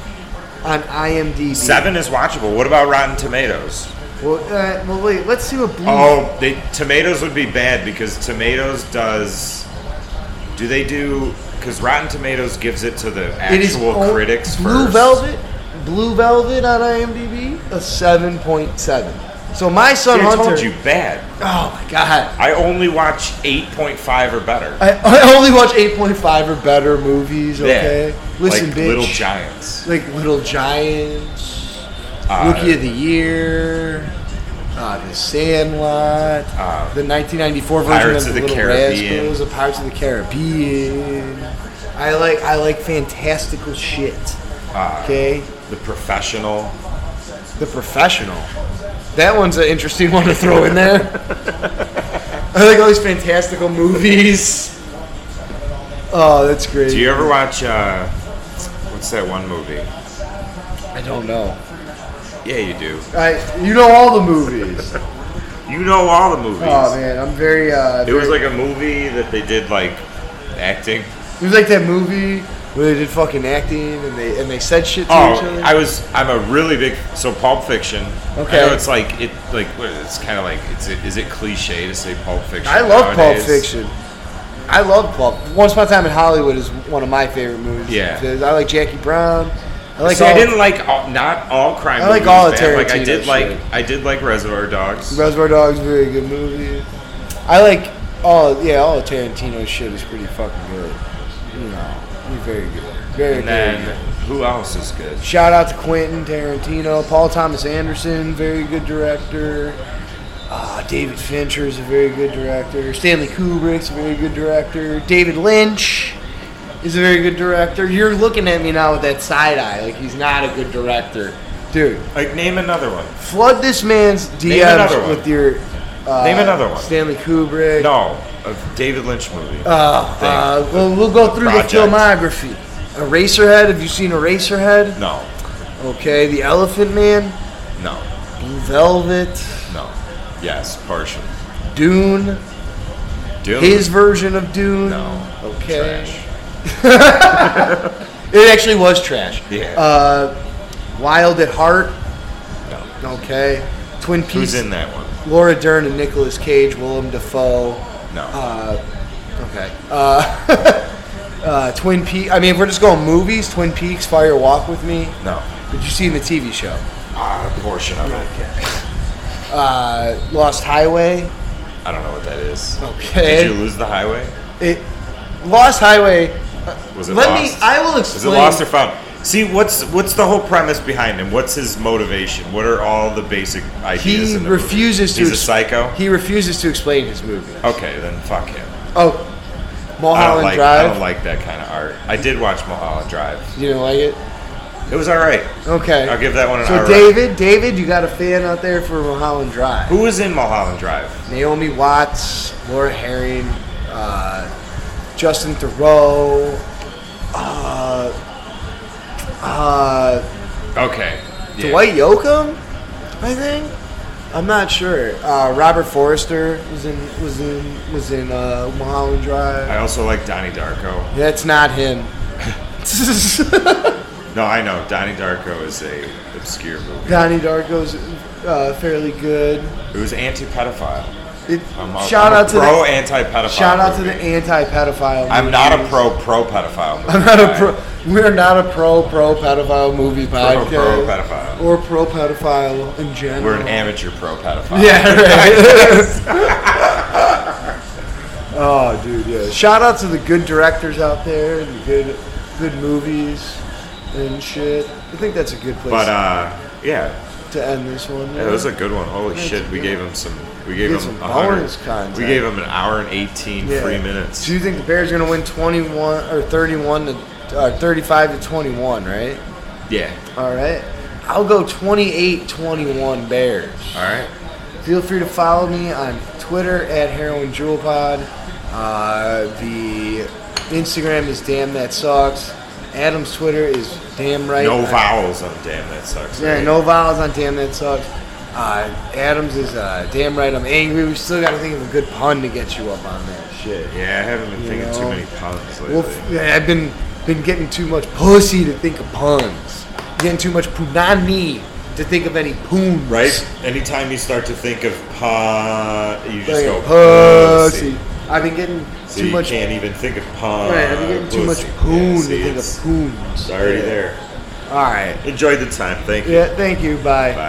Speaker 1: on IMDb.
Speaker 2: seven is watchable. What about Rotten Tomatoes?
Speaker 1: Well, uh, well, wait. Let's see what. Blue
Speaker 2: Oh, they Tomatoes would be bad because Tomatoes does. Do they do? Because Rotten Tomatoes gives it to the
Speaker 1: It is
Speaker 2: actual
Speaker 1: o-
Speaker 2: critics
Speaker 1: Blue
Speaker 2: first.
Speaker 1: Velvet. Blue Velvet on IMDb a 7.7. So my son
Speaker 2: See, I
Speaker 1: Hunter.
Speaker 2: told you bad.
Speaker 1: Oh my god.
Speaker 2: I only watch 8.5 or better.
Speaker 1: I, I only watch 8.5 or better movies.
Speaker 2: Yeah.
Speaker 1: Okay. Listen,
Speaker 2: like
Speaker 1: bitch.
Speaker 2: Little Giants.
Speaker 1: like Little Giants,
Speaker 2: Uh,
Speaker 1: Rookie of the Year, uh, The Sandlot,
Speaker 2: Uh,
Speaker 1: the 1994 version
Speaker 2: Pirates
Speaker 1: of,
Speaker 2: of the
Speaker 1: Little
Speaker 2: Caribbean.
Speaker 1: Rascals, The Pirates of the Caribbean. I like I like fantastical shit.
Speaker 2: Ah.
Speaker 1: okay,
Speaker 2: The Professional.
Speaker 1: The Professional. That one's an interesting one to throw in there. I like all these fantastical movies. Oh, that's great.
Speaker 2: Do you ever watch, uh, what's that one movie?
Speaker 1: I don't know.
Speaker 2: Yeah, you do.
Speaker 1: I, you know all the movies.
Speaker 2: You know all the movies.
Speaker 1: Oh man, I'm very. Uh,
Speaker 2: It was like a movie that they did like acting.
Speaker 1: It was like that movie where they did fucking acting and they and they said shit to each
Speaker 2: Oh,
Speaker 1: other.
Speaker 2: I was. I'm a really big. So Pulp Fiction.
Speaker 1: Okay.
Speaker 2: I know it's like it. Like what- it's kind of like. It's. Is it cliche to say Pulp Fiction?
Speaker 1: I love
Speaker 2: nowadays?
Speaker 1: Pulp Fiction. I love Pulp. Once Upon a Time in Hollywood is one of my favorite movies.
Speaker 2: Yeah.
Speaker 1: I like Jackie Brown. I like
Speaker 2: See, I
Speaker 1: all-
Speaker 2: didn't like all, not all crime.
Speaker 1: I like
Speaker 2: movies,
Speaker 1: all the
Speaker 2: man. Like I
Speaker 1: Tarantino
Speaker 2: did like
Speaker 1: shit.
Speaker 2: I did like Reservoir Dogs.
Speaker 1: Reservoir Dogs. Very good movie. I like all yeah all the Tarantino shit is pretty fucking good. You know, he's very good. Very very
Speaker 2: And then
Speaker 1: good.
Speaker 2: who else is good?
Speaker 1: Shout out to Quentin Tarantino, Paul Thomas Anderson, very good director. Uh, David Fincher is a very good director. Stanley Kubrick's a very good director. David Lynch is a very good director. You're looking at me now with that side eye, like he's not a good director, dude.
Speaker 2: Like name another one.
Speaker 1: Flood this man's
Speaker 2: Name another
Speaker 1: DMs
Speaker 2: one.
Speaker 1: with your uh,
Speaker 2: Name another one.
Speaker 1: Stanley Kubrick.
Speaker 2: No, a David Lynch movie.
Speaker 1: Uh,
Speaker 2: Thing.
Speaker 1: uh, we'll, we'll go through
Speaker 2: project.
Speaker 1: the filmography. Eraserhead. Have you seen Eraserhead?
Speaker 2: no,
Speaker 1: Okay. The Elephant Man.
Speaker 2: no,
Speaker 1: Blue Velvet,
Speaker 2: no. Yes, partial.
Speaker 1: Dune,
Speaker 2: Doom.
Speaker 1: his version of Dune.
Speaker 2: no.
Speaker 1: Okay.
Speaker 2: Trash.
Speaker 1: It actually was trash.
Speaker 2: Yeah.
Speaker 1: Uh, Wild at Heart.
Speaker 2: no.
Speaker 1: Okay. Twin Peaks.
Speaker 2: Who's in that one?
Speaker 1: Laura Dern and Nicolas Cage, Willem Dafoe.
Speaker 2: No.
Speaker 1: Uh, okay. Uh, uh, Twin Peaks. I mean, if we're just going movies, Twin Peaks, Fire Walk with Me.
Speaker 2: no.
Speaker 1: Did you see in the TV show?
Speaker 2: Ah, a portion of it.
Speaker 1: Uh, Lost Highway.
Speaker 2: I don't know what that is.
Speaker 1: Okay.
Speaker 2: Did you lose the highway?
Speaker 1: It, Lost Highway. uh,
Speaker 2: Was it
Speaker 1: Let
Speaker 2: lost?
Speaker 1: me. I will
Speaker 2: Is
Speaker 1: explain.
Speaker 2: it lost or found? See, what's what's the whole premise behind him? What's his motivation? What are all the basic ideas?
Speaker 1: He
Speaker 2: in the
Speaker 1: refuses
Speaker 2: movie?
Speaker 1: to.
Speaker 2: He's a
Speaker 1: ex-
Speaker 2: psycho.
Speaker 1: He refuses to explain his movie.
Speaker 2: Okay, then fuck him.
Speaker 1: Oh, Mulholland
Speaker 2: I don't like
Speaker 1: Drive.
Speaker 2: I don't like that kind of art. I did watch Mulholland Drive.
Speaker 1: you didn't like it?
Speaker 2: It was all right.
Speaker 1: Okay.
Speaker 2: I'll give that one an
Speaker 1: so
Speaker 2: alright.
Speaker 1: David, David, you got a fan out there for Mulholland Drive?
Speaker 2: Who was in Mulholland Drive?
Speaker 1: Naomi Watts, Laura Herring, uh, Justin Thoreau. Uh, uh,
Speaker 2: Okay. Yeah.
Speaker 1: Dwight Yoakam, I think. I'm not sure. Uh, Robert Forrester was in was in was in uh, Mulholland Drive.
Speaker 2: I also like Donnie Darko.
Speaker 1: That's not him.
Speaker 2: No, I know Donnie Darko is a obscure movie.
Speaker 1: Donnie Darko's uh, fairly good.
Speaker 2: It was anti-pedophile.
Speaker 1: It,
Speaker 2: I'm a-
Speaker 1: shout
Speaker 2: I'm a
Speaker 1: out to
Speaker 2: pro
Speaker 1: the
Speaker 2: anti-pedophile.
Speaker 1: shout out to
Speaker 2: movie.
Speaker 1: the anti-pedophile.
Speaker 2: I'm not a
Speaker 1: movies.
Speaker 2: pro pro pedophile.
Speaker 1: I'm not a pro. We're not a pro pro pedophile movie podcast.
Speaker 2: pro pedophile.
Speaker 1: Or pro pedophile in general.
Speaker 2: We're an amateur pro pedophile.
Speaker 1: Yeah. Right. oh, dude. Yeah. Shout out to the good directors out there and the good good movies and shit. I think that's a good place
Speaker 2: But uh, yeah,
Speaker 1: to end this one.
Speaker 2: yeah, that was a good one. Holy shit, we gave him some. We gave
Speaker 1: Get
Speaker 2: him
Speaker 1: some
Speaker 2: a hundred.
Speaker 1: bonus content.
Speaker 2: We gave him an hour and eighteen
Speaker 1: Yeah.
Speaker 2: free minutes.
Speaker 1: Do you think the Bears are going to win 21 or 31 to uh, 35 to 21, right?
Speaker 2: Yeah.
Speaker 1: All right. I'll go 28-21 Bears.
Speaker 2: All right.
Speaker 1: Feel free to follow me on Twitter at Heroin Jewel Pod. Uh, the Instagram is Damn That Sucks. Adam's Twitter is Damn Right.
Speaker 2: No
Speaker 1: I-
Speaker 2: vowels on damn that sucks.
Speaker 1: yeah,
Speaker 2: right?
Speaker 1: no vowels on Damn That Sucks. Uh, Adam's is uh, Damn Right I'm Angry. We still got to think of a good pun to get you up on that shit.
Speaker 2: Yeah, I haven't been
Speaker 1: You
Speaker 2: thinking too
Speaker 1: know.
Speaker 2: many puns lately.
Speaker 1: Well, f- yeah, I've been been getting too much pussy to think of puns. Getting too much punani to think of any poons.
Speaker 2: right? Anytime you start to think of pun, you just
Speaker 1: Like,
Speaker 2: go
Speaker 1: pussy. I've been getting
Speaker 2: So
Speaker 1: too
Speaker 2: you
Speaker 1: much.
Speaker 2: can't even think of pun.
Speaker 1: right, I've been getting too much
Speaker 2: Uh, pussy. Yeah,
Speaker 1: poon
Speaker 2: see,
Speaker 1: to think of
Speaker 2: it's-
Speaker 1: poons.
Speaker 2: It's already
Speaker 1: Yeah.
Speaker 2: there.
Speaker 1: All right.
Speaker 2: Enjoyed the time. Thank you.
Speaker 1: Yeah. Thank you. Bye.
Speaker 2: Bye.